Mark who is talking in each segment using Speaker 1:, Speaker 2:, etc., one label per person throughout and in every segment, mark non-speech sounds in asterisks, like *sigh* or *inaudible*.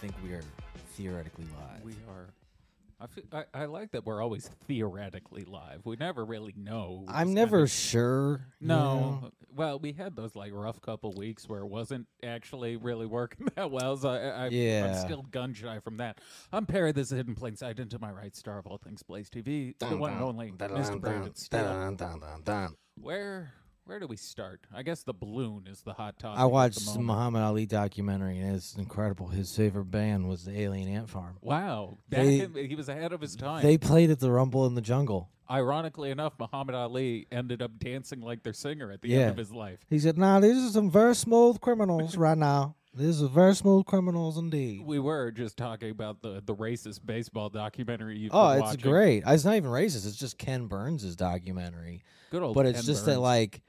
Speaker 1: think we are theoretically live.
Speaker 2: We are. I, feel, I, I like that we're always theoretically live. We never really know. It's
Speaker 1: I'm
Speaker 2: kinda-
Speaker 1: never sure. you
Speaker 2: no.
Speaker 1: know?
Speaker 2: Well, we had those like rough couple weeks where it wasn't actually really working *laughs* that well. So I, I,
Speaker 1: Yeah.
Speaker 2: I'm still gun shy from that. I'm Perry. This is Hidden Plain Sight. And to my right, star of all things, Blaze TV, the one and only Mr. Brandon Steele. Where where do we start? I guess the balloon is the hot topic. at
Speaker 1: I
Speaker 2: the
Speaker 1: watched the
Speaker 2: moment.
Speaker 1: Muhammad Ali documentary and it's incredible. His favorite band was the Alien Ant Farm.
Speaker 2: Wow,
Speaker 1: They-
Speaker 2: Back in- he was ahead of his time.
Speaker 1: They played at the Rumble in the Jungle.
Speaker 2: Ironically enough, Muhammad Ali ended up dancing like their singer at the
Speaker 1: Yeah.
Speaker 2: end of his life.
Speaker 1: He said, "Nah, these are some very smooth criminals right now. These are very smooth criminals indeed."
Speaker 2: We were just talking about the, the racist baseball documentary you've
Speaker 1: Oh,
Speaker 2: been
Speaker 1: it's
Speaker 2: watching.
Speaker 1: great. It's not even racist. It's just Ken Burns' documentary.
Speaker 2: Good old
Speaker 1: but it's
Speaker 2: Ken
Speaker 1: just
Speaker 2: Burns.
Speaker 1: that like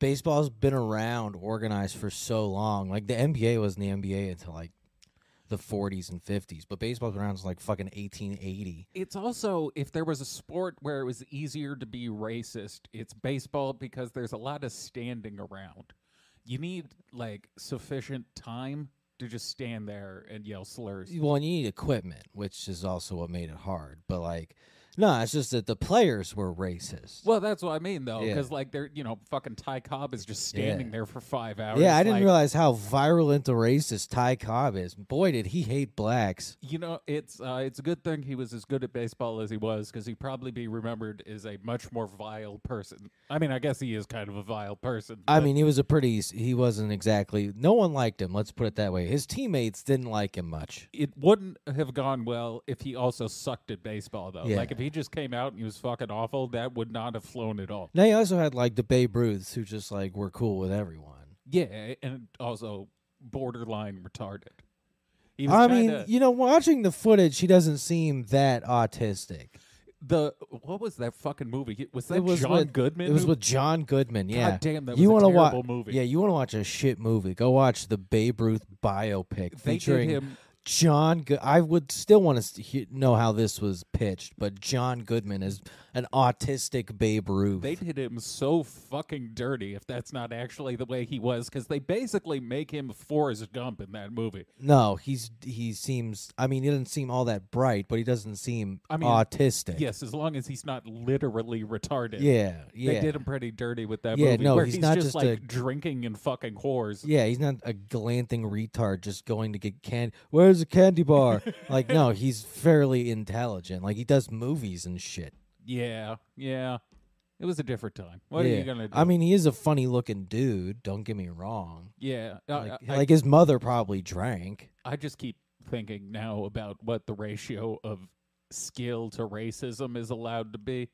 Speaker 1: baseball's been around organized for so long. Like the NBA wasn't the NBA until like the 40s and 50s, but baseball's been around since like fucking 1880.
Speaker 2: It's also if there was a sport where it was easier to be racist, it's baseball because there's a lot of standing around. You need like sufficient time to just stand there and yell slurs.
Speaker 1: Well, and you need equipment, which is also what made it hard. But like, no, it's just that the players were racist.
Speaker 2: Well, that's what I mean though,
Speaker 1: Yeah.
Speaker 2: because like they're you know fucking Ty Cobb is just standing
Speaker 1: Yeah.
Speaker 2: there for five hours.
Speaker 1: yeah, I didn't
Speaker 2: like,
Speaker 1: realize how virulent the racist Ty Cobb is. Boy, did he hate blacks.
Speaker 2: You know, it's uh, it's a good thing he was as good at baseball as he was because he'd probably be remembered as a much more vile person. I mean, I guess he is kind of a vile person.
Speaker 1: I
Speaker 2: but
Speaker 1: mean, he was a pretty. He wasn't exactly. No one liked him. Let's put it that way. His teammates didn't like him much.
Speaker 2: it wouldn't have gone well if he also sucked at baseball, though.
Speaker 1: Yeah.
Speaker 2: Like if he just came out and he was fucking awful, that would not have flown at all.
Speaker 1: Now you also had like the Babe Ruths, who just like were cool with everyone.
Speaker 2: Yeah, and also borderline retarded. He was
Speaker 1: I mean,
Speaker 2: kinda-
Speaker 1: you know, watching the footage, he doesn't seem that autistic.
Speaker 2: the what was that fucking movie? Was that
Speaker 1: it was
Speaker 2: John
Speaker 1: with,
Speaker 2: Goodman?
Speaker 1: It was
Speaker 2: who-
Speaker 1: with John Goodman. Yeah,
Speaker 2: God damn, that
Speaker 1: you
Speaker 2: was a
Speaker 1: wanna wa-
Speaker 2: terrible movie.
Speaker 1: Yeah, you want to watch a shit movie? Go watch the Babe Ruth biopic
Speaker 2: they did
Speaker 1: featuring
Speaker 2: him
Speaker 1: John. Go- I would still want to he- know how this was pitched, but John Goodman is an autistic Babe Ruth.
Speaker 2: They did him so fucking dirty if that's not actually the way he was, because they basically make him Forrest Gump in that movie.
Speaker 1: no, he's he seems. I mean, he doesn't seem all that bright, but he doesn't seem
Speaker 2: I mean,
Speaker 1: autistic.
Speaker 2: Yes, as long as he's not literally retarded.
Speaker 1: Yeah, yeah.
Speaker 2: They did him pretty dirty with that
Speaker 1: Yeah,
Speaker 2: movie.
Speaker 1: no,
Speaker 2: where
Speaker 1: he's
Speaker 2: he's,
Speaker 1: not
Speaker 2: just,
Speaker 1: just
Speaker 2: like
Speaker 1: a-
Speaker 2: drinking and fucking whores.
Speaker 1: Yeah, he's not a glanting retard just going to get candy. Where's the candy
Speaker 2: *laughs*
Speaker 1: bar? like, no, he's fairly intelligent. Like, he does movies and shit.
Speaker 2: Yeah, yeah. It was a different time. What are
Speaker 1: Yeah.
Speaker 2: you gonna do?
Speaker 1: I mean, he is a funny looking dude. Don't get me wrong.
Speaker 2: yeah, I-
Speaker 1: Like,
Speaker 2: I,
Speaker 1: like his mother probably drank.
Speaker 2: I just keep thinking now about what the ratio of skill to racism is allowed to be.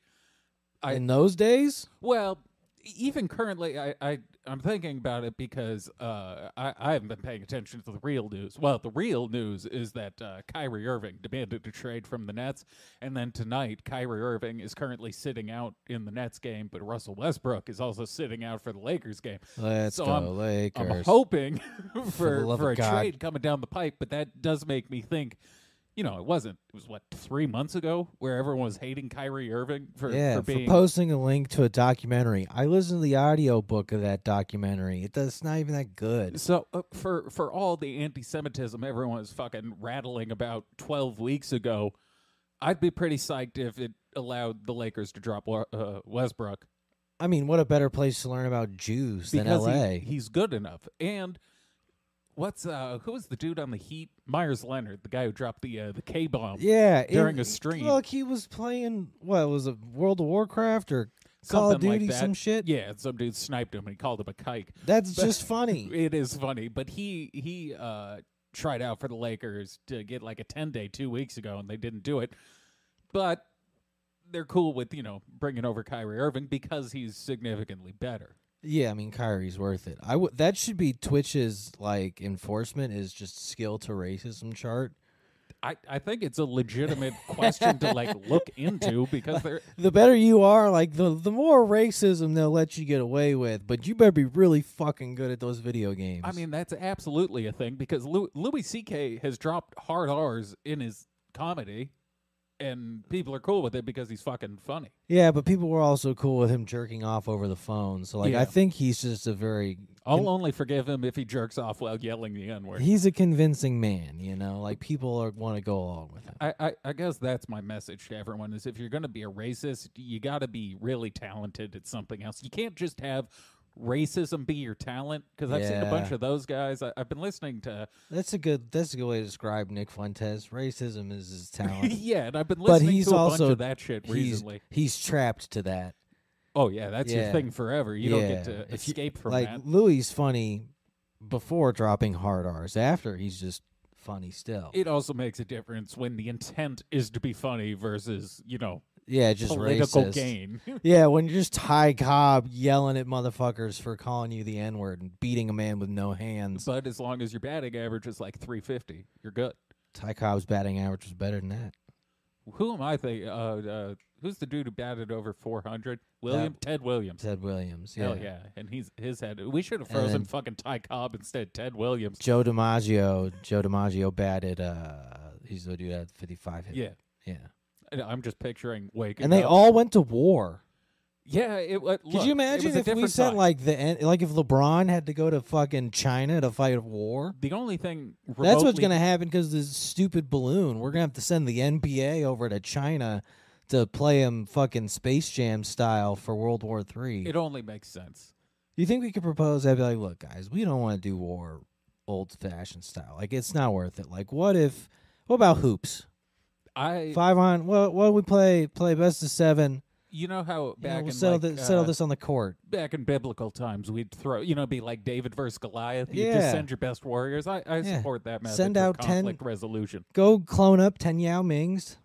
Speaker 2: I-
Speaker 1: In those days,
Speaker 2: Well, e- even currently, I, I I'm thinking about it because uh, I I haven't been paying attention to the real news. Well, the real news is that uh, Kyrie Irving demanded a trade from the Nets, and then tonight Kyrie Irving is currently sitting out in the Nets game, but Russell Westbrook is also sitting out for the Lakers game.
Speaker 1: let's
Speaker 2: So
Speaker 1: go
Speaker 2: I'm-
Speaker 1: Lakers. *laughs*
Speaker 2: I'm hoping *laughs*
Speaker 1: the
Speaker 2: for
Speaker 1: love
Speaker 2: for
Speaker 1: of
Speaker 2: a
Speaker 1: God.
Speaker 2: trade coming down the pipe, but that does make me think. You know, it wasn't. It was what three months ago, where everyone was hating Kyrie Irving for
Speaker 1: yeah,
Speaker 2: for being
Speaker 1: posting a link to a documentary. I listened to the audio book of that documentary. It does, it's not even that good.
Speaker 2: So uh, for for all the anti-Semitism everyone was fucking rattling about twelve weeks ago, I'd be pretty psyched if it allowed the Lakers to drop Wa- uh, Westbrook
Speaker 1: I mean, what a better place to learn about Jews than
Speaker 2: because he-
Speaker 1: L.A.
Speaker 2: he's good enough. And what's uh who was the dude on the Heat? Myers Leonard, the guy who dropped the uh, the K bomb.
Speaker 1: Yeah,
Speaker 2: during
Speaker 1: and
Speaker 2: a stream.
Speaker 1: Look, he was playing what was it, World of Warcraft or Call of
Speaker 2: Something like
Speaker 1: Duty,
Speaker 2: that.
Speaker 1: some shit.
Speaker 2: Yeah, and some dude sniped him and he called him a kike. *laughs*
Speaker 1: that's
Speaker 2: But-
Speaker 1: just funny.
Speaker 2: It is funny, but he he uh tried out for the Lakers to get like a 10 day 2 weeks ago and they didn't do it. But they're cool with, you know, bringing over Kyrie Irving because he's significantly better.
Speaker 1: Yeah, I mean Kyrie's worth it. I w- that should be Twitch's like enforcement is just skill to racism chart.
Speaker 2: I, I think it's a legitimate question to like look into because they're
Speaker 1: The better you are, like the the more racism they'll let you get away with, but you better be really fucking good at those video games.
Speaker 2: I mean that's absolutely a thing because Lou, Louis CK has dropped hard R's in his comedy. and people are cool with it because he's fucking funny.
Speaker 1: Yeah, but people were also cool with him jerking off over the phone. So like
Speaker 2: Yeah.
Speaker 1: I think he's just a very
Speaker 2: I'll only forgive him if he jerks off while yelling the N word.
Speaker 1: he's a convincing man, you know? Like people are want to go along with him.
Speaker 2: I, I, I guess that's my message to everyone is if you're going to be a racist, you got to be really talented at something else. You can't just have racism be your talent because I've seen a bunch
Speaker 1: Yeah.
Speaker 2: of those guys. I, I've been listening to
Speaker 1: That's a good that's a good way to describe Nick Fuentes. Racism is his
Speaker 2: *laughs*
Speaker 1: talent.
Speaker 2: yeah, and I've been
Speaker 1: But
Speaker 2: listening
Speaker 1: he's
Speaker 2: to a bunch
Speaker 1: also-
Speaker 2: of that shit
Speaker 1: he's
Speaker 2: recently.
Speaker 1: he's trapped to that.
Speaker 2: Oh yeah, that's your
Speaker 1: Yeah.
Speaker 2: thing forever. You don't get
Speaker 1: Yeah.
Speaker 2: to
Speaker 1: If you-
Speaker 2: escape from
Speaker 1: like
Speaker 2: that.
Speaker 1: Louis funny before dropping hard R's. After he's just funny still.
Speaker 2: It also makes a difference when the intent is to be funny versus you know
Speaker 1: yeah, just
Speaker 2: political
Speaker 1: racist.
Speaker 2: gain. *laughs*
Speaker 1: Yeah, when you're just Ty Cobb yelling at motherfuckers for calling you the N word and beating a man with no hands.
Speaker 2: but as long as your batting average is like 350, you're good.
Speaker 1: Ty Cobb's batting average was better than that.
Speaker 2: Who am I thinking? Uh, uh, who's the dude who batted over 400? William Ted Williams.
Speaker 1: Ted Williams. Yeah.
Speaker 2: Hell yeah, and he's his head. We should have
Speaker 1: And
Speaker 2: frozen
Speaker 1: then-
Speaker 2: fucking Ty Cobb instead. Ted Williams.
Speaker 1: Joe DiMaggio. Joe DiMaggio batted. Uh, he's the dude that had 55 hit.
Speaker 2: Yeah,
Speaker 1: Yeah.
Speaker 2: And I'm just picturing waking.
Speaker 1: And they
Speaker 2: up-
Speaker 1: all went to war.
Speaker 2: Yeah, it. wa-
Speaker 1: Could
Speaker 2: look,
Speaker 1: you
Speaker 2: it was
Speaker 1: imagine
Speaker 2: a
Speaker 1: if we
Speaker 2: different
Speaker 1: sent
Speaker 2: time.
Speaker 1: like the en- like if LeBron had to go to fucking China to fight a war?
Speaker 2: the only thing?
Speaker 1: That's what's
Speaker 2: remotely-
Speaker 1: gonna happen because this stupid balloon. We're gonna have to send the NBA over to China to play him fucking Space Jam style for World War Three.
Speaker 2: It only makes sense.
Speaker 1: You think we could propose? I'd be like, look, guys, we don't want to do war old fashioned style. Like, it's not worth it. Like, what if, what about hoops?
Speaker 2: I
Speaker 1: Five on, what, what do we play? Play best of seven.
Speaker 2: You know how
Speaker 1: You know,
Speaker 2: back
Speaker 1: we'll
Speaker 2: in
Speaker 1: settle,
Speaker 2: like,
Speaker 1: thi- settle
Speaker 2: uh,
Speaker 1: this on the court.
Speaker 2: back in biblical times, we'd throw you know be like David versus Goliath. You just
Speaker 1: Yeah.
Speaker 2: send your best warriors. I, I
Speaker 1: Yeah.
Speaker 2: support that method.
Speaker 1: Send
Speaker 2: for
Speaker 1: out 10
Speaker 2: conflict resolution.
Speaker 1: Go clone up 10 Yao Mings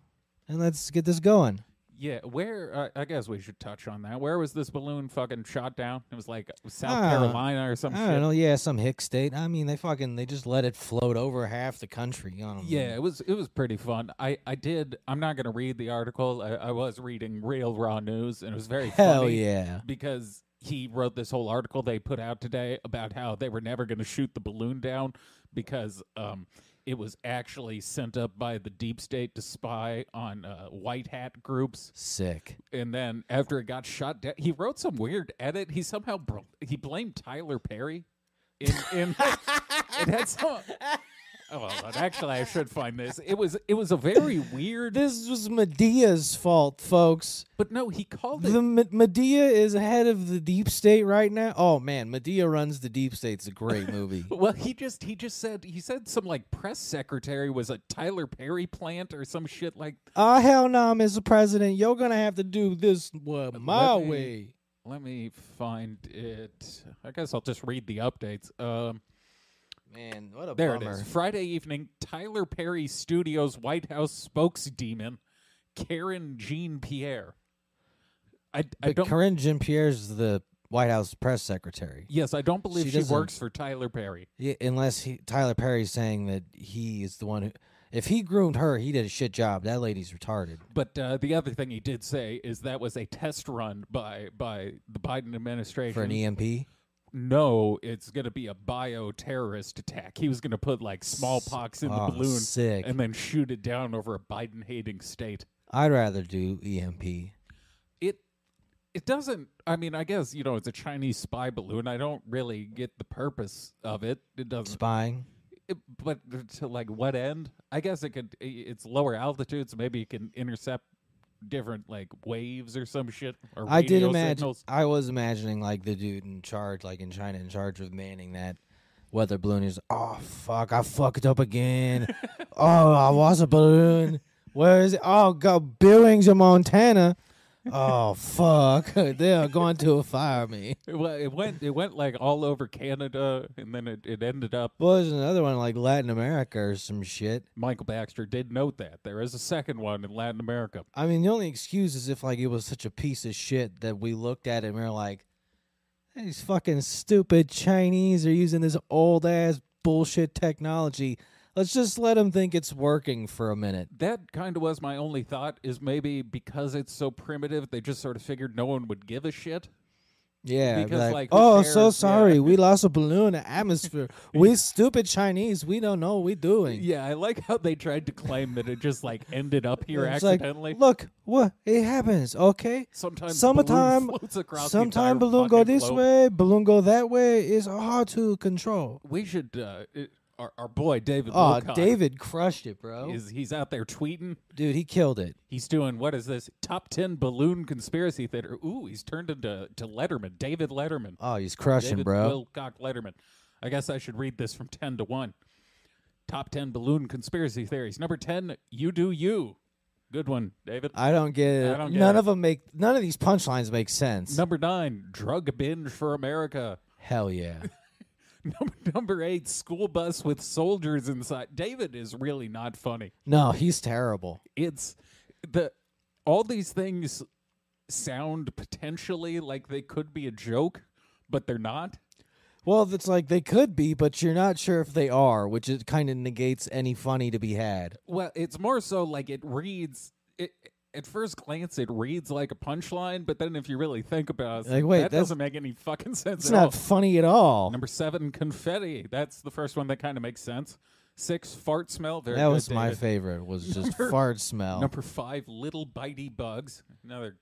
Speaker 1: and let's get this going.
Speaker 2: Yeah, where uh, I I guess we should touch on that. Where was this balloon fucking shot down? It was like South
Speaker 1: Ah,
Speaker 2: Carolina or some
Speaker 1: I
Speaker 2: shit.
Speaker 1: don't know. Yeah, some hick state. I mean, they fucking, they just let it float over half the country. I don't know.
Speaker 2: Yeah, it was it was pretty fun. I I did. I'm not gonna read the article. I, I was reading real raw news, and it was very
Speaker 1: Hell
Speaker 2: funny
Speaker 1: yeah.
Speaker 2: because he wrote this whole article they put out today about how they were never going to shoot the balloon down because um, it was actually sent up by the deep state to spy on uh, white hat groups.
Speaker 1: Sick.
Speaker 2: And then after it got shot down, he wrote some weird edit. He somehow br- he blamed Tyler Perry. In, in *laughs* it had some. Oh, hold on. actually, I should find this. It was it was a very weird.
Speaker 1: This was Medea's fault, folks.
Speaker 2: But no, he called it.
Speaker 1: The Me- Medea is head of the deep state right now. Oh man, Medea runs the deep state. It's a *laughs* great movie.
Speaker 2: Well, he just he just said he said some like press secretary was a Tyler Perry plant or some shit like.
Speaker 1: Ah hell no, Mr. President, you're gonna have to do this uh, my
Speaker 2: me-
Speaker 1: way.
Speaker 2: Let me find it. I guess I'll just read the updates. Um,
Speaker 1: Man, what a
Speaker 2: there
Speaker 1: bummer.
Speaker 2: it is. Friday evening, Tyler Perry Studios White House spokesdemon Karen Jean Pierre. I, I
Speaker 1: But
Speaker 2: don't.
Speaker 1: Corinne Jean Pierre's the White House press secretary.
Speaker 2: yes, I don't believe
Speaker 1: She
Speaker 2: she,
Speaker 1: doesn't-
Speaker 2: works for Tyler Perry.
Speaker 1: Yeah, unless he, Tyler Perry's saying that he is the one who. If he groomed her, he did a shit job. That lady's retarded.
Speaker 2: But uh, the other thing he did say is that was a test run by by the Biden administration
Speaker 1: For an e- EMP?
Speaker 2: no, it's going to be a bioterrorist attack. He was going to put like smallpox in the
Speaker 1: Oh,
Speaker 2: balloon
Speaker 1: sick.
Speaker 2: and then shoot it down over a Biden hating state.
Speaker 1: I'd rather do E EMP.
Speaker 2: It it doesn't I mean, I guess, you know, it's a Chinese spy balloon. I don't really get the purpose of it. It doesn't
Speaker 1: Spying?
Speaker 2: it, but to like what end? I guess it could i- it's lower altitudes, maybe it can intercept different like waves or some shit or
Speaker 1: I did
Speaker 2: radio
Speaker 1: imagine.
Speaker 2: signals.
Speaker 1: I was imagining like the dude in charge, like in China, in charge of manning that weather balloon. Is oh fuck, I fucked up
Speaker 2: *laughs*
Speaker 1: again. oh, I was a balloon. Where is it? Oh, go Billings in
Speaker 2: *laughs*
Speaker 1: Montana. Oh fuck, *laughs* they are going to fire me.
Speaker 2: Well, it went it went like all over Canada and then it, it ended up
Speaker 1: Well, there's another one like Latin America or some shit.
Speaker 2: Michael Baxter did note that there is a second one in Latin America.
Speaker 1: I mean, the only excuse is if like it was such a piece of shit that we looked at it and we were like, these fucking stupid Chinese are using this old ass bullshit technology. Let's just let them think it's working for a minute.
Speaker 2: That kind of was my only thought is maybe because it's so primitive, they just sort of figured no one would give a shit.
Speaker 1: Yeah, be
Speaker 2: Because,
Speaker 1: like,
Speaker 2: like, who
Speaker 1: oh, so
Speaker 2: cares?" Yeah.
Speaker 1: sorry,
Speaker 2: *laughs*
Speaker 1: we lost a balloon in atmosphere. we stupid Chinese, we don't know what we doing.
Speaker 2: Yeah, I like how they tried to claim that it just like ended up here
Speaker 1: It's like,
Speaker 2: accidentally.
Speaker 1: Look, what it happens. Okay,
Speaker 2: sometimes
Speaker 1: sometime-
Speaker 2: balloon *laughs* floats across the
Speaker 1: sometime
Speaker 2: entire
Speaker 1: balloon go
Speaker 2: fucking
Speaker 1: this
Speaker 2: globe.
Speaker 1: way, balloon go that way. It's hard to control.
Speaker 2: We should. Uh, it, our, our boy David.
Speaker 1: Oh,
Speaker 2: Wilcock
Speaker 1: David crushed it, bro.
Speaker 2: Is he's out there tweeting?
Speaker 1: Dude, he killed it.
Speaker 2: He's doing what is this top ten balloon conspiracy theater? Ooh, he's turned into to Letterman, David Letterman.
Speaker 1: Oh, he's crushing,
Speaker 2: David
Speaker 1: bro.
Speaker 2: Wilcock Letterman. I guess I should read this from 10 to 1. Top 10 balloon conspiracy theories. Number 10, you do you. Good one, David.
Speaker 1: I don't get it.
Speaker 2: I don't get
Speaker 1: none
Speaker 2: it.
Speaker 1: of them make none of these punchlines make sense.
Speaker 2: Number 9, drug binge for America. *laughs*
Speaker 1: Hell yeah.
Speaker 2: Number, number 8, school bus with soldiers inside. David is really not funny.
Speaker 1: no, he's terrible.
Speaker 2: It's the all these things sound potentially like they could be a joke, but they're not.
Speaker 1: Well, it's like they could be, but you're not sure if they are, which it kind of negates any funny to be had.
Speaker 2: Well, it's more so like it reads it. At first glance, it reads like a punchline, but then if you really think about it, it's
Speaker 1: Like, wait,
Speaker 2: that
Speaker 1: that's-
Speaker 2: doesn't make any fucking sense
Speaker 1: It's
Speaker 2: at all.
Speaker 1: not funny at all.
Speaker 2: Number seven, confetti. That's the first one that kind of makes sense. Six, fart smell. Very
Speaker 1: that
Speaker 2: good,
Speaker 1: was my
Speaker 2: David.
Speaker 1: favorite. Was just
Speaker 2: Number-
Speaker 1: fart smell.
Speaker 2: Number five, little bitey bugs. Another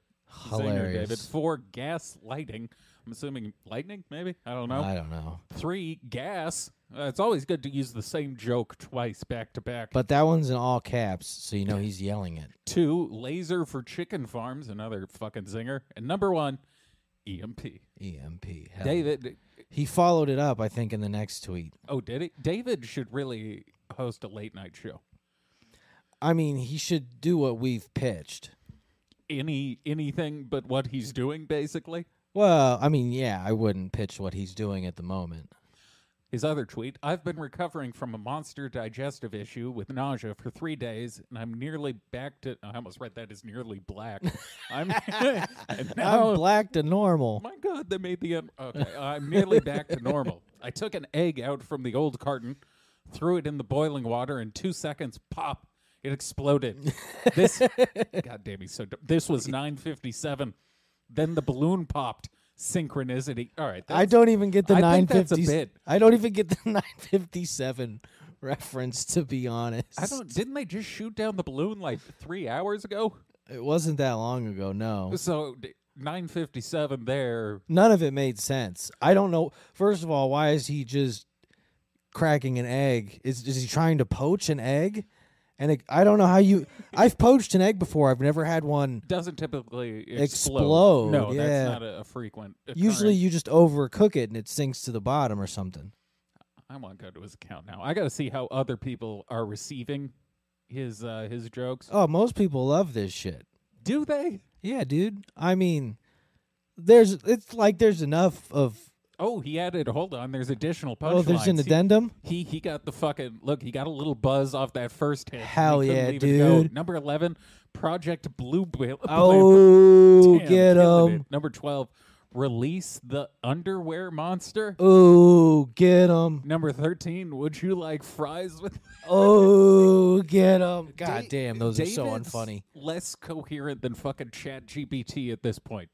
Speaker 2: zinger, David.
Speaker 1: Hilarious.
Speaker 2: Four, gas lighting. I'm assuming lightning, maybe. I don't know.
Speaker 1: I don't know,
Speaker 2: Three, gas. Uh, it's always good to use the same joke twice back to back.
Speaker 1: but that one's in all caps, so you know he's yelling it.
Speaker 2: Two, laser for chicken farms, another fucking zinger. And number one, EMP.
Speaker 1: EMP. E Hell.
Speaker 2: David,
Speaker 1: He followed it up, I think, in the next tweet.
Speaker 2: oh, did it? David should really host a late night show.
Speaker 1: I mean, he should do what we've pitched.
Speaker 2: Any anything but what he's doing, basically.
Speaker 1: Well, I mean, yeah, I wouldn't pitch what he's doing at the moment.
Speaker 2: His other tweet: I've been recovering from a monster digestive issue with nausea for three days, and I'm nearly back to. I almost read that as nearly black. I'm *laughs* and now Oh
Speaker 1: I'm black to normal.
Speaker 2: my god they made the end okay i'm nearly back to normal i took an egg out from the old carton threw it in the boiling water in two seconds pop it exploded this god damn he's so dumb. this was 957 then the balloon popped synchronicity all right
Speaker 1: I
Speaker 2: that's-
Speaker 1: don't even get the
Speaker 2: I
Speaker 1: nine
Speaker 2: think that's a
Speaker 1: fifty.
Speaker 2: bit.
Speaker 1: I don't even get the *laughs* nine fifty seven reference. To be honest,
Speaker 2: I don't. Didn't they just shoot down the balloon like three hours ago?
Speaker 1: It wasn't that long ago. No,
Speaker 2: So d- nine fifty-seven. There,
Speaker 1: none of it made sense. I don't know. First of all, why is he just cracking an egg? Is is he trying to poach an egg? And it, I don't know how you. I've poached an egg before. I've never had one.
Speaker 2: doesn't typically explode.
Speaker 1: Explode,
Speaker 2: No,
Speaker 1: yeah.
Speaker 2: that's not a, a frequent.
Speaker 1: Usually,
Speaker 2: occurrence.
Speaker 1: you just overcook it and it sinks to the bottom or something.
Speaker 2: I want to go to his account now. I got to see how other people are receiving his uh, his jokes.
Speaker 1: Oh, most people love this shit.
Speaker 2: Do they?
Speaker 1: Yeah, dude. I mean, there's. It's like there's enough of.
Speaker 2: Oh, he added. Hold on, there's additional punchlines.
Speaker 1: Oh, there's an
Speaker 2: He-
Speaker 1: addendum.
Speaker 2: He, he got the fucking look. He got a little buzz off that first hit. and he
Speaker 1: Hell
Speaker 2: couldn't
Speaker 1: yeah,
Speaker 2: even go.
Speaker 1: dude.
Speaker 2: Number eleven, Project Blue. Bill-
Speaker 1: Oh,
Speaker 2: Blue- Damn,
Speaker 1: get
Speaker 2: killing
Speaker 1: him.
Speaker 2: it. Number twelve, release the underwear monster.
Speaker 1: Oh, get him.
Speaker 2: Number thirteen, would you like fries
Speaker 1: *laughs*
Speaker 2: with?
Speaker 1: Oh, get him. *laughs* God
Speaker 2: Da-
Speaker 1: damn, those are so
Speaker 2: David's
Speaker 1: unfunny.
Speaker 2: Less coherent than fucking Chat GPT at this point.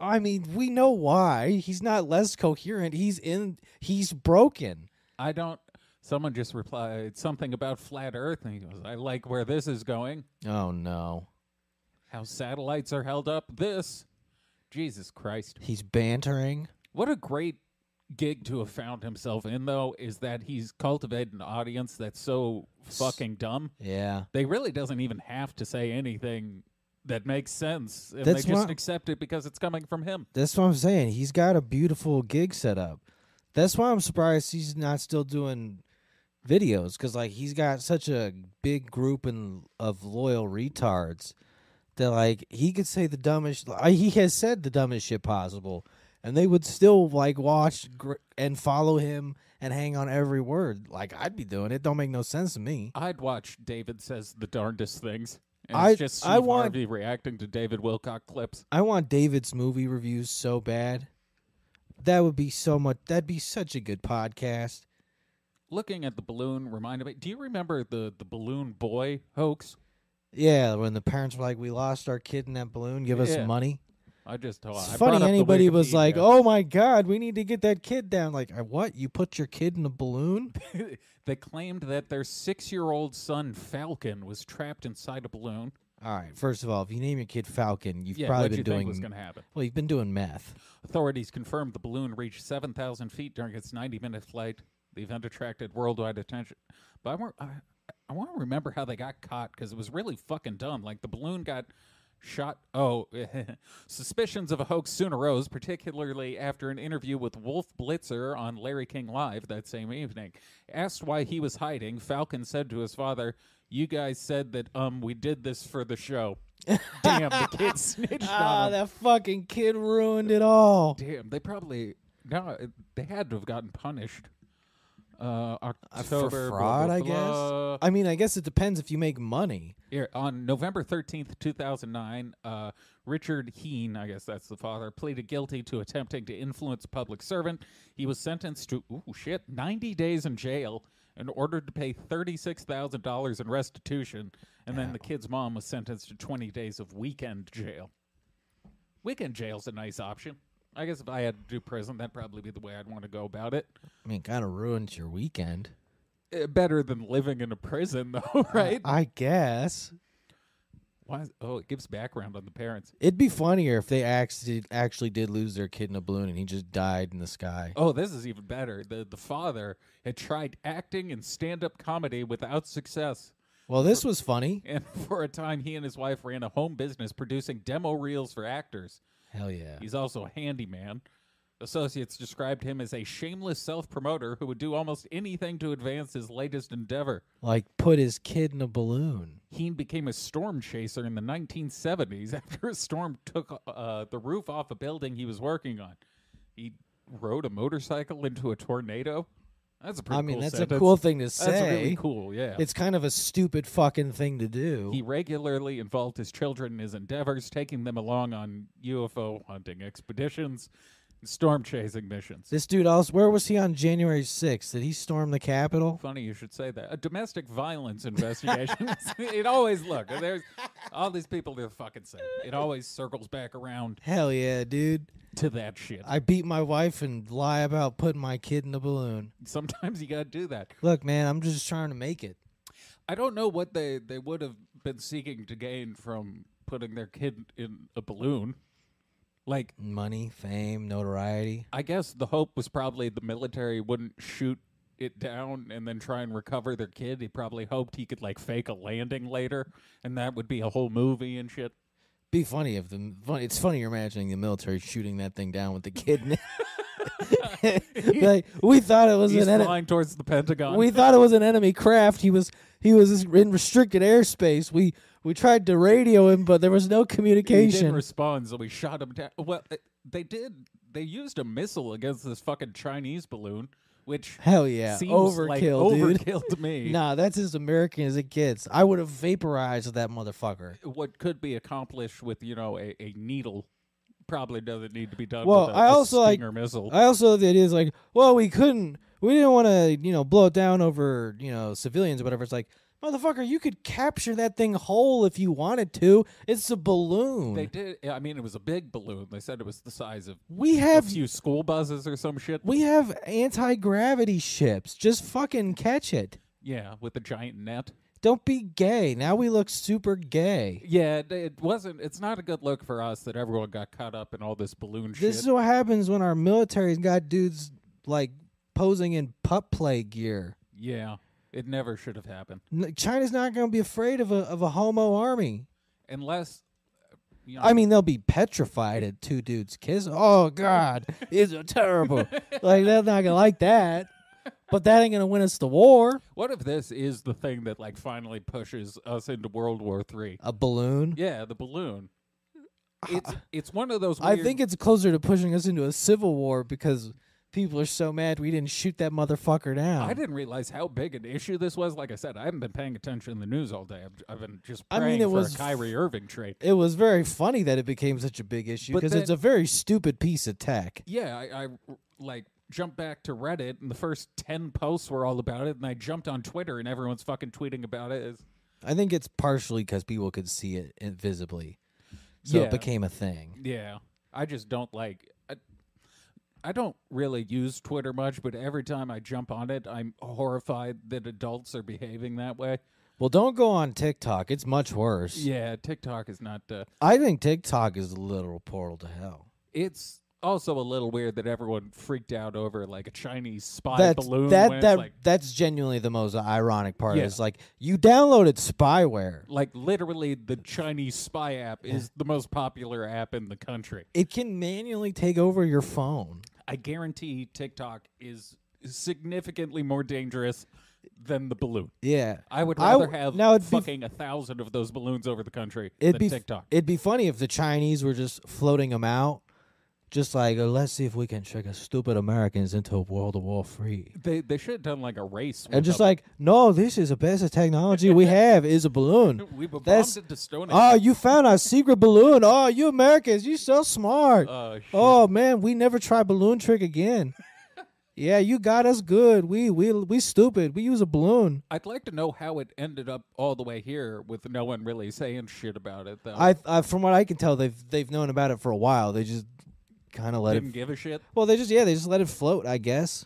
Speaker 1: I mean, we know why. He's not less coherent. He's in he's broken.
Speaker 2: I don't. Someone just replied something about flat Earth, and he goes, "I like where this is going.
Speaker 1: Oh no.
Speaker 2: How satellites are held up. This, Jesus Christ,
Speaker 1: He's bantering.
Speaker 2: what a great gig to have found himself in. Though is that he's cultivated an audience that's so fucking dumb.
Speaker 1: Yeah.
Speaker 2: They really doesn't even have to say anything that makes sense, and
Speaker 1: That's
Speaker 2: they just
Speaker 1: why-
Speaker 2: accept it because it's coming from him.
Speaker 1: That's what I'm saying. He's got a beautiful gig set up. That's why I'm surprised he's not still doing videos cuz like he's got such a big group and of loyal retards that like he could say the dumbest I- he has said the dumbest shit possible and they would still like watch gr- and follow him and hang on every word. Like I'd be doing it. Don't make no sense to me.
Speaker 2: I'd watch David says the darndest things. And
Speaker 1: I-
Speaker 2: it's just Steve
Speaker 1: I want-
Speaker 2: Harvey reacting to David Wilcock clips.
Speaker 1: I want David's movie reviews so bad. That would be so much that'd be such a good podcast.
Speaker 2: looking at the balloon reminded me. Do you remember the the balloon boy hoax?
Speaker 1: Yeah, when the parents were like, "We lost our kid in that balloon. Give us
Speaker 2: Yeah.
Speaker 1: money."
Speaker 2: I just told.
Speaker 1: It's
Speaker 2: I brought
Speaker 1: funny
Speaker 2: up the
Speaker 1: anybody was like,
Speaker 2: Wikipedia.
Speaker 1: "Oh my god, we need to get that kid down." Like, "I- what? You put your kid in a balloon?
Speaker 2: *laughs* they claimed that their six-year-old son Falcon was trapped inside a balloon.
Speaker 1: All right. First of all, if you name your kid Falcon, you've
Speaker 2: Yeah,
Speaker 1: probably
Speaker 2: what
Speaker 1: been
Speaker 2: you
Speaker 1: doing
Speaker 2: think was going to happen?
Speaker 1: well. You've been doing math.
Speaker 2: Authorities confirmed the balloon reached 7,000 feet during its 90-minute flight. The event attracted worldwide attention. But I, wa- I, I want to remember how they got caught because it was really fucking dumb. Like the balloon got shot. Oh, *laughs* suspicions of a hoax soon arose, particularly after an interview with Wolf Blitzer on Larry King Live that same evening. Asked why he was hiding, Falcon said to his father, "You guys said that um we did this for the show." Damn, the kid snitched on
Speaker 1: Ah,
Speaker 2: him.
Speaker 1: that fucking kid ruined it all.
Speaker 2: Damn, they probably no, it- they had to have gotten punished. Uh,
Speaker 1: Uh,
Speaker 2: October
Speaker 1: For
Speaker 2: blah,
Speaker 1: fraud,
Speaker 2: blah,
Speaker 1: I
Speaker 2: blah.
Speaker 1: guess. I mean, I guess it depends if you make money.
Speaker 2: Here, on November thirteenth, two thousand nine, uh, Richard Heen, I guess that's the father, pleaded guilty to attempting to influence a public servant. He was sentenced to ooh shit ninety days in jail and ordered to pay thirty six thousand dollars in restitution. And then the kid's mom was sentenced to twenty days of weekend jail. Weekend jail's a nice option. I guess if I had to do prison, that'd probably be the way I'd want to go about it.
Speaker 1: I mean, kind of ruins your weekend.
Speaker 2: Uh, better than living in a prison, *laughs* though, right?
Speaker 1: I guess
Speaker 2: Why is, oh, it gives background on the parents.
Speaker 1: it'd be funnier if they actually actually did lose their kid in a balloon and he just died in the sky.
Speaker 2: Oh, this is even better. The the father had tried acting and stand up comedy without success.
Speaker 1: Well, this was funny.
Speaker 2: And *laughs* for a time he and his wife ran a home business producing demo reels for actors.
Speaker 1: Hell yeah.
Speaker 2: He's also a handyman. Associates described him as a shameless self promoter who would do almost anything to advance his latest endeavor.
Speaker 1: Like put his kid in a balloon.
Speaker 2: Heen became a storm chaser in the 1970s *laughs* after a storm took uh, the roof off a building he was working on. He rode a motorcycle into a tornado. That's a pretty
Speaker 1: I mean,
Speaker 2: cool
Speaker 1: that's a
Speaker 2: sentence.
Speaker 1: cool thing to say.
Speaker 2: That's really cool, yeah.
Speaker 1: It's kind of a stupid fucking thing to do.
Speaker 2: he regularly involved his children in his endeavors, taking them along on UFO hunting expeditions and storm chasing missions.
Speaker 1: this dude also where was he on January 6th? Did he storm the Capitol?
Speaker 2: Funny you should say that. A domestic violence investigation. *laughs* it always look. There's all these people. They're fucking same. It always circles back around
Speaker 1: Hell yeah, dude.
Speaker 2: to that shit.
Speaker 1: I beat my wife and lie about putting my kid in a balloon.
Speaker 2: Sometimes you gotta do that.
Speaker 1: Look, man, I'm just trying to make it.
Speaker 2: I don't know what they they would have been seeking to gain from putting their kid in a balloon. Like
Speaker 1: Money, fame, notoriety.
Speaker 2: I guess the hope was probably the military wouldn't shoot it down and then try and recover their kid. He probably hoped he could like fake a landing later, and that would be a whole movie and shit.
Speaker 1: Be funny if the fun, it's funny you're imagining the military shooting that thing down with the kid. in it.
Speaker 2: *laughs*
Speaker 1: *laughs* Be like we thought it was
Speaker 2: He's
Speaker 1: an enemy.
Speaker 2: flying towards the Pentagon.
Speaker 1: We thought it was an enemy craft. He was he was in restricted airspace. We we tried to radio him, but there was no
Speaker 2: he didn't
Speaker 1: communication.
Speaker 2: respond, so we shot him down. Well, th- they did. They used a missile against this fucking Chinese balloon, which
Speaker 1: Hell yeah,
Speaker 2: seems
Speaker 1: overkill,
Speaker 2: like
Speaker 1: dude.
Speaker 2: overkill to me.
Speaker 1: *laughs* Nah, that's as American as it gets. I would have vaporized that motherfucker.
Speaker 2: What could be accomplished with you know a, a needle probably doesn't need to be done.
Speaker 1: Well,
Speaker 2: with a,
Speaker 1: I
Speaker 2: a
Speaker 1: also, like-
Speaker 2: Stinger missile.
Speaker 1: I also love the idea is like, well, we couldn't, we didn't want to, you know, blow it down over, you know, civilians or whatever. It's like, motherfucker, you could capture that thing whole if you wanted to. It's a balloon.
Speaker 2: they did. I mean, it was a big balloon. They said it was the size of
Speaker 1: we
Speaker 2: a
Speaker 1: have
Speaker 2: few school buses or some shit.
Speaker 1: we have anti gravity ships. Just fucking catch it.
Speaker 2: Yeah, with a giant net.
Speaker 1: Don't be gay. Now we look super gay.
Speaker 2: Yeah, it, it wasn't. It's not a good look for us that everyone got caught up in all this balloon shit.
Speaker 1: This is what happens when our military's got dudes like posing in pup play gear.
Speaker 2: yeah, it never should have happened.
Speaker 1: N- China's not going to be afraid of a of a homo army.
Speaker 2: unless you know,
Speaker 1: I mean, they'll be petrified at two dudes kiss. Oh God, it's terrible.
Speaker 2: *laughs*
Speaker 1: like they're not gonna like that. But that ain't gonna win us the war.
Speaker 2: what if this is the thing that like finally pushes us into World War Three?
Speaker 1: A balloon.
Speaker 2: Yeah,
Speaker 1: *sighs*
Speaker 2: the balloon. It's it's one of those.
Speaker 1: I
Speaker 2: weird-
Speaker 1: think it's closer to pushing us into a civil war because people are so mad we didn't shoot that motherfucker down.
Speaker 2: I didn't realize how big an issue this was. Like I said, I haven't been paying attention to the news all day. I've, I've been just
Speaker 1: I
Speaker 2: praying
Speaker 1: mean, it
Speaker 2: for
Speaker 1: was
Speaker 2: a Kyrie Irving trade.
Speaker 1: it was very funny that it became such a big issue
Speaker 2: But
Speaker 1: because it's
Speaker 2: then-
Speaker 1: a very stupid piece of tech.
Speaker 2: Yeah, I, I like jumped back to Reddit, and the first ten posts were all about it. And I jumped on Twitter, and everyone's fucking tweeting about it. It's-
Speaker 1: I think it's partially because people could see it invisibly, so
Speaker 2: Yeah.
Speaker 1: it became a thing.
Speaker 2: yeah, I just don't like. I, I don't really use Twitter much, but every time I jump on it, I'm horrified that adults are behaving that way.
Speaker 1: Well, don't go on TikTok. It's much worse.
Speaker 2: Yeah, TikTok is not. Uh,
Speaker 1: I think TikTok is a literal portal to hell.
Speaker 2: it's also a little weird that everyone freaked out over like a Chinese spy
Speaker 1: That's
Speaker 2: balloon. when
Speaker 1: that
Speaker 2: it's
Speaker 1: that
Speaker 2: like,
Speaker 1: that's genuinely the most ironic part.
Speaker 2: Yeah.
Speaker 1: Is like you downloaded spyware.
Speaker 2: like literally, the Chinese spy app is the most popular app in the country.
Speaker 1: It can manually take over your phone.
Speaker 2: I guarantee TikTok is significantly more dangerous than the balloon.
Speaker 1: Yeah.
Speaker 2: I would
Speaker 1: I
Speaker 2: rather
Speaker 1: w-
Speaker 2: have
Speaker 1: now it'd be-
Speaker 2: fucking a thousand of those balloons over the country
Speaker 1: It'd
Speaker 2: than
Speaker 1: be f-
Speaker 2: TikTok.
Speaker 1: it'd be funny if the Chinese were just floating them out, just like "Oh, let's see if we can trick us stupid Americans into a world of war free.
Speaker 2: They they should have done like a race.
Speaker 1: And
Speaker 2: with
Speaker 1: just
Speaker 2: them.
Speaker 1: like, no, this is the best technology
Speaker 2: *laughs*
Speaker 1: we have is a balloon.
Speaker 2: we bombed
Speaker 1: that's-
Speaker 2: it to stone.
Speaker 1: Oh,
Speaker 2: Age.
Speaker 1: you found our secret balloon. Oh, you Americans, you so smart.
Speaker 2: Oh, shit.
Speaker 1: Oh man, we never try balloon trick
Speaker 2: *laughs*
Speaker 1: again. yeah, you got us good. We we we stupid. We use a balloon.
Speaker 2: I'd like to know how it ended up all the way here with no one really saying shit about it though.
Speaker 1: I, I from what I can tell, they've they've known about it for a while. They just kind of let
Speaker 2: didn't
Speaker 1: it.
Speaker 2: give a shit.
Speaker 1: Well, they just yeah, they just let it float. I guess.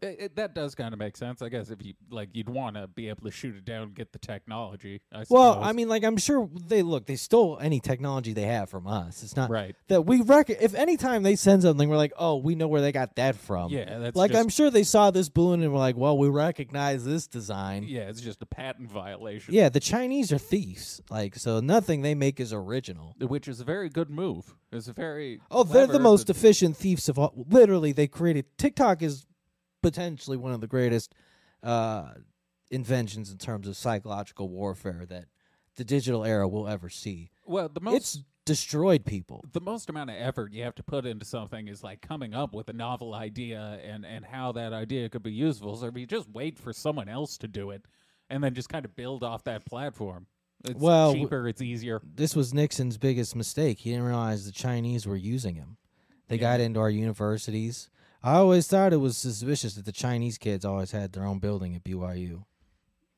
Speaker 2: It- it- that does kind of make sense, I guess. If you like, you'd want to be able to shoot it down, get the technology. I
Speaker 1: Well,
Speaker 2: suppose.
Speaker 1: I mean, like I'm sure they look. They stole any technology they have from us. It's not
Speaker 2: Right.
Speaker 1: that we reckon. If any time they send something, we're like, oh, we know where they got that from.
Speaker 2: yeah, that's
Speaker 1: um, Like
Speaker 2: just-
Speaker 1: I'm sure they saw this balloon and were like, well, we recognize this design.
Speaker 2: yeah, it's just a patent violation.
Speaker 1: Yeah, the Chinese are thieves. Like, so nothing they make is original.
Speaker 2: which is a very good move. It's a very
Speaker 1: Oh, they're the
Speaker 2: clever-
Speaker 1: most efficient thieves of all. Literally, they created TikTok is potentially one of the greatest uh, inventions in terms of psychological warfare that the digital era will ever see.
Speaker 2: well the most
Speaker 1: It's destroyed people.
Speaker 2: the most amount of effort you have to put into something is like coming up with a novel idea and and how that idea could be useful. So if you just wait for someone else to do it, and then just kind of build off that platform, it's
Speaker 1: Well, w-
Speaker 2: cheaper, it's easier.
Speaker 1: This was Nixon's biggest mistake. He didn't realize the Chinese were using him. They
Speaker 2: Yeah.
Speaker 1: got into our universities. I always thought it was suspicious that the Chinese kids always had their own building at BYU.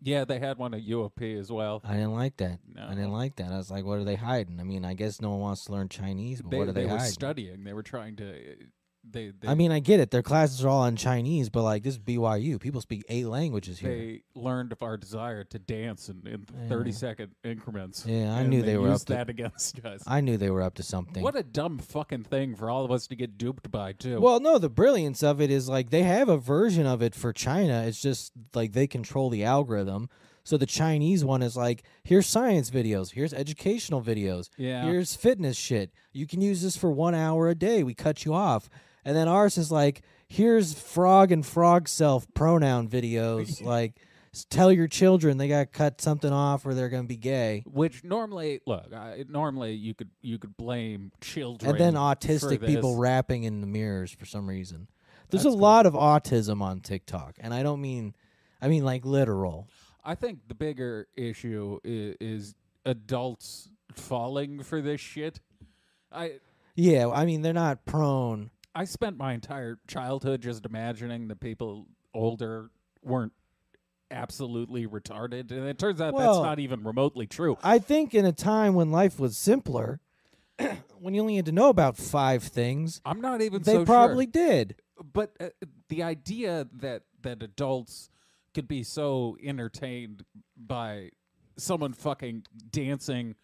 Speaker 2: Yeah, they had one at UOP as well.
Speaker 1: I didn't like that. I
Speaker 2: No.
Speaker 1: didn't like that. I was like, what are they hiding? I mean, I guess no one wants to learn Chinese, but
Speaker 2: They
Speaker 1: what are
Speaker 2: they,
Speaker 1: they,
Speaker 2: were
Speaker 1: hiding?
Speaker 2: studying. They were trying to. uh, They, they
Speaker 1: I mean, I get it. Their classes are all in Chinese, but like this is BYU, people speak eight languages here.
Speaker 2: they learned of our desire to dance in, in thirty second increments.
Speaker 1: Yeah, I
Speaker 2: and
Speaker 1: knew
Speaker 2: they,
Speaker 1: they were
Speaker 2: used
Speaker 1: up to-
Speaker 2: that *laughs* against us.
Speaker 1: I knew they were up to something.
Speaker 2: What a dumb fucking thing for all of us to get duped by too.
Speaker 1: well, no, the brilliance of it is like they have a version of it for China. It's just like they control the algorithm. So the Chinese one is like, here's science videos, here's educational videos,
Speaker 2: Yeah.
Speaker 1: here's fitness shit. You can use this for one hour a day. We cut you off. And then ours is like, here's frog and frog self pronoun
Speaker 2: *laughs*
Speaker 1: videos. like, s- tell your children they got to cut something off or they're going to be gay.
Speaker 2: Which normally, look, I, normally you could you could blame children
Speaker 1: And then
Speaker 2: for
Speaker 1: autistic
Speaker 2: this.
Speaker 1: people rapping in the mirrors for some reason. There's
Speaker 2: That's
Speaker 1: a
Speaker 2: cool.
Speaker 1: lot of autism on TikTok. And I don't mean, I mean like literal.
Speaker 2: I think the bigger issue is, is adults falling for this shit. I
Speaker 1: Yeah, I mean, they're not prone.
Speaker 2: I spent my entire childhood just imagining that people older weren't absolutely retarded, and it turns out that's
Speaker 1: Well,
Speaker 2: not even remotely true.
Speaker 1: I think in a time when life was simpler, *clears throat* when you only had to know about five things,
Speaker 2: I'm not even
Speaker 1: they
Speaker 2: so
Speaker 1: probably
Speaker 2: sure.
Speaker 1: did.
Speaker 2: But uh, the idea that that adults could be so entertained by someone fucking dancing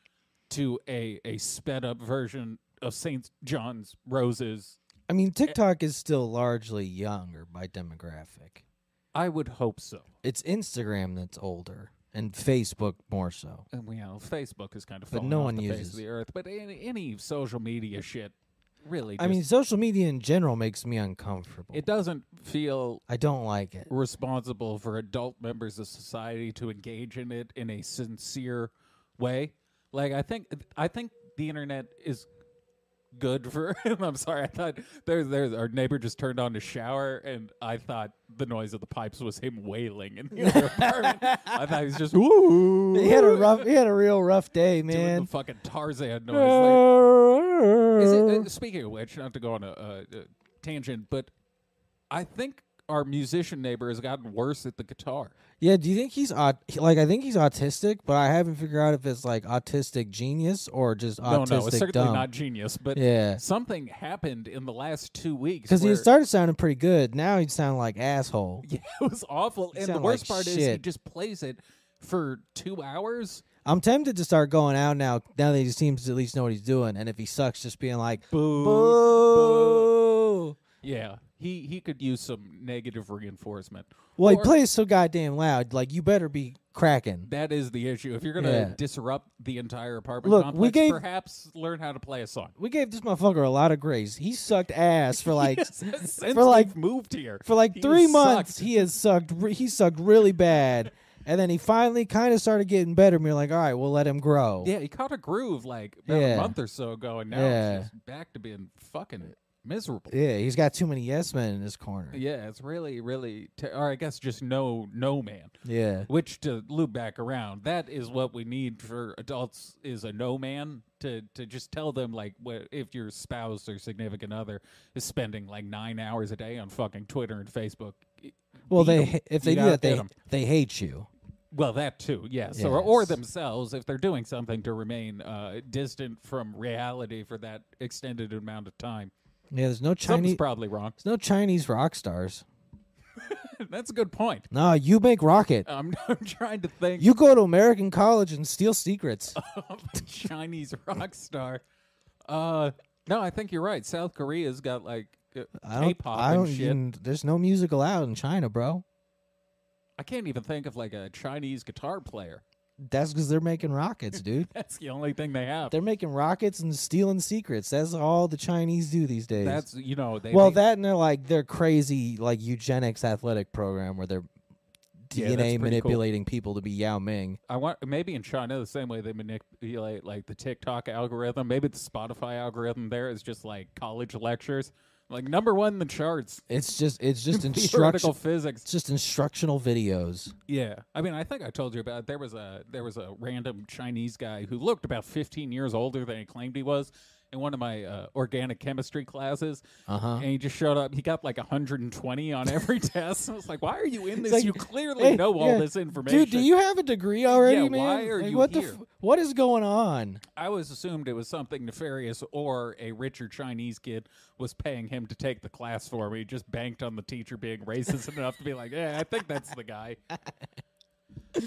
Speaker 2: to a a sped up version of St. John's Roses,
Speaker 1: I mean, TikTok is still largely younger by demographic.
Speaker 2: I would hope so.
Speaker 1: It's Instagram that's older and Facebook more so.
Speaker 2: And we know Facebook is kind of
Speaker 1: But
Speaker 2: falling
Speaker 1: no
Speaker 2: off
Speaker 1: one
Speaker 2: the face
Speaker 1: uses-
Speaker 2: of the earth. But any, any social media shit, really,
Speaker 1: I
Speaker 2: just-
Speaker 1: mean, social media in general makes me uncomfortable.
Speaker 2: it doesn't feel
Speaker 1: I don't like it.
Speaker 2: responsible for adult members of society to engage in it in a sincere way. Like I think I think the internet is good for *laughs* I'm sorry, I thought there's there's our neighbor just turned on the shower and I thought the noise of the pipes was him wailing in the other apartment. I thought he
Speaker 1: *laughs*
Speaker 2: was just ooh
Speaker 1: He had a rough. He had a real rough day,
Speaker 2: *laughs* doing the
Speaker 1: man.
Speaker 2: fucking Tarzan noise. Like,
Speaker 1: Uh.
Speaker 2: uh, Is it, uh, speaking of which, not to go on a, a, a tangent, but I think our musician neighbor has gotten worse at the guitar.
Speaker 1: *laughs* Yeah, do you think he's aut- he- like I think he's autistic, but I haven't figured out if it's like autistic genius or just autistic
Speaker 2: no, no, it's certainly
Speaker 1: dumb.
Speaker 2: not genius, but *laughs*
Speaker 1: Yeah.
Speaker 2: something happened in the last two weeks
Speaker 1: Because he
Speaker 2: where-
Speaker 1: started sounding pretty good. Now he sound like asshole.
Speaker 2: *laughs* Yeah, it was awful.
Speaker 1: You
Speaker 2: and the
Speaker 1: sound
Speaker 2: worst
Speaker 1: like
Speaker 2: part is he
Speaker 1: shit.
Speaker 2: just plays it for two hours.
Speaker 1: I'm tempted to start going out now. Now that he seems to at least know what he's doing, and if he sucks, just being like,
Speaker 2: Boo.
Speaker 1: "Boo."
Speaker 2: Yeah, he he could use some negative reinforcement.
Speaker 1: Well, he
Speaker 2: Or-
Speaker 1: plays so goddamn loud. Like you better be cracking.
Speaker 2: That is the issue. If you're gonna
Speaker 1: Yeah.
Speaker 2: disrupt the entire apartment
Speaker 1: Look, we
Speaker 2: complex,
Speaker 1: gave-
Speaker 2: perhaps learn how to play a song.
Speaker 1: We gave this motherfucker a lot of grace. He sucked ass for *laughs* like
Speaker 2: *laughs* Yes, since we've
Speaker 1: like-
Speaker 2: moved here
Speaker 1: for like
Speaker 2: he
Speaker 1: three
Speaker 2: sucked.
Speaker 1: months. He has sucked. Re- he sucked really bad, and then he finally kind of started getting better. And we are like, all right, we'll let him grow.
Speaker 2: Yeah, he caught a groove like about a
Speaker 1: Yeah.
Speaker 2: month or so ago, and now
Speaker 1: Yeah.
Speaker 2: he's just back to being fucking miserable.
Speaker 1: Yeah, he's got too many yes men in his corner.
Speaker 2: yeah, it's really, really, ter- or I guess just no, no man.
Speaker 1: Yeah.
Speaker 2: Which to loop back around, that is what we need for adults is a no man to to just tell them like wh- if your spouse or significant other is spending like nine hours a day on fucking Twitter and Facebook. e, i-
Speaker 1: Well,
Speaker 2: beat
Speaker 1: they
Speaker 2: 'em.
Speaker 1: ha- if
Speaker 2: You
Speaker 1: they do
Speaker 2: gotta
Speaker 1: that,
Speaker 2: beat
Speaker 1: they
Speaker 2: 'em.
Speaker 1: they hate you.
Speaker 2: well that too yes, Or, or
Speaker 1: Yes.
Speaker 2: themselves if they're doing something to remain uh, distant from reality for that extended amount of time.
Speaker 1: Yeah, there's no
Speaker 2: Something's
Speaker 1: Chinese.
Speaker 2: probably wrong. *laughs*
Speaker 1: there's no Chinese rock stars.
Speaker 2: That's a good point.
Speaker 1: No, you make rocket.
Speaker 2: I'm, *laughs* I'm trying to think
Speaker 1: You go to American college and steal secrets.
Speaker 2: of a Chinese rock star. Uh, no, I think you're right. South Korea's got like uh,
Speaker 1: I don't.
Speaker 2: K-pop
Speaker 1: I don't
Speaker 2: and shit.
Speaker 1: even. There's no music allowed in China, bro.
Speaker 2: I can't even think of like a Chinese guitar player. *laughs*
Speaker 1: That's because they're making rockets, dude.
Speaker 2: That's the only thing they have.
Speaker 1: they're making rockets and stealing secrets. That's all the Chinese do these days.
Speaker 2: That's you know they
Speaker 1: well,
Speaker 2: they-
Speaker 1: that and they're like their crazy like eugenics athletic program where they're
Speaker 2: Yeah, that's
Speaker 1: DNA
Speaker 2: pretty cool.
Speaker 1: manipulating people to be Yao Ming.
Speaker 2: I want maybe in China the same way they manipulate like the TikTok algorithm. Maybe the Spotify algorithm there is just like college lectures. Like number one in the charts, *laughs*
Speaker 1: It's just it's just
Speaker 2: theoretical
Speaker 1: instruction.
Speaker 2: physics.
Speaker 1: It's just instructional videos.
Speaker 2: Yeah, I mean, I think I told you about. There was a there was a random Chinese guy who looked about 15 years older than he claimed he was in one of my uh, organic chemistry classes,
Speaker 1: Uh huh.
Speaker 2: and he just showed up. He got like 120 on every *laughs* test. I was like, "Why are you in this?
Speaker 1: like,
Speaker 2: you clearly
Speaker 1: hey,
Speaker 2: know all
Speaker 1: yeah.
Speaker 2: this information."
Speaker 1: Dude, do you have a degree already,
Speaker 2: Yeah,
Speaker 1: man?
Speaker 2: why are
Speaker 1: Like,
Speaker 2: you
Speaker 1: what
Speaker 2: here?
Speaker 1: The f- what is going on?
Speaker 2: I always assumed it was something nefarious, or a richer Chinese kid was paying him to take the class for me. He just banked on the teacher being racist enough to be like, "Yeah, I think that's
Speaker 1: *laughs*
Speaker 2: the guy."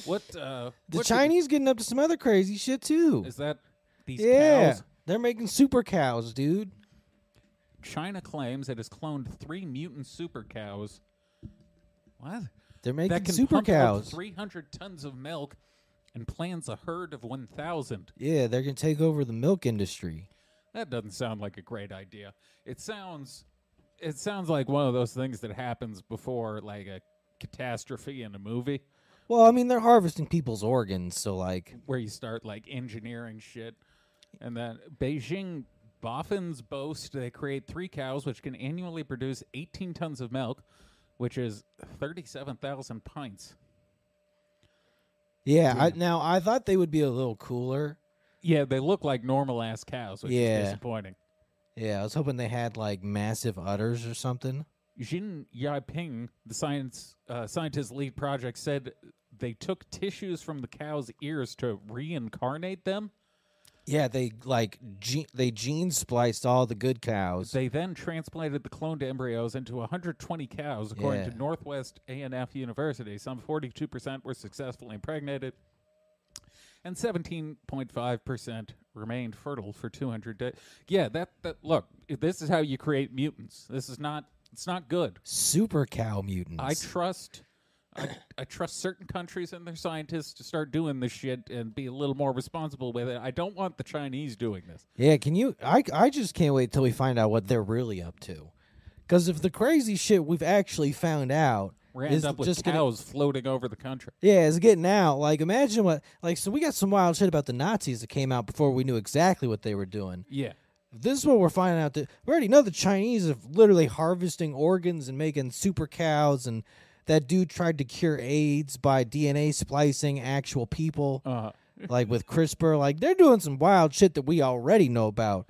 Speaker 2: What uh,
Speaker 1: The
Speaker 2: what did-
Speaker 1: Chinese getting up to some other crazy shit too.
Speaker 2: Is that these
Speaker 1: Yeah,
Speaker 2: cows?
Speaker 1: they're making super cows, dude.
Speaker 2: China claims it has cloned three mutant super cows. What?
Speaker 1: They're
Speaker 2: that
Speaker 1: making
Speaker 2: can
Speaker 1: super
Speaker 2: pump
Speaker 1: cows.
Speaker 2: up 300 tons of milk and plans a herd of 1,000.
Speaker 1: Yeah, they're gonna take over the milk industry.
Speaker 2: That doesn't sound like a great idea. It sounds it sounds like one of those things that happens before like a catastrophe in a movie
Speaker 1: Well, I mean, they're harvesting people's organs, so like,
Speaker 2: where you start like engineering shit and then Beijing boffins boast they create three cows which can annually produce 18 tons of milk which is 37,000 pints.
Speaker 1: yeah. I, now I thought they would be a little cooler.
Speaker 2: Yeah, they look like normal ass cows, which
Speaker 1: Yeah.
Speaker 2: is disappointing.
Speaker 1: Yeah, I was hoping they had like massive udders or something.
Speaker 2: Jin Yaping, the science uh, scientist lead project, said they took tissues from the cow's ears to reincarnate them.
Speaker 1: Yeah, they like ge- they gene spliced all the good cows.
Speaker 2: They then transplanted the cloned embryos into 120 cows, according
Speaker 1: Yeah.
Speaker 2: to Northwest A&F University. Some 42% were successfully impregnated, and 17.5% remained fertile for 200 days. Yeah, that that look. This is how you create mutants. This is not. It's not good.
Speaker 1: super cow mutants.
Speaker 2: I trust I, I trust certain countries and their scientists to start doing this shit and be a little more responsible with it. I don't want the Chinese doing this.
Speaker 1: yeah, can you? I I just can't wait till we find out what they're really up to. Because if the crazy shit we've actually found out
Speaker 2: We're gonna
Speaker 1: is
Speaker 2: end up with
Speaker 1: just gonna
Speaker 2: cows floating over the country.
Speaker 1: Yeah, it's getting out. Like, imagine what, like, so we got some wild shit about the Nazis that came out before we knew exactly what they were doing.
Speaker 2: Yeah.
Speaker 1: This is what we're finding out that we already know the Chinese are literally harvesting organs and making super cows, and that dude tried to cure AIDS by DNA splicing actual
Speaker 2: *laughs*
Speaker 1: people,
Speaker 2: Uh,
Speaker 1: like with CRISPR. Like, they're doing some wild shit that we already know about.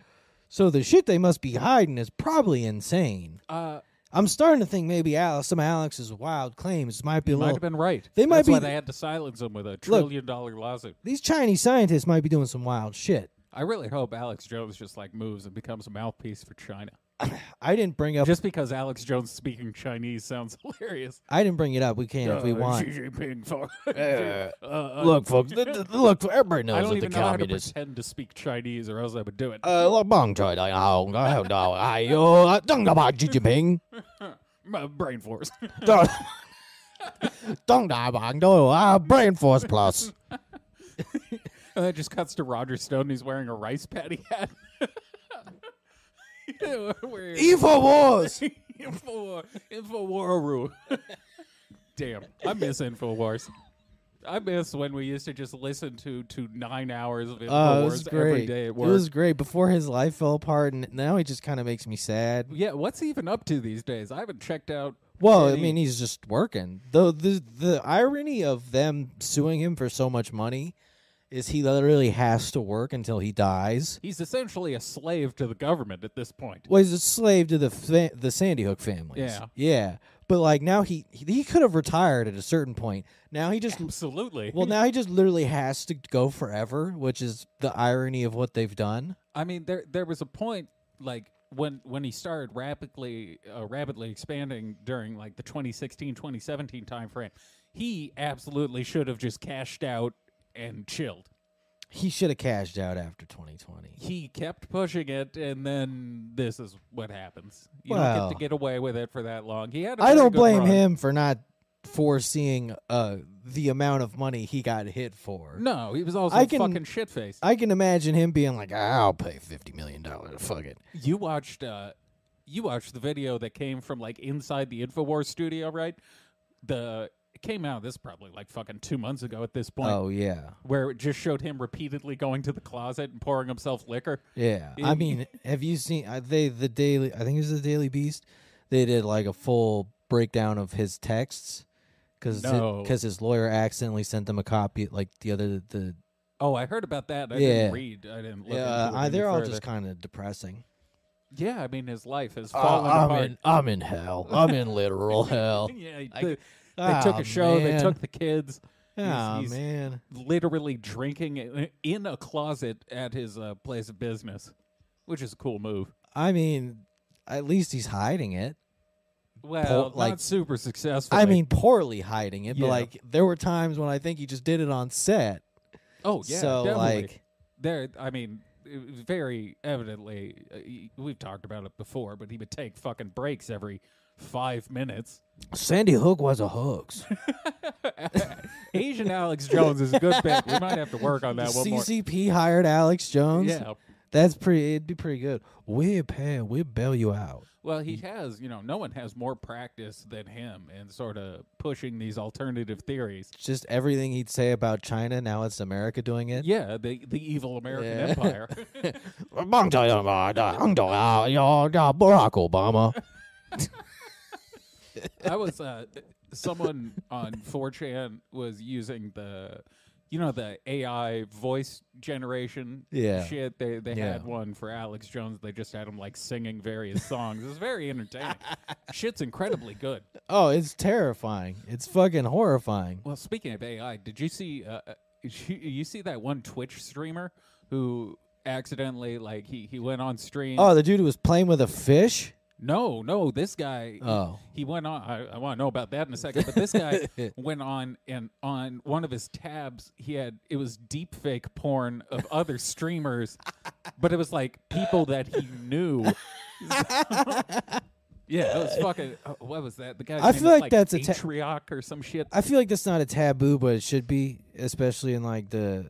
Speaker 1: So the shit they must be hiding is probably insane.
Speaker 2: uh,
Speaker 1: I'm starting to think maybe Alex, some of Alex's wild claims might be a
Speaker 2: Might
Speaker 1: little.
Speaker 2: have been right.
Speaker 1: They might
Speaker 2: That's why
Speaker 1: be-
Speaker 2: they had to silence him with a trillion dollar lawsuit.
Speaker 1: These Chinese scientists might be doing some wild shit.
Speaker 2: I really hope Alex Jones just like moves and becomes a mouthpiece for China.
Speaker 1: I didn't bring up.
Speaker 2: Just because Alex Jones speaking Chinese sounds *laughs* hilarious.
Speaker 1: I didn't bring it up. We can if we
Speaker 2: Uh, *laughs*
Speaker 1: want.
Speaker 2: Xi
Speaker 1: *laughs*
Speaker 2: Jinping for-
Speaker 1: Uh,
Speaker 2: Uh, uh,
Speaker 1: Look, folks. th- th- look, everybody
Speaker 2: I
Speaker 1: knows
Speaker 2: don't
Speaker 1: what the
Speaker 2: even know how to
Speaker 1: communists.
Speaker 2: pretend to speak Chinese, or else I would do it.
Speaker 1: Uh, look, bong choi dai hao, I don't know. I, uh, don't know about Xi *laughs* Jinping.
Speaker 2: My brain force. *laughs*
Speaker 1: Don't- Don't know about no, uh, brain force plus.
Speaker 2: And that just cuts to Roger Stone. He's wearing a rice patty
Speaker 1: *laughs*
Speaker 2: hat. *laughs* Where-
Speaker 1: Evil E
Speaker 2: E
Speaker 1: wars.
Speaker 2: Infowar. Infowaru. *laughs* Damn. I miss Infowars. I miss when we used to just listen to, to nine hours of
Speaker 1: Oh, it was
Speaker 2: Infowars every
Speaker 1: great.
Speaker 2: day
Speaker 1: It
Speaker 2: at work.
Speaker 1: was great. Before his life fell apart, and now he just kind of makes me sad.
Speaker 2: yeah, what's he even up to these days? I haven't checked out.
Speaker 1: Well, I
Speaker 2: any-
Speaker 1: mean, he's just working. Though the the irony of them suing him for so much money is he literally has to work until he dies.
Speaker 2: he's essentially a slave to the government at this point.
Speaker 1: Well, he's a slave to the fa- the Sandy Hook families.
Speaker 2: Yeah.
Speaker 1: yeah. But like now he he could have retired at a certain point. Now he
Speaker 2: *laughs*
Speaker 1: just
Speaker 2: Absolutely.
Speaker 1: well now he just literally has to go forever, which is the irony of what they've done.
Speaker 2: I mean, there there was a point like when when he started rapidly uh, rapidly expanding during like the 2016 2017 timeframe, He absolutely should have just cashed out and chilled.
Speaker 1: He should have cashed out after 2020.
Speaker 2: He kept pushing it, and then this is what happens. You don't
Speaker 1: Well.
Speaker 2: get to get away with it for that long. He had. I
Speaker 1: I don't blame him for not foreseeing uh, the amount of money he got hit for.
Speaker 2: No, he was also
Speaker 1: I
Speaker 2: a
Speaker 1: can-
Speaker 2: fucking shit faced.
Speaker 1: I can imagine him being like, "I'll pay fifty million dollars. Fuck it."
Speaker 2: You watched uh you watched the video that came from like inside the InfoWars studio, right? The it came out this is probably like fucking two months ago at this point.
Speaker 1: Oh yeah,
Speaker 2: Where it just showed him repeatedly going to the closet and pouring himself liquor.
Speaker 1: yeah. I
Speaker 2: It-
Speaker 1: mean, have you seen uh, they the daily? I think it was the Daily Beast. They did like a full breakdown of his texts because
Speaker 2: No.
Speaker 1: his lawyer accidentally sent them a copy. Like the other the
Speaker 2: Oh, I heard about that. I
Speaker 1: Yeah.
Speaker 2: didn't read. I didn't look.
Speaker 1: yeah,
Speaker 2: into
Speaker 1: uh,
Speaker 2: it any
Speaker 1: they're all
Speaker 2: further.
Speaker 1: just kind of depressing.
Speaker 2: Yeah, I mean his life has
Speaker 1: Uh,
Speaker 2: fallen apart.
Speaker 1: I'm in I'm in hell. I'm in
Speaker 2: *laughs*
Speaker 1: literal hell.
Speaker 2: yeah, he-
Speaker 1: I-
Speaker 2: they, they took
Speaker 1: Ah,
Speaker 2: a show.
Speaker 1: man.
Speaker 2: They took the kids. He's-
Speaker 1: Ah
Speaker 2: he's
Speaker 1: man.
Speaker 2: literally drinking in- in a closet at his uh, place of business, which is a cool move.
Speaker 1: I mean, at least he's hiding it.
Speaker 2: Well,
Speaker 1: like-
Speaker 2: not super successful.
Speaker 1: I mean, poorly hiding it, but
Speaker 2: Yeah.
Speaker 1: like there were times when I think he just did it on set.
Speaker 2: oh yeah,
Speaker 1: so
Speaker 2: definitely.
Speaker 1: like,
Speaker 2: there. I mean, it was very evidently, uh, he- we've talked about it before, but he would take fucking breaks every five minutes.
Speaker 1: Sandy Hook was a
Speaker 2: *laughs*
Speaker 1: hoax. *laughs*
Speaker 2: Asian Alex Jones is a good pick. We might have to work on that one more.
Speaker 1: CCP hired Alex Jones.
Speaker 2: Yeah.
Speaker 1: that's pretty. It'd be pretty good. We're paying. We'll bail you out.
Speaker 2: Well, he has, you know, no one has more practice than him in sort of pushing these alternative theories.
Speaker 1: Just everything he'd say about China. Now it's America doing it.
Speaker 2: Yeah, the the evil American
Speaker 1: Yeah.
Speaker 2: empire.
Speaker 1: *laughs* Barack
Speaker 2: uh,
Speaker 1: Obama.
Speaker 2: I was uh, someone on 4chan was using the you know the AI voice generation
Speaker 1: *laughs* Yeah.
Speaker 2: shit. They they
Speaker 1: Yeah.
Speaker 2: had one for Alex Jones. They just had him like singing various songs. It was
Speaker 1: *laughs*
Speaker 2: very entertaining. Shit's incredibly good.
Speaker 1: Oh, it's terrifying. It's fucking horrifying.
Speaker 2: Well, speaking of AI, did you see uh, uh, you, you see that one Twitch streamer who accidentally like he he went on stream
Speaker 1: Oh, the dude who was playing with a fish.
Speaker 2: No, no, this guy. he-
Speaker 1: Oh.
Speaker 2: He, went on. I, I want to know about that in a second, but
Speaker 1: *laughs*
Speaker 2: this guy went on and on one of his tabs, he had it was deep fake porn of other streamers, but it was like people that he knew. *laughs* yeah, it was fucking. uh, What was that? The guy.
Speaker 1: I feel like that's a ta-
Speaker 2: Atrioc or some shit.
Speaker 1: I feel like that's not a taboo, but it should be, especially in like the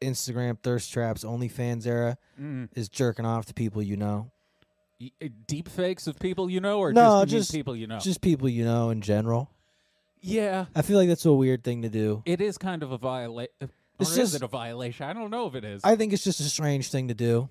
Speaker 1: Instagram thirst traps, OnlyFans era,
Speaker 2: Mm.
Speaker 1: is jerking off to people you know,
Speaker 2: Y- uh, Deep fakes of people you know, or
Speaker 1: No,
Speaker 2: just, you mean
Speaker 1: just-
Speaker 2: people you know.
Speaker 1: just people you know in general.
Speaker 2: yeah,
Speaker 1: I feel like that's a weird thing to do.
Speaker 2: it is kind of a violation. Or
Speaker 1: It's
Speaker 2: is
Speaker 1: just-
Speaker 2: it a violation? I don't know if it is.
Speaker 1: I think it's just a strange thing to do.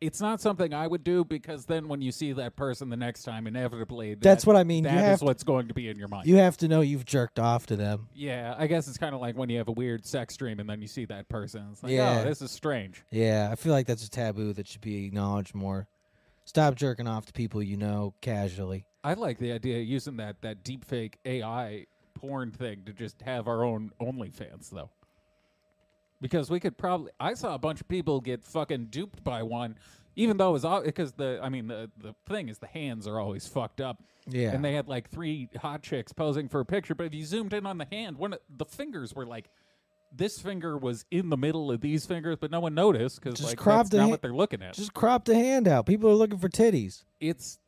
Speaker 2: it's not something I would do because then when you see that person the next time, inevitably that,
Speaker 1: That's what I mean. You
Speaker 2: that is
Speaker 1: have to-
Speaker 2: what's going to be in your mind.
Speaker 1: You have to know you've jerked off to them.
Speaker 2: yeah, I guess it's kind of like when you have a weird sex dream and then you see that person. It's like,
Speaker 1: Yeah.
Speaker 2: oh, this is strange.
Speaker 1: Yeah, I feel like that's a taboo that should be acknowledged more. Stop jerking off to people you know casually.
Speaker 2: I like the idea of using that that deep fake AI porn thing to just have our own OnlyFans though. Because we could probably I saw a bunch of people get fucking duped by one even though it was because the I mean the the thing is the hands are always fucked up.
Speaker 1: Yeah.
Speaker 2: And they had like three hot chicks posing for a picture, but if you zoomed in on the hand, one of the fingers were like this finger was in the middle of these fingers, but no one noticed because
Speaker 1: Just
Speaker 2: like
Speaker 1: crop
Speaker 2: that's
Speaker 1: the
Speaker 2: not
Speaker 1: hand-
Speaker 2: what they're looking at.
Speaker 1: Just crop the hand out. People are looking for titties.
Speaker 2: it's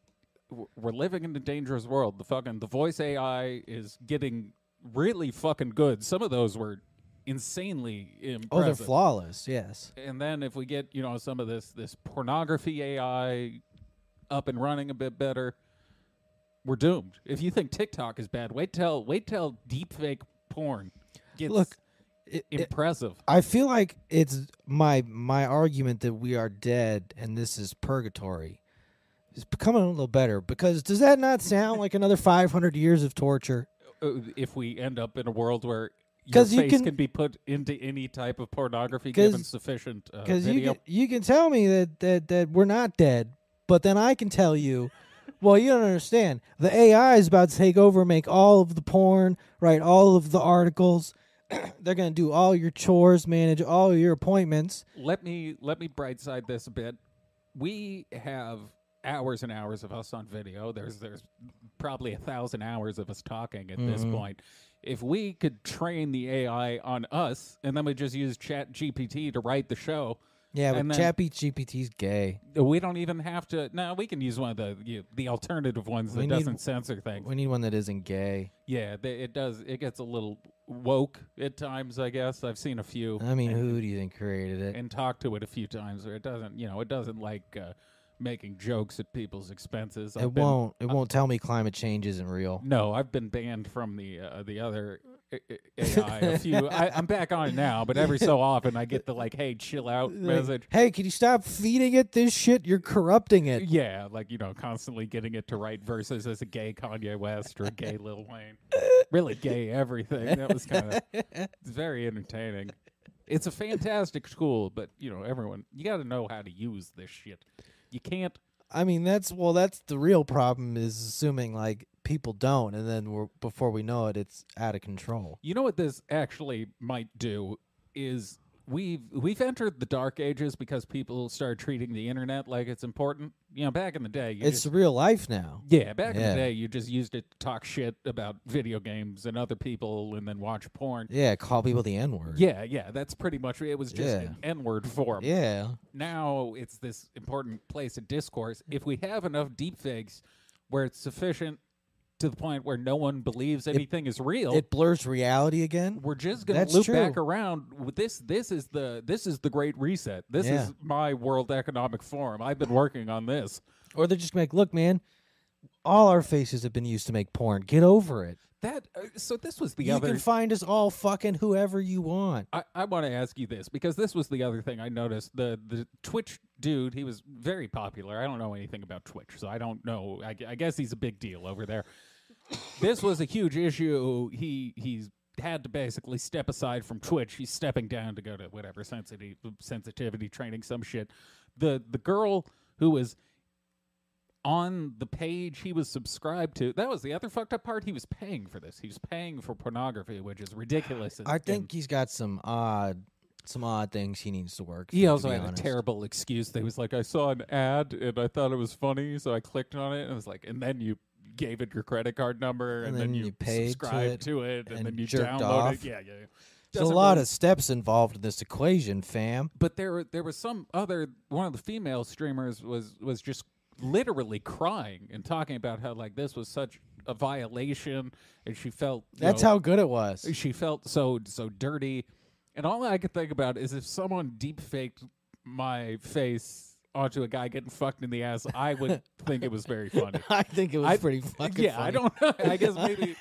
Speaker 2: w- we're living in a dangerous world. The fucking the voice AI is getting really fucking good. Some of those were insanely impressive.
Speaker 1: Oh, they're flawless. Yes.
Speaker 2: and then if we get you know some of this this pornography AI up and running a bit better, we're doomed. If you think TikTok is bad, wait till wait till deepfake porn gets
Speaker 1: Look, it- it-
Speaker 2: impressive.
Speaker 1: I feel like it's my my argument that we are dead and this is purgatory. It's becoming a little better because does that not sound like another 500 years of torture?
Speaker 2: Uh, if we end up in a world where your
Speaker 1: 'Cause you
Speaker 2: face
Speaker 1: can-
Speaker 2: can, be put into any type of pornography given
Speaker 1: 'Cause-
Speaker 2: sufficient uh,
Speaker 1: Because you
Speaker 2: video.
Speaker 1: can, you can tell me that, that that we're not dead, but then I can tell you, well, you don't understand. The AI is about to take over, make all of the porn, write all of the articles. *clears throat* They're gonna do all your chores, manage all your appointments.
Speaker 2: let me let me brightside this a bit. We have hours and hours of us on video. There's there's probably a thousand hours of us talking at this
Speaker 1: Mm-hmm.
Speaker 2: point. If we could train the AI on us, and then we just use Chat GPT to write the show,
Speaker 1: Yeah,
Speaker 2: And
Speaker 1: but
Speaker 2: then-
Speaker 1: Chappy GPT's gay.
Speaker 2: we don't even have to. No, we can use one of the you, the alternative ones
Speaker 1: We
Speaker 2: that
Speaker 1: need-
Speaker 2: doesn't censor things.
Speaker 1: We need one that isn't gay.
Speaker 2: Yeah, they, it does. It gets a little woke at times. I guess I've seen a few.
Speaker 1: I mean, who do you think created it?
Speaker 2: and talked to it a few times or it doesn't you know it doesn't like uh, making jokes at people's expenses
Speaker 1: It
Speaker 2: been-
Speaker 1: won't. It won't tell me climate change isn't real.
Speaker 2: no i've been banned from the uh, the other a-
Speaker 1: *laughs*
Speaker 2: a- ai a few I, i'm back on it now but every so often i get the like hey chill out message
Speaker 1: Hey, can you stop feeding it this shit? You're corrupting it.
Speaker 2: yeah like you know constantly getting it to write verses as a gay kanye west or
Speaker 1: *laughs*
Speaker 2: a gay lil wayne really gay everything that was kind of it's very entertaining it's a fantastic tool but you know everyone you got to know how to use this shit you can't
Speaker 1: I mean, that's well, that's the real problem is assuming like people don't, and then we're, before we know it, it's out of control.
Speaker 2: You know what this actually might do is we've we've entered the dark ages because people start treating the internet like it's important. You know, back in the day, you
Speaker 1: It's
Speaker 2: just,
Speaker 1: real life now.
Speaker 2: yeah, back in
Speaker 1: Yeah.
Speaker 2: the day, you just used it to talk shit about video games and other people, and then watch porn.
Speaker 1: Yeah, call people the N word.
Speaker 2: Yeah, yeah, that's pretty much it. It was just
Speaker 1: Yeah.
Speaker 2: an N-word form.
Speaker 1: yeah.
Speaker 2: Now it's this important place of discourse. If we have enough deepfakes where it's sufficient to the point where no one believes anything is real,
Speaker 1: It blurs reality again.
Speaker 2: we're just gonna
Speaker 1: That's
Speaker 2: loop back
Speaker 1: true.
Speaker 2: around with this this is the this is the great reset this
Speaker 1: Yeah.
Speaker 2: is my world economic forum i've been working on this
Speaker 1: Or they're just like, look, man, all our faces have been used to make porn. Get over it.
Speaker 2: that uh, so this was the
Speaker 1: you
Speaker 2: other
Speaker 1: can find us all fucking whoever you want.
Speaker 2: I, I want to ask you this because this was the other thing I noticed. The the Twitch dude, he was very popular. I don't know anything about Twitch, so I don't know. I, gu- I guess he's a big deal over there. this was a huge issue. He he's had to basically step aside from Twitch. He's stepping down to go to whatever sensitivity sensitivity training some shit. The the girl who was on the page he was subscribed to. That was the other fucked up part. He was paying for this. He was paying for pornography, which is ridiculous. and-
Speaker 1: I
Speaker 2: and-
Speaker 1: think he's got some odd, some odd things he needs to work.
Speaker 2: He
Speaker 1: through,
Speaker 2: also
Speaker 1: to be
Speaker 2: had
Speaker 1: honest.
Speaker 2: a terrible excuse. That he was like, I saw an ad and I thought it was funny, so I clicked on it and I was like, and then you gave it your credit card number and, then, you,
Speaker 1: paid to it
Speaker 2: subscribed to it, and, then
Speaker 1: and
Speaker 2: you
Speaker 1: jerked
Speaker 2: downloaded
Speaker 1: off.
Speaker 2: Yeah, yeah. yeah.
Speaker 1: There's a
Speaker 2: Doesn't
Speaker 1: lot
Speaker 2: really-
Speaker 1: of steps involved in this equation, fam.
Speaker 2: but there were- there was some other one of the female streamers was was just literally crying and talking about how like this was such a violation and she felt you
Speaker 1: That's
Speaker 2: know,
Speaker 1: how good it was. *laughs*
Speaker 2: she felt so so dirty and all i could think about is if someone deep faked my face onto a guy getting fucked in the ass i *laughs* would think it was very funny
Speaker 1: I think it was
Speaker 2: I-
Speaker 1: pretty fucking.
Speaker 2: yeah i
Speaker 1: funny.
Speaker 2: don't know *laughs* i guess maybe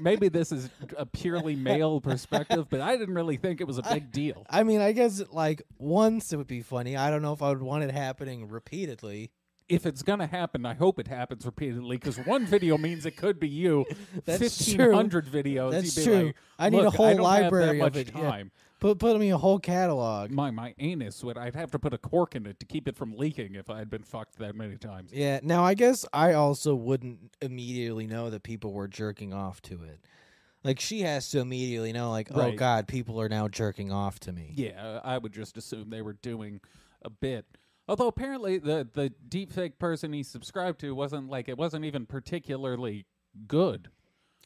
Speaker 2: maybe this is a purely male perspective but i didn't really think it was a big deal
Speaker 1: *laughs* I mean, I guess like once it would be funny. I don't know if I would want it happening repeatedly.
Speaker 2: if it's gonna happen i hope it happens repeatedly because one video means it could be you
Speaker 1: That's true.
Speaker 2: 1500 videos
Speaker 1: That's
Speaker 2: you'd be
Speaker 1: true.
Speaker 2: like,
Speaker 1: I need a
Speaker 2: "Look,
Speaker 1: whole
Speaker 2: don't have that
Speaker 1: library of
Speaker 2: much
Speaker 1: it, yeah.
Speaker 2: time
Speaker 1: Put put me a whole catalog.
Speaker 2: My my anus would I'd have to put a cork in it to keep it from leaking if I had been fucked that many times.
Speaker 1: Yeah. Now I guess I also wouldn't immediately know that people were jerking off to it. Like she has to immediately know, like, oh
Speaker 2: Right.
Speaker 1: God, people are now jerking off to me.
Speaker 2: Yeah, I would just assume they were doing a bit. Although apparently the the deepfake person he subscribed to wasn't like it wasn't even particularly good.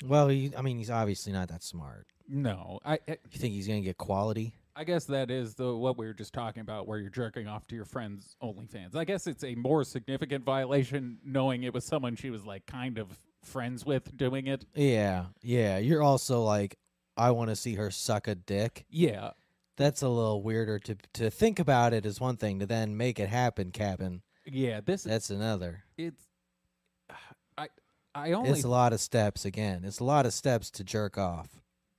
Speaker 1: Well, he, I mean, he's obviously not that smart.
Speaker 2: No, I I-
Speaker 1: You think he's gonna get quality?
Speaker 2: I guess that is the what we were just talking about, where you're jerking off to your friend's OnlyFans. I guess it's a more significant violation knowing it was someone she was like kind of friends with doing it.
Speaker 1: Yeah. Yeah. You're also like, I want to see her suck a dick.
Speaker 2: Yeah,
Speaker 1: That's a little weirder to to think about it is one thing to then make it happen, Cap'n.
Speaker 2: yeah. This
Speaker 1: That's another.
Speaker 2: it's *sighs* I I only
Speaker 1: It's a lot of steps again. It's a lot of steps to jerk off.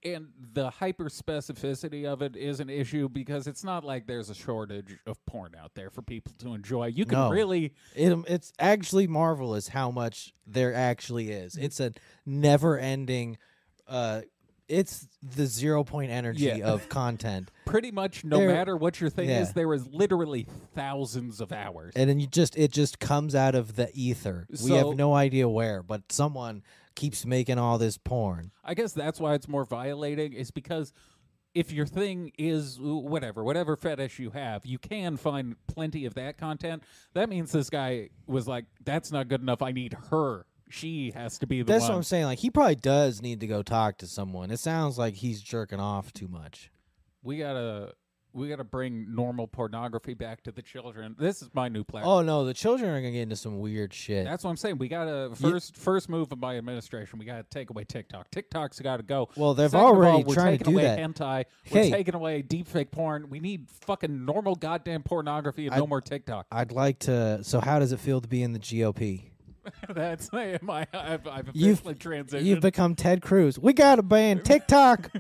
Speaker 2: and the hyper specificity of it is an issue because it's not like there's a shortage of porn out there for people to enjoy. You can
Speaker 1: No.
Speaker 2: really
Speaker 1: It, um, it's actually marvelous how much there actually is.
Speaker 2: Mm-hmm.
Speaker 1: It's a never ending. Uh, it's the zero point energy
Speaker 2: Yeah.
Speaker 1: of content,
Speaker 2: pretty much no
Speaker 1: There-
Speaker 2: matter what your thing is,
Speaker 1: yeah.
Speaker 2: there is literally thousands of hours.
Speaker 1: and then you just it just comes out of the ether. we
Speaker 2: So-
Speaker 1: have no idea where, but someone keeps making all this porn.
Speaker 2: I guess that's why it's more violating is because if your thing is uh, whatever, whatever fetish you have, you can find plenty of that content. That means this guy was like, "That's not good enough. I need her. She has to be the
Speaker 1: That's
Speaker 2: one."
Speaker 1: what I'm saying. Like he probably does need to go talk to someone. It sounds like he's jerking off too much.
Speaker 2: we gotta, we gotta bring normal pornography back to the children. This is my new plan.
Speaker 1: Oh no, the children are gonna get into some weird shit.
Speaker 2: Uh, That's what I'm saying. We gotta first first move of my administration. We gotta take away TikTok. TikTok's got to go.
Speaker 1: Well, they've
Speaker 2: Second of
Speaker 1: already
Speaker 2: all, we're
Speaker 1: trying to
Speaker 2: taking
Speaker 1: do
Speaker 2: away
Speaker 1: that.
Speaker 2: Hentai. We're
Speaker 1: Hey.
Speaker 2: taking away deepfake porn. We need fucking normal goddamn pornography and no more TikTok. *laughs*
Speaker 1: I'd like to. So how does it feel to be in the GOP?
Speaker 2: That's my. I've, I've
Speaker 1: You've-
Speaker 2: officially transitioned.
Speaker 1: You've become Ted Cruz. We got to ban
Speaker 2: *laughs*
Speaker 1: TikTok.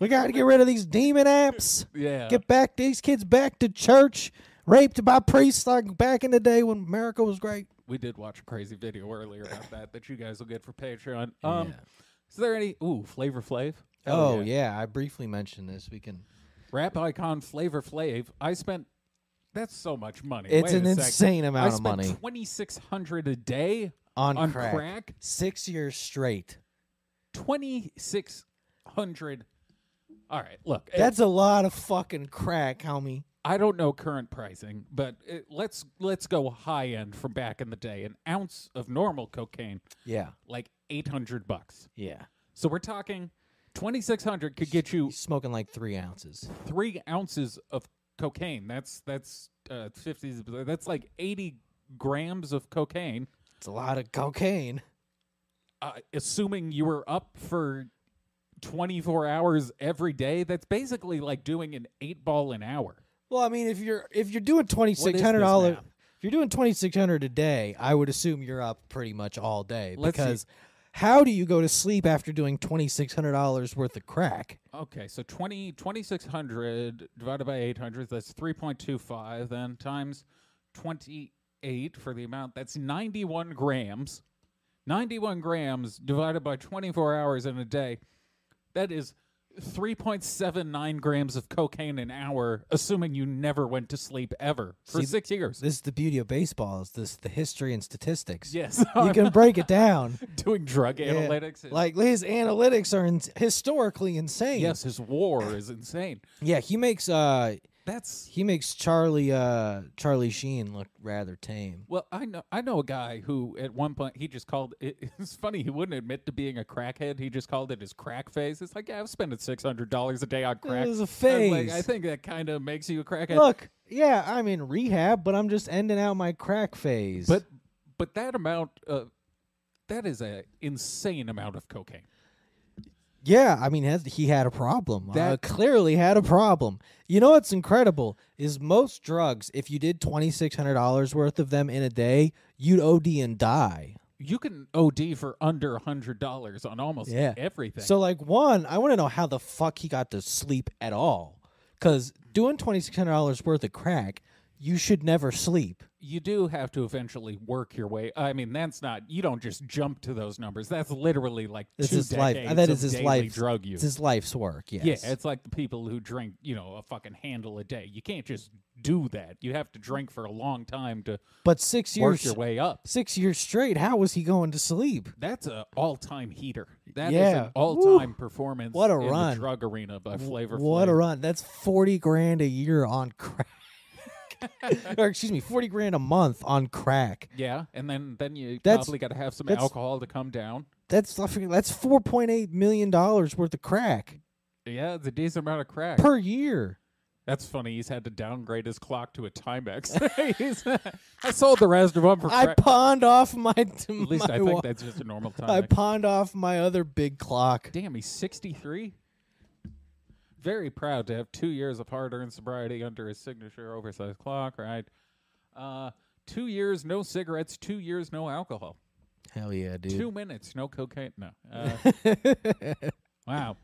Speaker 1: we got to get rid of these demon apps.
Speaker 2: yeah.
Speaker 1: Get back these kids back to church, raped by priests like back in the day when America was great.
Speaker 2: we did watch a crazy video earlier about that that you guys will get for Patreon. Um, is there any ooh Flavor Flav? Hell
Speaker 1: Oh, yeah. I briefly mentioned this. We can.
Speaker 2: Rap icon Flavor Flav. I spent that's so much money.
Speaker 1: It's
Speaker 2: Wait
Speaker 1: an
Speaker 2: a sec.
Speaker 1: insane
Speaker 2: I
Speaker 1: amount of
Speaker 2: spent
Speaker 1: money
Speaker 2: twenty six hundred a day
Speaker 1: on,
Speaker 2: on
Speaker 1: crack.
Speaker 2: crack?
Speaker 1: Six years straight.
Speaker 2: Twenty six hundred. All right, look. it-
Speaker 1: That's a lot of fucking crack, homie.
Speaker 2: I don't know current pricing, but it, let's let's go high end from back in the day. An ounce of normal cocaine,
Speaker 1: Yeah.
Speaker 2: like eight hundred bucks.
Speaker 1: Yeah.
Speaker 2: So we're talking twenty six hundred could get you
Speaker 1: He's smoking like three ounces.
Speaker 2: three ounces of cocaine. That's that's uh, fifty. That's like eighty grams of cocaine.
Speaker 1: It's a lot of cocaine.
Speaker 2: uh, assuming you were up for 24 hours every day that's basically like doing an eight ball an hour
Speaker 1: Well, I mean, if you're if you're doing twenty
Speaker 2: this
Speaker 1: six hundred dollars,
Speaker 2: map?
Speaker 1: if you're doing twenty six hundred a day, I would assume you're up pretty much all day
Speaker 2: Let's see.
Speaker 1: because how do you go to sleep after doing twenty six hundred dollars worth of crack?
Speaker 2: okay so 20 2600 divided by 800 that's 3.25 then times 28 for the amount that's 91 grams 91 grams divided by 24 hours in a day that is 3.79 grams of cocaine an hour assuming you never went to sleep ever for
Speaker 1: See,
Speaker 2: six years
Speaker 1: This is the beauty of baseball is this the history and statistics.
Speaker 2: *laughs* yes
Speaker 1: You can break it
Speaker 2: *laughs*
Speaker 1: down.
Speaker 2: doing drug
Speaker 1: Yeah.
Speaker 2: analytics. is-
Speaker 1: Like his analytics are in- historically insane.
Speaker 2: yes, his war is insane.
Speaker 1: Yeah, he makes uh
Speaker 2: That's
Speaker 1: he makes Charlie uh Charlie Sheen look rather tame.
Speaker 2: well, I know I know a guy who at one point he just called *laughs* it. It's funny he wouldn't admit to being a crackhead. He just called it his crack phase. It's like yeah, I'm spending six hundred dollars a day on crack.
Speaker 1: It was a
Speaker 2: I was like,
Speaker 1: phase.
Speaker 2: I think that kind of makes you a crackhead.
Speaker 1: Look, yeah, I'm in rehab, but I'm just ending out my crack phase.
Speaker 2: But but that amount of that is a insane amount of cocaine.
Speaker 1: Yeah, I mean, has, he had a problem. uh,
Speaker 2: That-
Speaker 1: clearly had a problem. You know what's incredible is most drugs. If you did twenty six hundred dollars worth of them in a day, you'd OD and die.
Speaker 2: You can OD for under hundred dollars on almost
Speaker 1: Yeah.
Speaker 2: everything.
Speaker 1: So, like, one, I want to know how the fuck he got to sleep at all, because doing twenty six hundred dollars worth of crack, you should never sleep.
Speaker 2: you do have to eventually work your way. I mean, that's not you don't just jump to those numbers. That's literally like
Speaker 1: It's
Speaker 2: two
Speaker 1: his life.
Speaker 2: decades
Speaker 1: That
Speaker 2: of
Speaker 1: is his
Speaker 2: daily
Speaker 1: life.
Speaker 2: drug use.
Speaker 1: It's his life's work. Yes.
Speaker 2: Yeah, it's like the people who drink, you know, a fucking handle a day. You can't just do that. You have to drink for a long time to
Speaker 1: but six
Speaker 2: work
Speaker 1: years,
Speaker 2: your way up.
Speaker 1: six years straight. How was he going to sleep?
Speaker 2: That's a all-time heater. That is
Speaker 1: Yeah.
Speaker 2: an
Speaker 1: Woo.
Speaker 2: all-time performance
Speaker 1: What a
Speaker 2: in
Speaker 1: run.
Speaker 2: the drug arena by Flavor
Speaker 1: What a
Speaker 2: Flav.
Speaker 1: run! That's forty grand a year on crack. *laughs* or excuse me, forty grand a month on crack.
Speaker 2: Yeah, and then then you
Speaker 1: That's-
Speaker 2: probably got to have some
Speaker 1: that's-
Speaker 2: alcohol to come down.
Speaker 1: That's I forget- that's four point eight million dollars worth of crack
Speaker 2: Yeah, it's a decent amount of crack.
Speaker 1: per year.
Speaker 2: That's funny. He's had to downgrade his clock to a Timex. *laughs* He's- I sold the rest of them for
Speaker 1: I
Speaker 2: crack.
Speaker 1: pawned off *laughs* my. At
Speaker 2: At least I think that's just a normal
Speaker 1: I
Speaker 2: Timex.
Speaker 1: pawned off my other big clock.
Speaker 2: Damn, he's 63. Very proud to have two years of hard earned sobriety under his signature oversized clock, right? Uh, two years, no cigarettes, two years, no alcohol,
Speaker 1: Hell yeah,
Speaker 2: two
Speaker 1: dude!
Speaker 2: minutes, no cocaine. No.
Speaker 1: *laughs*
Speaker 2: Uh, wow.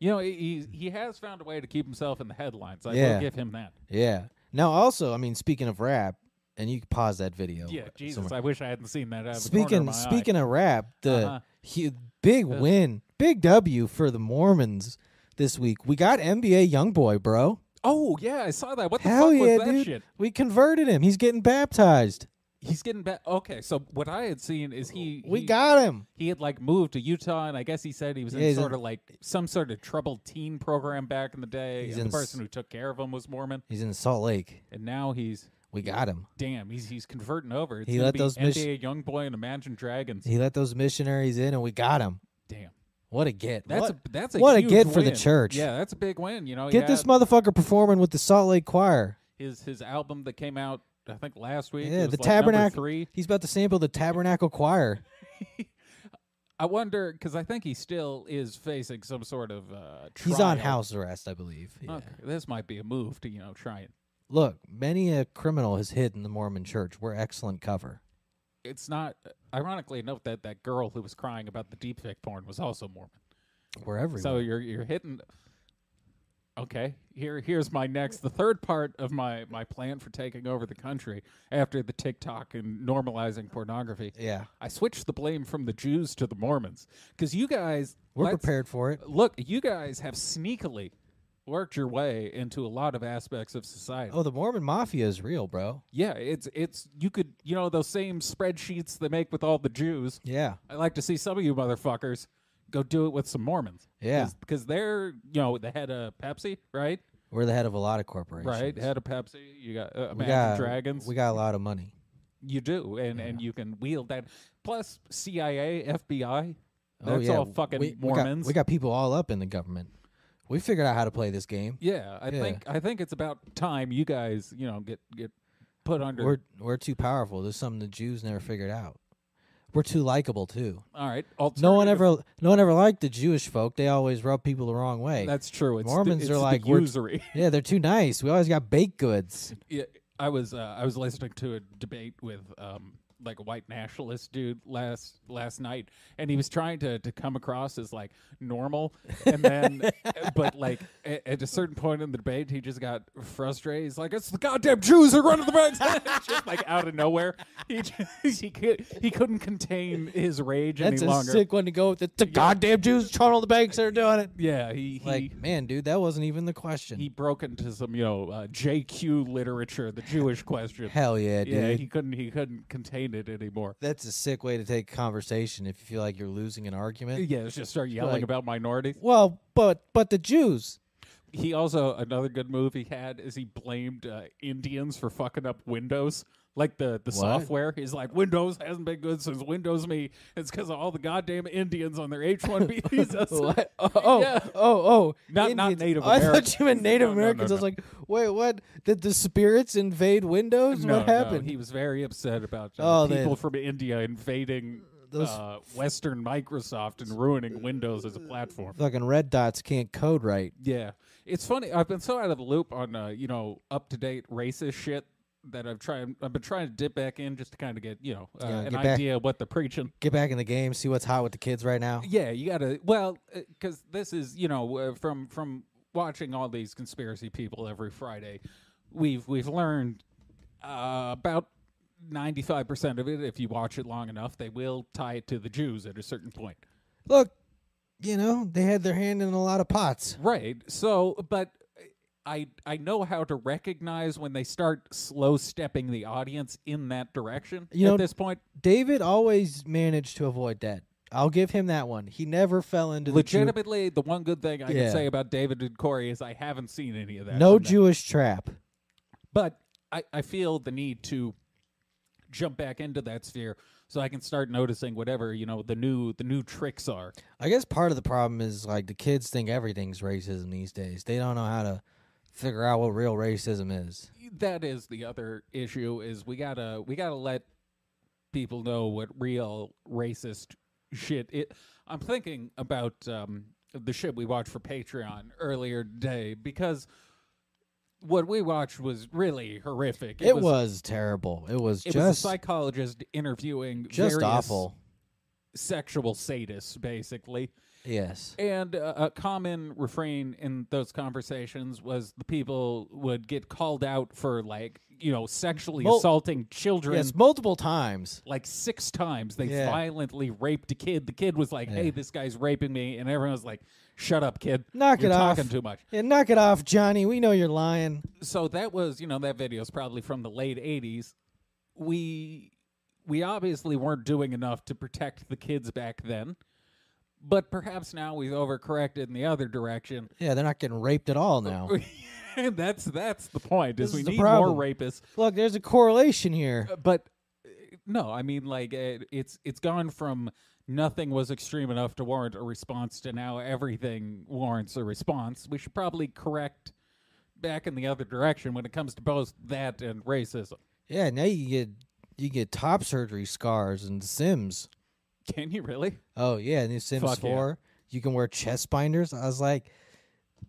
Speaker 2: You know, he, he's- he has found a way to keep himself in the headlines. I will
Speaker 1: Yeah.
Speaker 2: give him that.
Speaker 1: yeah. Now, also, I mean, speaking of rap, and you can pause that video.
Speaker 2: Yeah, Jesus,
Speaker 1: somewhere.
Speaker 2: I wish I hadn't seen that. Out of the corner of
Speaker 1: Oh, Speaking
Speaker 2: my eye.
Speaker 1: speaking of rap, the
Speaker 2: Uh-huh.
Speaker 1: hu- big win, big W for the Mormons this week. We got NBA YoungBoy, bro.
Speaker 2: Oh yeah, I saw that. What the
Speaker 1: Hell
Speaker 2: fuck
Speaker 1: yeah,
Speaker 2: was that
Speaker 1: dude!
Speaker 2: shit?
Speaker 1: We converted him. He's getting baptized.
Speaker 2: He's getting back. Okay, so what I had seen is he
Speaker 1: We
Speaker 2: he,
Speaker 1: got him.
Speaker 2: he had like moved to Utah, and I guess he said he was
Speaker 1: Yeah,
Speaker 2: in
Speaker 1: he's
Speaker 2: sort
Speaker 1: in-
Speaker 2: of like some sort of troubled teen program back in the day.
Speaker 1: He's
Speaker 2: and the
Speaker 1: in s-
Speaker 2: person who took care of him was Mormon,
Speaker 1: He's in Salt Lake.
Speaker 2: and now he's
Speaker 1: We got him.
Speaker 2: damn, he's he's converting over. It's
Speaker 1: He
Speaker 2: gonna
Speaker 1: let
Speaker 2: be
Speaker 1: those
Speaker 2: NBA
Speaker 1: miss-
Speaker 2: young boy and Imagine Dragons.
Speaker 1: He let those missionaries in, and we got him.
Speaker 2: Damn,
Speaker 1: What a get!
Speaker 2: that's
Speaker 1: What-
Speaker 2: a that's a
Speaker 1: what a
Speaker 2: huge
Speaker 1: get for the
Speaker 2: win.
Speaker 1: church.
Speaker 2: Yeah, that's a big win. You know, he
Speaker 1: get this
Speaker 2: had
Speaker 1: motherfucker performing with the Salt Lake Choir.
Speaker 2: his his album that came out I think last week. it
Speaker 1: Yeah,
Speaker 2: was
Speaker 1: the
Speaker 2: like number
Speaker 1: Tabernacle.
Speaker 2: three.
Speaker 1: He's about to sample the Tabernacle Choir.
Speaker 2: I wonder because I think he still is facing some sort of uh,
Speaker 1: He's on
Speaker 2: trial.
Speaker 1: house arrest, I believe. Yeah.
Speaker 2: Okay, this might be a move to you know try it.
Speaker 1: Look, many a criminal has hid in the Mormon Church. We're excellent cover.
Speaker 2: It's not ironically enough that that girl who was crying about the deepfake porn was also Mormon.
Speaker 1: We're everywhere.
Speaker 2: So you're you're hitting. Okay, here here's my next the third part of my my plan for taking over the country after the TikTok and normalizing pornography.
Speaker 1: yeah,
Speaker 2: I switched the blame from the Jews to the Mormons because you guys
Speaker 1: we're
Speaker 2: let's-
Speaker 1: prepared for it.
Speaker 2: Look, you guys have sneakily worked your way into a lot of aspects of society.
Speaker 1: Oh, the Mormon Mafia is real, bro.
Speaker 2: Yeah, it's it's you could you know those same spreadsheets they make with all the Jews.
Speaker 1: Yeah,
Speaker 2: I like to see some of you motherfuckers go do it with some Mormons.
Speaker 1: Yeah.
Speaker 2: because they're you know the head of Pepsi, right?
Speaker 1: we're the head of a lot of corporations.
Speaker 2: Right, head of Pepsi. You got uh,
Speaker 1: We
Speaker 2: Imagine
Speaker 1: got
Speaker 2: Dragons.
Speaker 1: We got a lot of money.
Speaker 2: you do, and and you can wield that. Plus CIA, FBI. That's
Speaker 1: oh yeah,
Speaker 2: all fucking
Speaker 1: we, we got-
Speaker 2: Mormons.
Speaker 1: We got, people all up in the government. We figured out how to play this game.
Speaker 2: yeah, I
Speaker 1: Yeah.
Speaker 2: think I think it's about time you guys you know get get put under.
Speaker 1: We're we're too powerful. There's something the Jews never figured out. We're too likable too.
Speaker 2: all right,
Speaker 1: No one
Speaker 2: alternative-
Speaker 1: ever no one ever liked the Jewish folk. They always rub people the wrong way.
Speaker 2: That's true. It's the-
Speaker 1: Mormons
Speaker 2: it's
Speaker 1: are
Speaker 2: the
Speaker 1: like, we're-
Speaker 2: usury.
Speaker 1: yeah, they're too nice. We always got baked goods.
Speaker 2: Yeah, I was uh, I was listening to a debate with um like a white nationalist dude last last night, and he was trying to to come across as like normal, and
Speaker 1: *laughs*
Speaker 2: then but like at, at a certain point in the debate, he just got frustrated. He's like, "It's the goddamn Jews who run the banks!" *laughs* It's just like out of nowhere, he just, *laughs* he could he couldn't contain his rage
Speaker 1: That's
Speaker 2: any
Speaker 1: a
Speaker 2: longer.
Speaker 1: sick one to go with. The, the goddamn Jews, Charles the banks, they're doing it.
Speaker 2: yeah, he, he
Speaker 1: Like, man, dude, that wasn't even the question.
Speaker 2: he broke into some you know uh, JQ literature, the Jewish question.
Speaker 1: Hell yeah, dude.
Speaker 2: Yeah, he couldn't he couldn't contain it anymore.
Speaker 1: That's a sick way to take a conversation if you feel like you're losing an argument.
Speaker 2: Yeah, it's just start yelling
Speaker 1: like-
Speaker 2: about minorities.
Speaker 1: Well, but but the Jews.
Speaker 2: He also another good move he had is he blamed uh, Indians for fucking up Windows, like the the software. He's like Windows hasn't been good since Windows me. It's because of all the goddamn Indians on their H
Speaker 1: *laughs*
Speaker 2: one B visas.
Speaker 1: What? Oh, oh,
Speaker 2: Yeah.
Speaker 1: oh, oh.
Speaker 2: Not- not
Speaker 1: Indians.
Speaker 2: Native
Speaker 1: Oh, I
Speaker 2: Americans.
Speaker 1: thought you meant *laughs* Native
Speaker 2: No, no, no,
Speaker 1: Americans. I was
Speaker 2: no.
Speaker 1: like, wait, what? Did the spirits invade Windows?
Speaker 2: *laughs* No,
Speaker 1: what happened?
Speaker 2: No, he was very upset about uh,
Speaker 1: Oh, they-
Speaker 2: people from India invading
Speaker 1: Those-
Speaker 2: uh, Western Microsoft and ruining Windows as a platform.
Speaker 1: Fucking red dots can't code right.
Speaker 2: Yeah, it's funny. I've been so out of the loop on uh, you know up to date racist shit that I've tried. I've been trying to dip back in just to kind of get you know uh,
Speaker 1: Yeah,
Speaker 2: an
Speaker 1: get back-
Speaker 2: idea of what they're preaching.
Speaker 1: Get back in the game. See what's hot with the kids right now.
Speaker 2: Yeah, you gotta. Well, because this is you know uh, from from watching all these conspiracy people every Friday, we've we've learned uh, about 95% of it, if you watch it long enough, they will tie it to the Jews at a certain point.
Speaker 1: Look, you know, they had their hand in a lot of pots.
Speaker 2: Right. So, but I I know how to recognize when they start slow stepping the audience in that direction
Speaker 1: You
Speaker 2: at
Speaker 1: know-
Speaker 2: this point.
Speaker 1: David always managed to avoid that. I'll give him that one. He never fell into the Jew-
Speaker 2: Legitimately, the one good thing I
Speaker 1: Yeah.
Speaker 2: can say about David and Corey is I haven't seen any of that.
Speaker 1: no
Speaker 2: from them.
Speaker 1: Jewish trap.
Speaker 2: But I, I feel the need to jump back into that sphere so I can start noticing whatever, you know, the new the new tricks are.
Speaker 1: I guess part of the problem is like the kids think everything's racism these days. They don't know how to figure out what real racism is.
Speaker 2: That is the other issue is we gotta we gotta let people know what real racist shit it I'm thinking about um the shit we watched for Patreon earlier today because what we watched was really horrific.
Speaker 1: It, was, terrible. It was
Speaker 2: it was a
Speaker 1: just
Speaker 2: psychologist interviewing
Speaker 1: just
Speaker 2: various
Speaker 1: awful.
Speaker 2: sexual sadists basically.
Speaker 1: Yes.
Speaker 2: And uh, a common refrain in those conversations was the people would get called out for like you know sexually
Speaker 1: Mul-
Speaker 2: assaulting children.
Speaker 1: Yes, multiple times.
Speaker 2: Like six times, they
Speaker 1: Yeah.
Speaker 2: violently raped a kid. The kid was like, "Hey, this guy's raping me," and everyone was like, "Shut up, kid!
Speaker 1: Knock
Speaker 2: You're
Speaker 1: it off.
Speaker 2: Talking too much."
Speaker 1: Yeah, knock it off, Johnny. We know you're lying.
Speaker 2: so that was you know that video is probably from the late 80s we we obviously weren't doing enough to protect the kids back then but perhaps now we've overcorrected in the other direction
Speaker 1: Yeah, they're not getting raped at all
Speaker 2: *laughs*
Speaker 1: now.
Speaker 2: that's that's the point is
Speaker 1: This
Speaker 2: we
Speaker 1: is the
Speaker 2: need
Speaker 1: problem.
Speaker 2: more rapists
Speaker 1: Look, there's a correlation here.
Speaker 2: Uh, but uh, no i mean like it, it's it's gone from nothing was extreme enough to warrant a response to now everything warrants a response we should probably correct back in the other direction when it comes to both that and racism
Speaker 1: Yeah, now you get you get top surgery scars and Sims.
Speaker 2: Can you really?
Speaker 1: Oh yeah, new Sims
Speaker 2: Fuck yeah.
Speaker 1: Four. You can wear chest binders. I was like,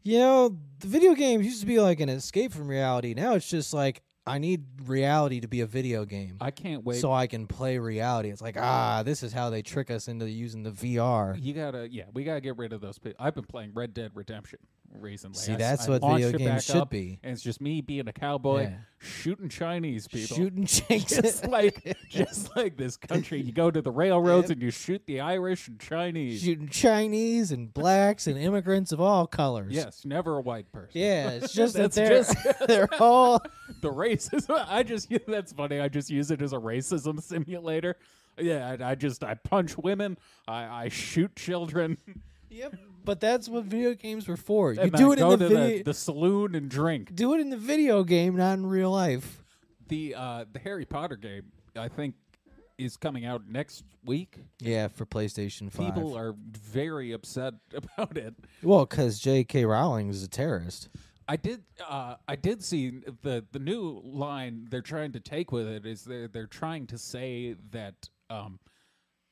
Speaker 1: you know, the video games used to be like an escape from reality. Now it's just like I need reality to be a video game,
Speaker 2: I can't wait.
Speaker 1: so I can play reality. It's like ah, this is how they trick us into using the VR.
Speaker 2: you gotta, yeah, we gotta get rid of those. People. I've been playing Red Dead Redemption recently.
Speaker 1: See,
Speaker 2: I s-
Speaker 1: that's
Speaker 2: I
Speaker 1: what
Speaker 2: launched
Speaker 1: video
Speaker 2: it
Speaker 1: games
Speaker 2: back
Speaker 1: should
Speaker 2: up,
Speaker 1: be.
Speaker 2: And it's just me being a cowboy,
Speaker 1: Yeah.
Speaker 2: shooting Chinese people. *laughs*
Speaker 1: Shooting chicks.
Speaker 2: Just like, just like this country, you go to the railroads and you shoot the Irish and Chinese.
Speaker 1: Shooting Chinese and blacks and immigrants of all colors.
Speaker 2: Yes, never a white person.
Speaker 1: Yeah, it's
Speaker 2: *laughs*
Speaker 1: just that
Speaker 2: That's
Speaker 1: they're *laughs* they're all
Speaker 2: *laughs* the racism. *laughs* I just that's funny. I just use it as a racism *laughs* simulator. Yeah, I, I just I punch women. I, I shoot children. *laughs*
Speaker 1: Yep. But that's what video games were for. You
Speaker 2: and
Speaker 1: do
Speaker 2: I
Speaker 1: it in
Speaker 2: go
Speaker 1: the
Speaker 2: to
Speaker 1: video
Speaker 2: the, the saloon and drink.
Speaker 1: do it in the video game, not in real life.
Speaker 2: The uh, the Harry Potter game, I think, is coming out next week.
Speaker 1: Yeah, for PlayStation Five.
Speaker 2: People are very upset *laughs* about it.
Speaker 1: well, because J.K. Rowling is a terrorist.
Speaker 2: I did uh, I did see the the new line they're trying to take with it is they're they're trying to say that um,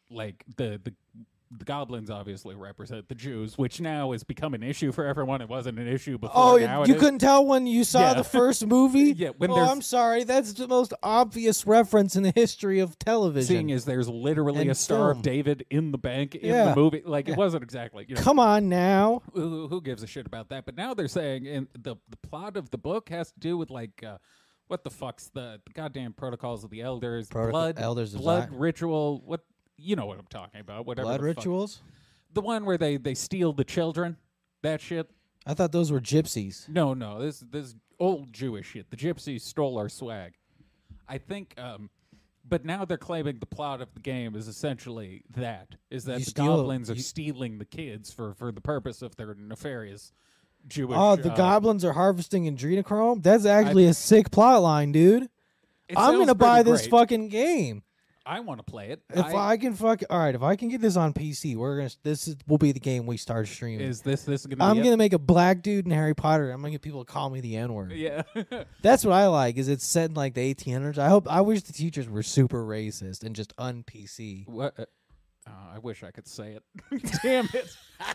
Speaker 2: like the the. The goblins obviously represent the Jews, which now has become an issue for everyone. It wasn't an issue before.
Speaker 1: Oh,
Speaker 2: now
Speaker 1: you,
Speaker 2: it
Speaker 1: you
Speaker 2: is.
Speaker 1: couldn't tell when you saw
Speaker 2: Yeah.
Speaker 1: the first movie.
Speaker 2: *laughs* Yeah, when
Speaker 1: oh,
Speaker 2: there's-
Speaker 1: I'm sorry, that's the most obvious reference in the history of television.
Speaker 2: Seeing as there's literally
Speaker 1: And
Speaker 2: a Star
Speaker 1: film.
Speaker 2: of David in the bank in
Speaker 1: Yeah.
Speaker 2: the movie, like it wasn't exactly. You know,
Speaker 1: Come on now.
Speaker 2: who, who gives a shit about that? But now they're saying in the the plot of the book has to do with like uh, what the fuck's the, the goddamn protocols of the elders,
Speaker 1: Protocol-
Speaker 2: blood
Speaker 1: Elders of
Speaker 2: blood
Speaker 1: Zion.
Speaker 2: ritual. What you know what I'm talking about? Whatever
Speaker 1: Blood
Speaker 2: the fuck.
Speaker 1: rituals.
Speaker 2: the one where they they steal the children, that shit.
Speaker 1: I thought those were gypsies.
Speaker 2: No, no, this this old Jewish shit. The gypsies stole our swag. I think. um but now they're claiming the plot of the game is essentially that is that
Speaker 1: You
Speaker 2: the
Speaker 1: steal-
Speaker 2: goblins are
Speaker 1: you-
Speaker 2: stealing the kids for for the purpose of their nefarious Jewish.
Speaker 1: Oh, the
Speaker 2: uh,
Speaker 1: goblins are harvesting adrenochrome. That's actually a sick plot line, dude.
Speaker 2: It
Speaker 1: I'm
Speaker 2: sounds
Speaker 1: gonna buy
Speaker 2: pretty
Speaker 1: this
Speaker 2: great.
Speaker 1: fucking game.
Speaker 2: I want to play it.
Speaker 1: If I,
Speaker 2: I,
Speaker 1: can fuck, all right. If I can get this on PC, we're gonna. This is, will be the game we start streaming.
Speaker 2: is this this gonna?
Speaker 1: I'm
Speaker 2: be
Speaker 1: gonna make a black dude in Harry Potter. I'm gonna get people to call me the N word.
Speaker 2: It? *laughs* Yeah.
Speaker 1: That's what I like. Is it's set in like the 1800s. I hope. I wish the teachers were super racist and just un PC.
Speaker 2: what? Uh, I wish I could say it. *laughs* Damn it!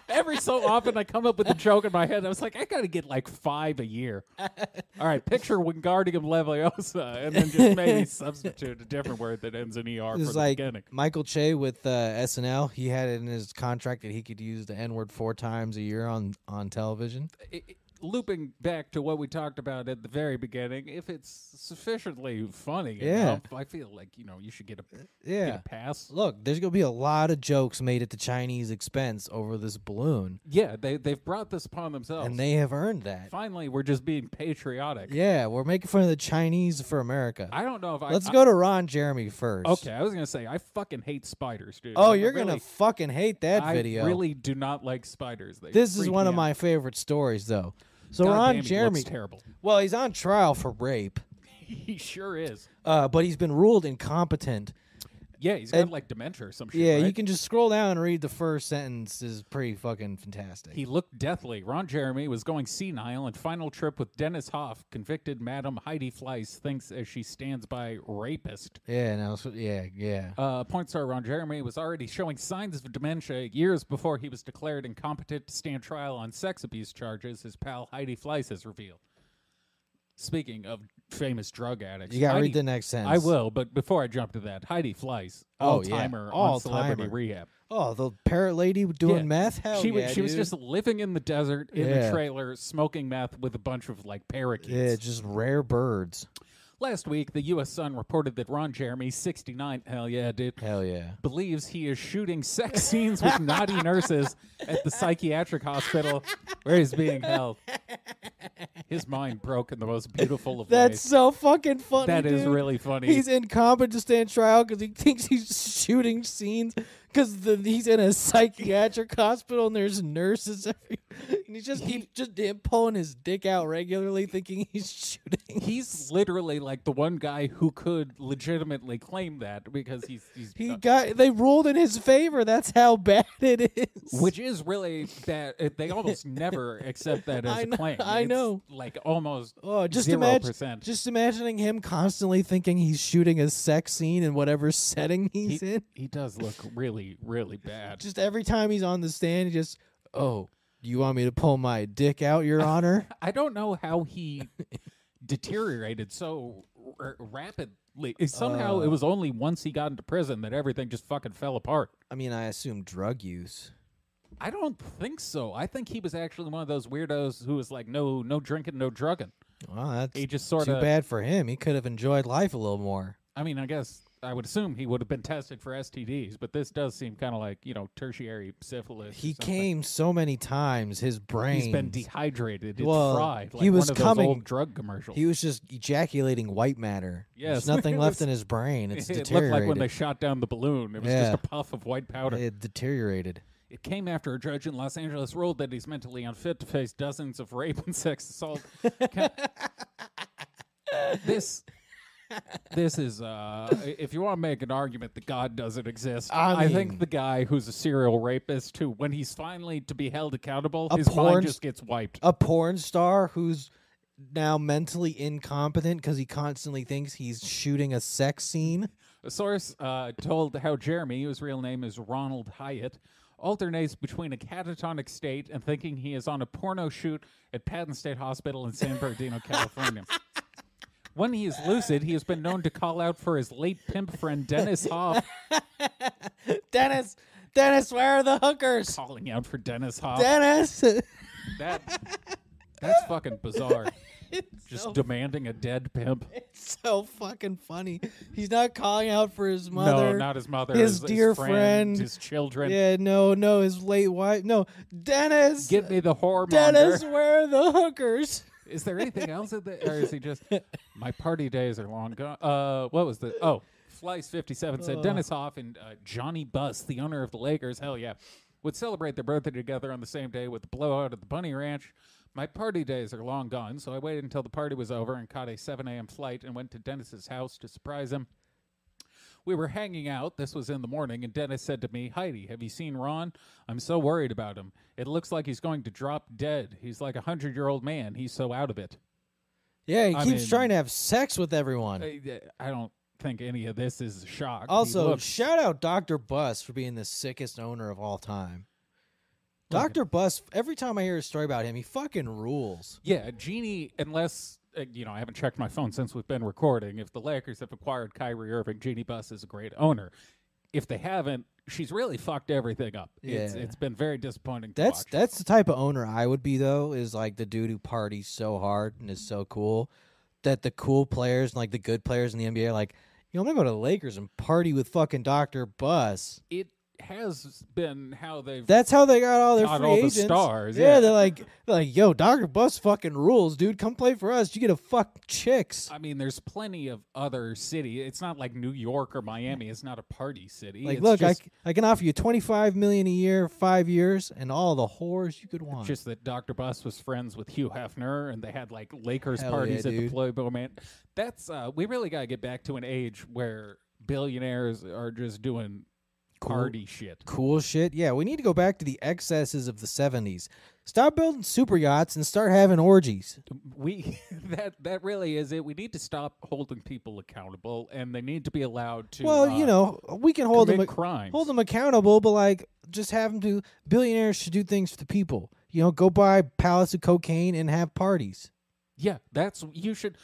Speaker 2: Every so often, I come up with a joke in my head. I was like, I gotta get like five a year. All right, picture Wingardium Leviosa, and then just *laughs* maybe substitute a different word that ends in er for
Speaker 1: It's
Speaker 2: the
Speaker 1: like
Speaker 2: beginning.
Speaker 1: Michael Che with uh, SNL. He had it in his contract that he could use the N word four times a year on on television.
Speaker 2: I- I- looping back to what we talked about at the very beginning, if it's sufficiently funny
Speaker 1: Yeah.
Speaker 2: enough, I feel like you know you should get a, get
Speaker 1: Yeah.
Speaker 2: a pass.
Speaker 1: Look, there's gonna be a lot of jokes made at the Chinese expense over this balloon,
Speaker 2: Yeah, they they've brought this upon themselves.
Speaker 1: and they have earned that.
Speaker 2: finally we're just being patriotic.
Speaker 1: Yeah, we're making fun of the Chinese for America.
Speaker 2: I don't know if I
Speaker 1: Let's
Speaker 2: I-
Speaker 1: go to Ron Jeremy first.
Speaker 2: Okay, I was gonna say I fucking hate spiders, dude.
Speaker 1: Oh,
Speaker 2: I
Speaker 1: you're
Speaker 2: really-
Speaker 1: gonna fucking hate that
Speaker 2: I
Speaker 1: video.
Speaker 2: really do not like spiders. They
Speaker 1: this is
Speaker 2: freak
Speaker 1: one
Speaker 2: me
Speaker 1: of
Speaker 2: out.
Speaker 1: my favorite stories, though. So
Speaker 2: God damn, he
Speaker 1: Ron
Speaker 2: looks
Speaker 1: Jeremy,
Speaker 2: terrible. *laughs*
Speaker 1: well, he's on trial for rape,
Speaker 2: He sure is.
Speaker 1: uh, but he's been ruled incompetent.
Speaker 2: Yeah, he's got like dementia or some shit.
Speaker 1: Yeah, you
Speaker 2: right?
Speaker 1: can just scroll down and read the first sentence. is pretty fucking fantastic.
Speaker 2: He looked deathly. Ron Jeremy was going senile and final trip with Dennis Hoff, convicted Madam Heidi Fleiss thinks as she stands by rapist.
Speaker 1: yeah, no, so, yeah, yeah.
Speaker 2: Uh, point star Ron Jeremy was already showing signs of dementia years before he was declared incompetent to stand trial on sex abuse charges, his pal Heidi Fleiss has revealed. Speaking of famous drug addicts,
Speaker 1: you gotta
Speaker 2: Heidi,
Speaker 1: read the next sentence.
Speaker 2: I will, but before I jump to that, Heidi Fleiss,
Speaker 1: Oh,
Speaker 2: all
Speaker 1: yeah.
Speaker 2: timer on
Speaker 1: All-timer.
Speaker 2: Celebrity Rehab.
Speaker 1: Oh, the parrot lady doing
Speaker 2: Yeah.
Speaker 1: meth? Hell
Speaker 2: she
Speaker 1: yeah,
Speaker 2: was she was
Speaker 1: dude.
Speaker 2: just living in the desert in
Speaker 1: Yeah.
Speaker 2: a trailer, smoking meth with a bunch of like parakeets.
Speaker 1: yeah, just rare birds.
Speaker 2: Last week, the U.S. Sun reported that Ron Jeremy, 69, hell yeah, dude,
Speaker 1: Hell yeah.
Speaker 2: believes he is shooting sex *laughs* scenes with naughty nurses at the psychiatric hospital where he's being held. His mind broke in the most beautiful of
Speaker 1: That's
Speaker 2: ways.
Speaker 1: so fucking funny.
Speaker 2: That is
Speaker 1: dude.
Speaker 2: really funny.
Speaker 1: He's incompetent to stand trial because he thinks he's shooting scenes because he's in a psychiatric hospital and there's nurses every, and he just keeps just him pulling his dick out regularly, thinking he's shooting.
Speaker 2: He's literally like the one guy who could legitimately claim that because he's he's
Speaker 1: He
Speaker 2: uh,
Speaker 1: got they ruled in his favor. That's how bad it is.
Speaker 2: Which is really bad. uh, They almost never accept that as
Speaker 1: *laughs* I
Speaker 2: a
Speaker 1: know-
Speaker 2: claim.
Speaker 1: I
Speaker 2: It's
Speaker 1: know.
Speaker 2: Like almost.
Speaker 1: oh, just
Speaker 2: 0%.
Speaker 1: imagine just imagining him constantly thinking he's shooting a sex scene in whatever setting
Speaker 2: he,
Speaker 1: he's in.
Speaker 2: he does look really, really bad.
Speaker 1: Just every time he's on the stand, he just oh, you want me to pull my dick out,
Speaker 2: *laughs*
Speaker 1: Your Honor?
Speaker 2: I don't know
Speaker 1: *laughs*
Speaker 2: how he deteriorated so r- rapidly. Uh, Somehow it was only once he got into prison that everything just fucking fell apart.
Speaker 1: I mean, I assume drug use.
Speaker 2: I don't think so. I think he was actually one of those weirdos who was like, no, no drinking, no drugging.
Speaker 1: Well, that's
Speaker 2: He just sort
Speaker 1: too
Speaker 2: of.
Speaker 1: bad for him. He could have enjoyed life a little more.
Speaker 2: I mean, I guess I would assume he would have been tested for STDs, but this does seem kind of like you know tertiary syphilis. or
Speaker 1: He
Speaker 2: something.
Speaker 1: came so many times. His brain.
Speaker 2: He's been dehydrated. It's
Speaker 1: Well,
Speaker 2: fried. Like
Speaker 1: he was
Speaker 2: one of
Speaker 1: coming-
Speaker 2: Those old drug commercials. *laughs*
Speaker 1: He was just ejaculating white matter.
Speaker 2: Yes. *laughs*
Speaker 1: There's nothing
Speaker 2: It
Speaker 1: left
Speaker 2: was-
Speaker 1: in his brain. It's
Speaker 2: *laughs* it looked
Speaker 1: deteriorated.
Speaker 2: like when they shot down the balloon. It was
Speaker 1: Yeah.
Speaker 2: just a puff of white powder.
Speaker 1: it deteriorated.
Speaker 2: It came after a judge in Los Angeles ruled that he's mentally unfit to face dozens of rape and sex assault.
Speaker 1: *laughs*
Speaker 2: ca- this. This is uh if you want to make an argument that God doesn't exist,
Speaker 1: I mean-
Speaker 2: think the guy who's a serial rapist who when he's finally to be held accountable,
Speaker 1: A
Speaker 2: his
Speaker 1: porn
Speaker 2: mind just gets wiped.
Speaker 1: A porn star who's now mentally incompetent because he constantly thinks he's shooting a sex scene. *laughs*
Speaker 2: A source uh, told how Jeremy, whose real name is Ronald Hyatt, alternates between a catatonic state and thinking he is on a porno shoot at Patton State Hospital in San
Speaker 1: *laughs*
Speaker 2: Bernardino, California. When he is lucid, he has been known to call out for his late pimp friend Dennis
Speaker 1: *laughs*
Speaker 2: Hoff,
Speaker 1: Dennis, Dennis, where are the hookers?
Speaker 2: calling out for Dennis Hoff.
Speaker 1: Dennis. *laughs*
Speaker 2: That, that's fucking
Speaker 1: *laughs*
Speaker 2: bizarre.
Speaker 1: It's
Speaker 2: Just
Speaker 1: so
Speaker 2: demanding a dead pimp.
Speaker 1: It's so fucking funny. He's not calling out for his mother.
Speaker 2: no, not his mother.
Speaker 1: his dear friend.
Speaker 2: his children.
Speaker 1: Yeah, no, no, his late wife. No, Dennis.
Speaker 2: Get me the whore
Speaker 1: Dennis, where are the hookers?
Speaker 2: Is there anything else in there, or is he just my party days are long gone? Uh, what was the oh? Flies fifty seven said Dennis Hoff and uh, Johnny Buss, the owner of the Lakers, hell yeah, would celebrate their birthday together on the same day with the blowout at the Bunny Ranch. My party days are long gone, so I waited until the party was over and caught a seven a.m. flight and went to Dennis's house to surprise him. We were hanging out. This was in the morning, and Dennis said to me, Heidi, have you seen Ron? I'm so worried about him. It looks like he's going to drop dead. He's like a hundred year old man. He's so out of it.
Speaker 1: Yeah, he
Speaker 2: I
Speaker 1: keeps
Speaker 2: mean-
Speaker 1: trying to have sex with everyone.
Speaker 2: I, I don't think any of this is a shock. He
Speaker 1: also,
Speaker 2: looks-
Speaker 1: shout out Dr. Bus for being the sickest owner of all time. Dr. Bus, every time I hear a story about him, he fucking rules.
Speaker 2: yeah, Genie, unless. Uh, you know, I haven't checked my phone since we've been recording. If the Lakers have acquired Kyrie Irving, Genie Bus is a great owner. if they haven't, she's really fucked everything up. It's,
Speaker 1: Yeah.
Speaker 2: it's been very disappointing. to
Speaker 1: That's
Speaker 2: watch.
Speaker 1: that's the type of owner I would be though. Is like the dude who parties so hard and is so cool that the cool players and like the good players in the NBA are like, you know, I'm gonna go to the Lakers and party with fucking Doctor Bus.
Speaker 2: it has been how they've
Speaker 1: That's how they got all their
Speaker 2: Got
Speaker 1: free
Speaker 2: all the
Speaker 1: agents.
Speaker 2: stars,
Speaker 1: Yeah,
Speaker 2: yeah.
Speaker 1: they're like, they're like, yo, Doctor Bus fucking rules, dude. Come play for us. You get to fuck chicks.
Speaker 2: I mean, there's plenty of other city. It's not like New York or Miami. It's not a party city.
Speaker 1: Like,
Speaker 2: It's
Speaker 1: look, I
Speaker 2: just,
Speaker 1: c I I, can offer you twenty five million a year, five years, and all the whores you could want.
Speaker 2: just that Dr. Bus was friends with Hugh Hefner, and they had like Lakers
Speaker 1: Hell
Speaker 2: parties
Speaker 1: yeah,
Speaker 2: at the
Speaker 1: dude.
Speaker 2: Playboy Man. That's uh, we really gotta get back to an age where billionaires are just doing
Speaker 1: Cool.
Speaker 2: party shit.
Speaker 1: cool shit. Yeah, we need to go back to the excesses of the 70s. Stop building super yachts and start having orgies.
Speaker 2: We *laughs* that that really is it. We need to stop holding people accountable, and they need to be allowed to.
Speaker 1: well,
Speaker 2: uh,
Speaker 1: you know, we can hold them
Speaker 2: commit
Speaker 1: ac-
Speaker 2: crimes.
Speaker 1: hold them accountable, but like just have them do billionaires should do things for the people. You know, go buy pallets of cocaine and have parties.
Speaker 2: Yeah, that's you should.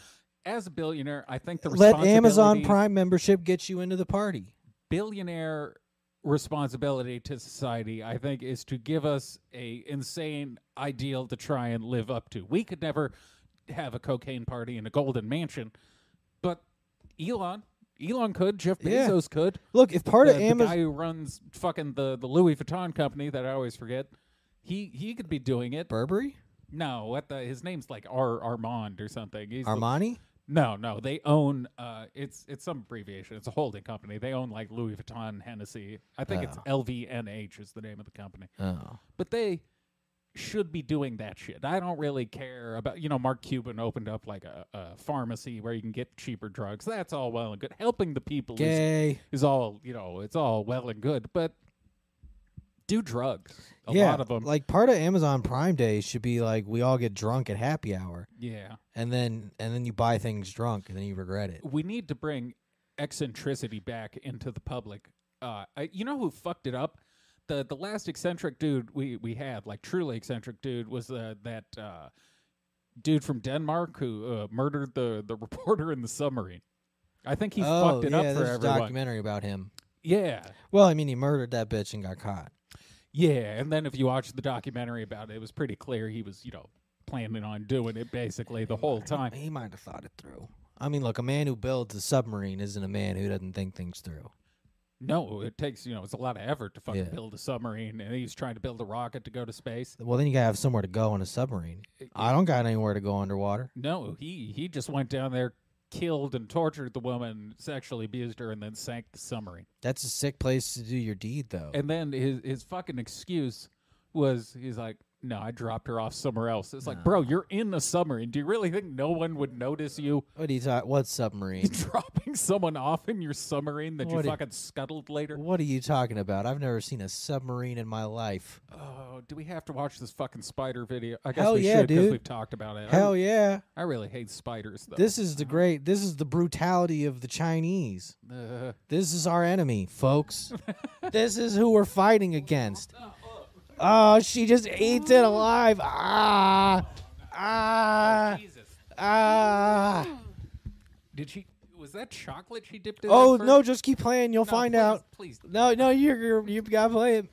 Speaker 2: As a billionaire, I think the
Speaker 1: Let Amazon
Speaker 2: responsibility-
Speaker 1: Prime membership get you into the party.
Speaker 2: billionaire responsibility to society i think is to give us a insane ideal to try and live up to we could never have a cocaine party in a golden mansion but elon elon could jeff
Speaker 1: Yeah.
Speaker 2: bezos could
Speaker 1: Look, if part
Speaker 2: the,
Speaker 1: of
Speaker 2: the
Speaker 1: Amazon
Speaker 2: guy who runs fucking the the louis vuitton company that i always forget he he could be doing it
Speaker 1: Burberry,
Speaker 2: no what the his name's like R armand or something he's the-
Speaker 1: Armani,
Speaker 2: no, no, they own. Uh, it's it's some abbreviation. It's a holding company. They own like Louis Vuitton, Hennessy. I think
Speaker 1: Ah.
Speaker 2: it's LVNH is the name of the company.
Speaker 1: oh.
Speaker 2: But they should be doing that shit. I don't really care about you know. Mark Cuban opened up like a, a pharmacy where you can get cheaper drugs. That's all well and good. Helping the people is,
Speaker 1: gay.
Speaker 2: is all you know. It's all well and good, but do drugs. A
Speaker 1: yeah,
Speaker 2: lot of them.
Speaker 1: like part of Amazon Prime Day should be like we all get drunk at happy hour.
Speaker 2: yeah,
Speaker 1: and then and then you buy things drunk and then you regret it.
Speaker 2: we need to bring eccentricity back into the public. Uh, I, you know who fucked it up? The the last eccentric dude we we had, like truly eccentric dude, was uh, that uh, dude from Denmark who uh, murdered the *laughs* the reporter in the submarine. I think he
Speaker 1: oh,
Speaker 2: fucked it
Speaker 1: yeah,
Speaker 2: up for
Speaker 1: there's a
Speaker 2: everyone.
Speaker 1: documentary about him.
Speaker 2: Yeah,
Speaker 1: Well, I mean, he murdered that bitch and got caught.
Speaker 2: yeah. And then if you watch the documentary about it, it was pretty clear he was, you know, planning on doing it basically the whole time.
Speaker 1: He might have thought it through. I mean, look, a man who builds a submarine isn't a man who doesn't think things through.
Speaker 2: No, it takes you know it's a lot of effort to fucking
Speaker 1: Yeah.
Speaker 2: build a submarine, and he was trying to build a rocket to go to space.
Speaker 1: Well, then you gotta have somewhere to go on a submarine. I don't got anywhere to go underwater.
Speaker 2: No, he he just went down there, killed and tortured the woman, sexually abused her, and then sank the submarine.
Speaker 1: That's a sick place to do your deed, though.
Speaker 2: And then his his fucking excuse was he's like, "No, I dropped her off somewhere else." It's like, bro, you're in a submarine. Do you really think no one would notice you *laughs*
Speaker 1: what are you talking? What submarine?
Speaker 2: dropping someone off in your submarine that
Speaker 1: What
Speaker 2: you
Speaker 1: i-
Speaker 2: fucking scuttled later?
Speaker 1: what are you talking about? I've never seen a submarine in my life.
Speaker 2: Oh, do we have to watch this fucking spider video? I guess
Speaker 1: Hell
Speaker 2: we
Speaker 1: yeah,
Speaker 2: should because
Speaker 1: dude.
Speaker 2: we've talked about it. I-
Speaker 1: Hell yeah!
Speaker 2: I really hate spiders though.
Speaker 1: This is the great. This is the brutality of the Chinese.
Speaker 2: Uh,
Speaker 1: This is our enemy, folks. *laughs* this is who we're fighting against. Oh, she just eats it alive. Ah, ah,
Speaker 2: Jesus.
Speaker 1: ah.
Speaker 2: Did she? Was that chocolate she dipped in? that
Speaker 1: Oh
Speaker 2: first-
Speaker 1: no, just keep playing. You'll
Speaker 2: No,
Speaker 1: find
Speaker 2: please,
Speaker 1: out.
Speaker 2: Please.
Speaker 1: No, no, you're, you're you gotta play it.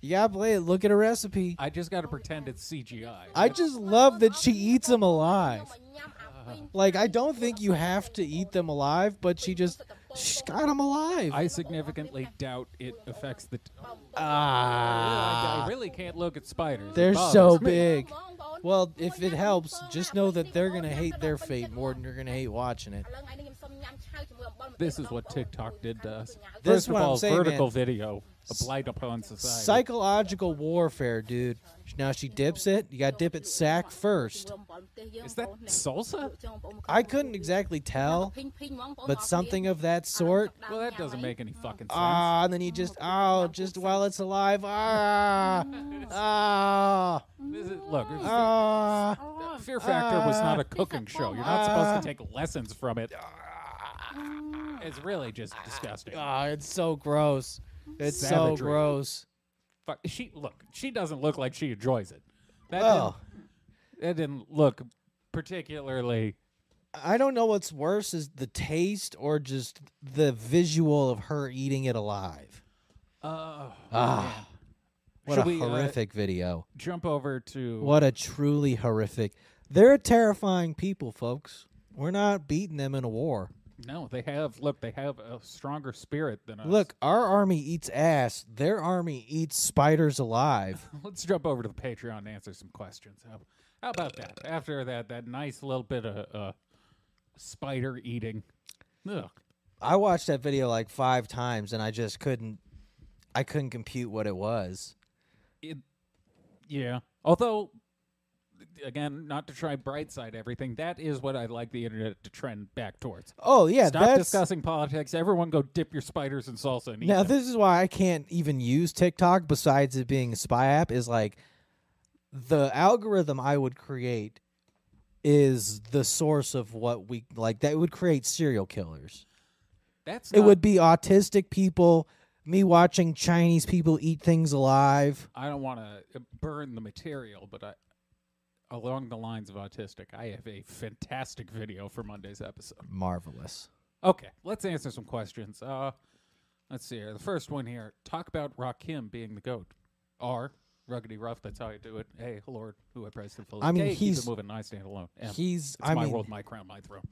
Speaker 1: You gotta play it. Look at a recipe.
Speaker 2: I just got to pretend it's CGI.
Speaker 1: I just love that she eats them alive. Like I don't think you have to eat them alive, but she just she got them alive.
Speaker 2: I significantly doubt it affects the. T-
Speaker 1: ah,
Speaker 2: I I really can't look at spiders. It
Speaker 1: they're
Speaker 2: bothers
Speaker 1: so
Speaker 2: me.
Speaker 1: big. Well, if it helps, just know that they're going to hate their fate more than you're going to hate watching it.
Speaker 2: This is what TikTok did to us.
Speaker 1: This
Speaker 2: First
Speaker 1: is
Speaker 2: of
Speaker 1: what I'm
Speaker 2: all,
Speaker 1: saying,
Speaker 2: vertical
Speaker 1: man.
Speaker 2: video, a blight upon society.
Speaker 1: Psychological warfare, dude. Now she dips it. You got to dip it sack first.
Speaker 2: is that salsa?
Speaker 1: I couldn't exactly tell, but something of that sort.
Speaker 2: Well, that doesn't make any fucking sense.
Speaker 1: Ah, and then you just, oh, just while it's alive. Ah, ah,
Speaker 2: This is- look, this is-
Speaker 1: ah.
Speaker 2: Fear Factor was
Speaker 1: uh,
Speaker 2: not a cooking show. You're not supposed
Speaker 1: Ah.
Speaker 2: to take lessons from it.
Speaker 1: uh, Oh,
Speaker 2: It's really just disgusting.
Speaker 1: Ah, it's so gross. It's so
Speaker 2: Savagery.
Speaker 1: gross.
Speaker 2: Fuck, she look. She doesn't look like she enjoys it. That
Speaker 1: Well,
Speaker 2: didn't, that didn't look particularly
Speaker 1: I don't know what's worse is the taste or just the visual of her eating it alive.
Speaker 2: Oh,
Speaker 1: Ah.
Speaker 2: man.
Speaker 1: What
Speaker 2: Should
Speaker 1: a
Speaker 2: we, uh,
Speaker 1: horrific video.
Speaker 2: jump over to
Speaker 1: What a truly horrific. They're terrifying people, folks. We're not beating them in a war.
Speaker 2: No, they have. Look, they have a stronger spirit than us.
Speaker 1: Look, our army eats ass. Their army eats spiders
Speaker 2: *laughs*
Speaker 1: alive.
Speaker 2: *laughs* let's jump over to the Patreon and answer some questions. How, how about that? After that, that nice little bit of uh, spider eating. Ugh.
Speaker 1: I watched that video like 5 times and I just couldn't I couldn't compute what it was.
Speaker 2: Yeah. Although, again, not to try bright side everything, that is what I'd like the internet to trend back towards.
Speaker 1: Oh yeah,
Speaker 2: Stop
Speaker 1: that's
Speaker 2: discussing politics. Everyone go dip your spiders in salsa and eat
Speaker 1: Now
Speaker 2: them.
Speaker 1: this is why I can't even use TikTok besides it being a spy app is like the algorithm I would create is the source of what we like that would create serial killers.
Speaker 2: That's
Speaker 1: It
Speaker 2: not-
Speaker 1: would be autistic people, me watching Chinese people eat things alive.
Speaker 2: I don't want to burn the material, but I, along the lines of autistic, I have a fantastic video for Monday's episode.
Speaker 1: Marvelous.
Speaker 2: Okay, let's answer some questions. Uh, let's see here. The first one here: talk about Rakim being the goat. R. Ruggedy Rough. That's how I do it. Hey, Lord, who I praise and
Speaker 1: I mean,
Speaker 2: K, keep
Speaker 1: he's-
Speaker 2: it moving. I stand alone. M.
Speaker 1: He's
Speaker 2: It's
Speaker 1: I
Speaker 2: my
Speaker 1: mean
Speaker 2: world, my crown, my throne.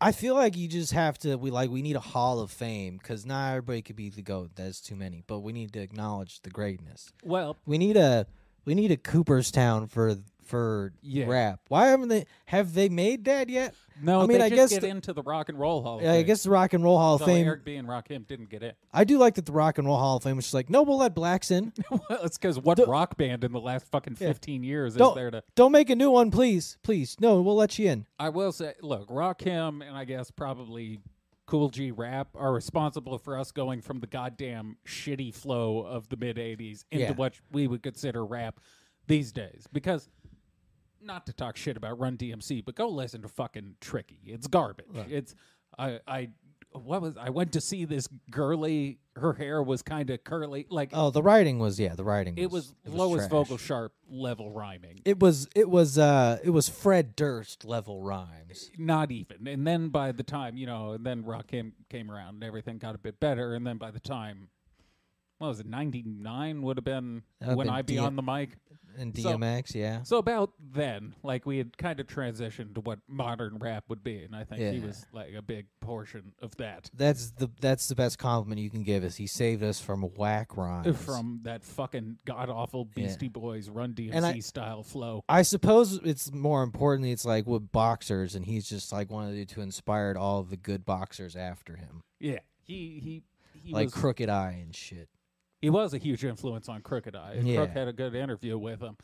Speaker 1: I feel like you just have to we like we need a hall of fame cuz not everybody could be the goat. That's too many, but we need to acknowledge the greatness.
Speaker 2: Well,
Speaker 1: We need a we need a Cooperstown for for
Speaker 2: Yeah.
Speaker 1: rap. Why haven't they have they made that yet?
Speaker 2: no,
Speaker 1: I mean,
Speaker 2: they
Speaker 1: I
Speaker 2: just
Speaker 1: guess
Speaker 2: get
Speaker 1: the-
Speaker 2: into the Rock and Roll Hall. of
Speaker 1: Yeah, I
Speaker 2: Fame.
Speaker 1: guess the Rock and Roll Hall of
Speaker 2: So
Speaker 1: Fame.
Speaker 2: Eric B. and Rakim didn't get in.
Speaker 1: I do like that the Rock and Roll Hall of Fame was just like, no, we'll let blacks in.
Speaker 2: *laughs* well, it's because what rock band in the last fucking fifteen years is
Speaker 1: Don't-
Speaker 2: there to?
Speaker 1: Don't make a new one, please, please. No, we'll let you in.
Speaker 2: I will say, look, Rakim and I guess probably Cool G Rap are responsible for us going from the goddamn shitty flow of the mid 80s into
Speaker 1: Yeah.
Speaker 2: what we would consider rap these days. Because, not to talk shit about Run DMC, but go listen to fucking Tricky. It's garbage. It's, I, I, what was, I went to see this girly, her hair was kind of curly. Like,
Speaker 1: Oh, the writing was yeah, the writing.
Speaker 2: it was lowest vocal sharp level rhyming.
Speaker 1: It was it was uh it was Fred Durst level rhymes.
Speaker 2: not even. And then by the time, you know, and then Rock came, came around and everything got a bit better. And then by the time, what was it, 99 would have been
Speaker 1: That would've
Speaker 2: when
Speaker 1: been
Speaker 2: I'd be
Speaker 1: D-
Speaker 2: on the mic.
Speaker 1: And
Speaker 2: So-
Speaker 1: DMX, yeah.
Speaker 2: So about then, like we had kind of transitioned to what modern rap would be. And I think he
Speaker 1: Yeah.
Speaker 2: was like a big portion of that
Speaker 1: That's the that's the best compliment you can give us. He saved us from whack rhymes.
Speaker 2: uh, from that fucking god awful
Speaker 1: Yeah.
Speaker 2: Beastie Boys Run DMC
Speaker 1: And I-
Speaker 2: style flow.
Speaker 1: I suppose it's more importantly, it's like with boxers, and he's just like one of the to inspired all of the good boxers after him,
Speaker 2: Yeah. He, he, he
Speaker 1: like
Speaker 2: was
Speaker 1: Crooked Eye and shit.
Speaker 2: he was a huge influence on Crooked Eye. and Crook
Speaker 1: Yeah.
Speaker 2: had a good interview with him.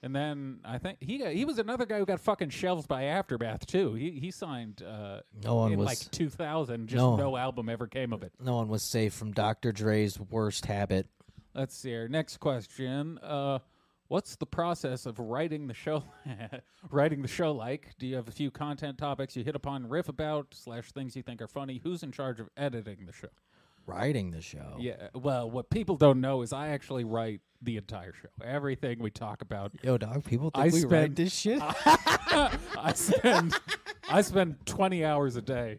Speaker 2: And then I think he got, he was another guy who got fucking shelved by Aftermath too. He he signed uh,
Speaker 1: No one
Speaker 2: in
Speaker 1: was
Speaker 2: like 2000. Just no.
Speaker 1: No.
Speaker 2: album ever came of it.
Speaker 1: no one was safe from Dr. Dre's worst habit.
Speaker 2: Let's see here. Next question. Uh, what's the process of writing the show? *laughs* writing the show like? Do you have a few content topics you hit upon, riff about, slash things you think are funny? Who's in charge of editing the show?
Speaker 1: Writing the show,
Speaker 2: Yeah. Well, what people don't know is I actually write the entire show. Everything we talk about
Speaker 1: yo, dog. People think
Speaker 2: *laughs* I
Speaker 1: we
Speaker 2: spend-
Speaker 1: write this shit.
Speaker 2: I spend I spend twenty hours a day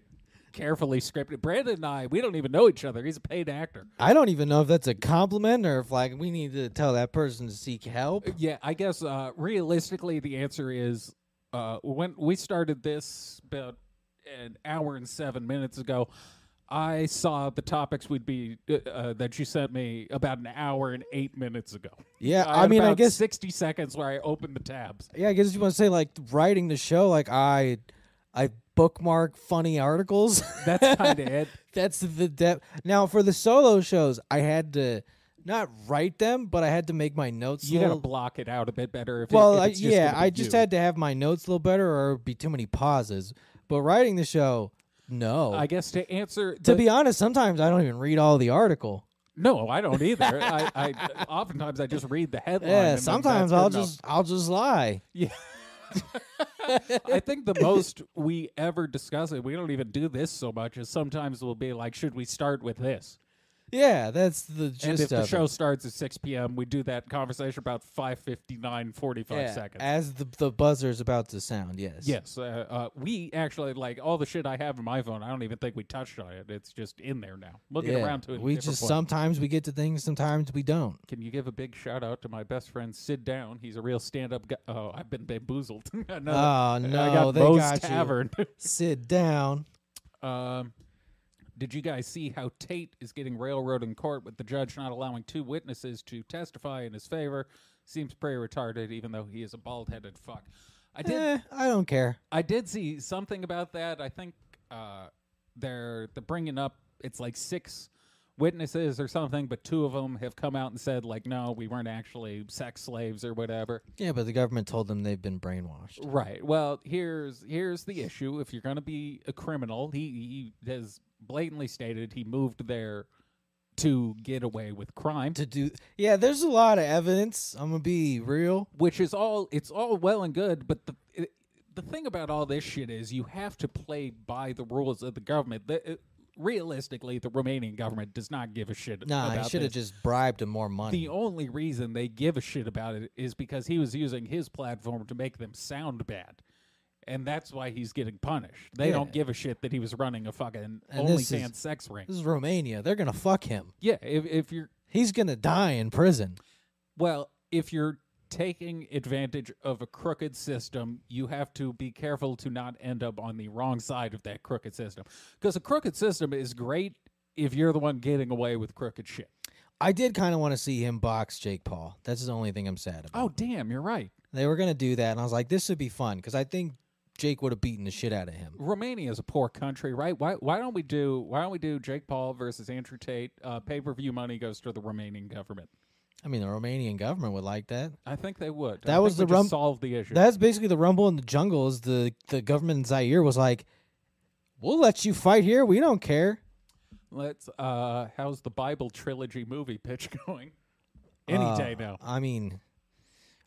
Speaker 2: carefully scripting. Brandon and I, we don't even know each other. He's a paid actor.
Speaker 1: I don't even know if that's a compliment or if like we need to tell that person to seek help.
Speaker 2: Yeah, I guess uh, realistically, the answer is uh, when we started this about an hour and seven minutes ago. I saw the topics we'd be uh, uh, that you sent me about an hour and eight minutes ago.
Speaker 1: Yeah, I,
Speaker 2: had
Speaker 1: mean, I
Speaker 2: about
Speaker 1: guess
Speaker 2: sixty seconds where I opened the tabs.
Speaker 1: yeah, I guess you want to say like writing the show, like I, I bookmark funny articles. *laughs*
Speaker 2: *laughs* That's kind of it.
Speaker 1: That's the depth. Now for the solo shows, I had to not write them, but I had to make my notes.
Speaker 2: You
Speaker 1: a
Speaker 2: gotta
Speaker 1: little,
Speaker 2: block it out a bit better. If it-
Speaker 1: well,
Speaker 2: if
Speaker 1: I,
Speaker 2: it's just
Speaker 1: yeah,
Speaker 2: gonna be
Speaker 1: I just
Speaker 2: you.
Speaker 1: had to have my notes a little better, or it'd be too many pauses. But writing the show, no.
Speaker 2: I guess to answer
Speaker 1: to
Speaker 2: the-
Speaker 1: be honest, sometimes I don't even read all the article.
Speaker 2: no, I don't either. I, I oftentimes Oh, I just read the headline. and
Speaker 1: Yeah,
Speaker 2: then
Speaker 1: sometimes
Speaker 2: that's
Speaker 1: I'll
Speaker 2: good enough.
Speaker 1: just I'll just lie.
Speaker 2: I think the most we ever discuss it. We don't even do this so much. Is sometimes we'll be like, should we start with this?
Speaker 1: Yeah, that's the
Speaker 2: and
Speaker 1: gist
Speaker 2: if
Speaker 1: of
Speaker 2: the
Speaker 1: it.
Speaker 2: show starts at 6 p.m., we do that conversation about 5:59, 45
Speaker 1: Yeah,
Speaker 2: seconds.
Speaker 1: As the the buzzer is about to sound, yes.
Speaker 2: Yes, uh, uh, we actually like all the shit I have in my phone. I don't even think we touched on it. It's just in there now. We'll get
Speaker 1: Yeah.
Speaker 2: around to it. at a
Speaker 1: We
Speaker 2: different
Speaker 1: just
Speaker 2: point.
Speaker 1: sometimes we get to things, sometimes we don't.
Speaker 2: Can you give a big shout out to my best friend Sid Down? He's a real stand-up guy. Oh, I've been bamboozled. *laughs* Another-
Speaker 1: Oh,
Speaker 2: I
Speaker 1: no,
Speaker 2: got
Speaker 1: they
Speaker 2: Moe's
Speaker 1: got you.
Speaker 2: Tavern. *laughs*
Speaker 1: Sit down.
Speaker 2: um, did you guys see how Tate is getting railroaded in court with the judge not allowing two witnesses to testify in his favor? Seems pretty retarded, even though he is a bald-headed fuck. I did
Speaker 1: Eh, I don't care.
Speaker 2: I did see something about that. I think uh, they're they're bringing up it's like six witnesses or something, but two of them have come out and said like, no, we weren't actually sex slaves or whatever.
Speaker 1: Yeah, but the government told them they've been brainwashed.
Speaker 2: Right. Well, here's here's the issue. If you're going to be a criminal, he, he has blatantly stated he moved there to get away with crime.
Speaker 1: To do Yeah, there's a lot of evidence. I'm gonna be real.
Speaker 2: which is all it's all well and good but the it, the thing about all this shit is you have to play by the rules of the government the, it, realistically the romanian government does not give a shit
Speaker 1: Nah, I
Speaker 2: about
Speaker 1: should have
Speaker 2: this.
Speaker 1: just bribed him more money.
Speaker 2: the only reason they give a shit about it is because he was using his platform to make them sound bad and that's why he's getting punished they
Speaker 1: Yeah.
Speaker 2: don't give a shit that he was running a fucking
Speaker 1: And this is-
Speaker 2: OnlyFans sex ring
Speaker 1: this is Romania. They're gonna fuck him.
Speaker 2: yeah if, if you're
Speaker 1: He's gonna die in prison.
Speaker 2: Well, if you're taking advantage of a crooked system, you have to be careful to not end up on the wrong side of that crooked system. Because a crooked system is great if you're the one getting away with crooked shit.
Speaker 1: I did kind of want to see him box Jake Paul. That's the only thing I'm sad about.
Speaker 2: Oh, damn, you're right.
Speaker 1: They were gonna do that, and I was like, this would be fun because I think Jake would have beaten the shit out of him.
Speaker 2: Romania is a poor country, right? Why why don't we do why don't we do Jake Paul versus Andrew Tate? Uh, Pay per view money goes to the Romanian government.
Speaker 1: I mean, the Romanian government would like that.
Speaker 2: I think they would.
Speaker 1: That
Speaker 2: I
Speaker 1: was
Speaker 2: think
Speaker 1: the
Speaker 2: we
Speaker 1: rum-
Speaker 2: just solved the issue.
Speaker 1: That's basically the rumble in the jungle. Is the the government in Zaire was like, we'll let you fight here. We don't care.
Speaker 2: Let's. Uh, how's the Bible trilogy movie pitch *laughs* going? Any
Speaker 1: Uh,
Speaker 2: day now.
Speaker 1: I mean,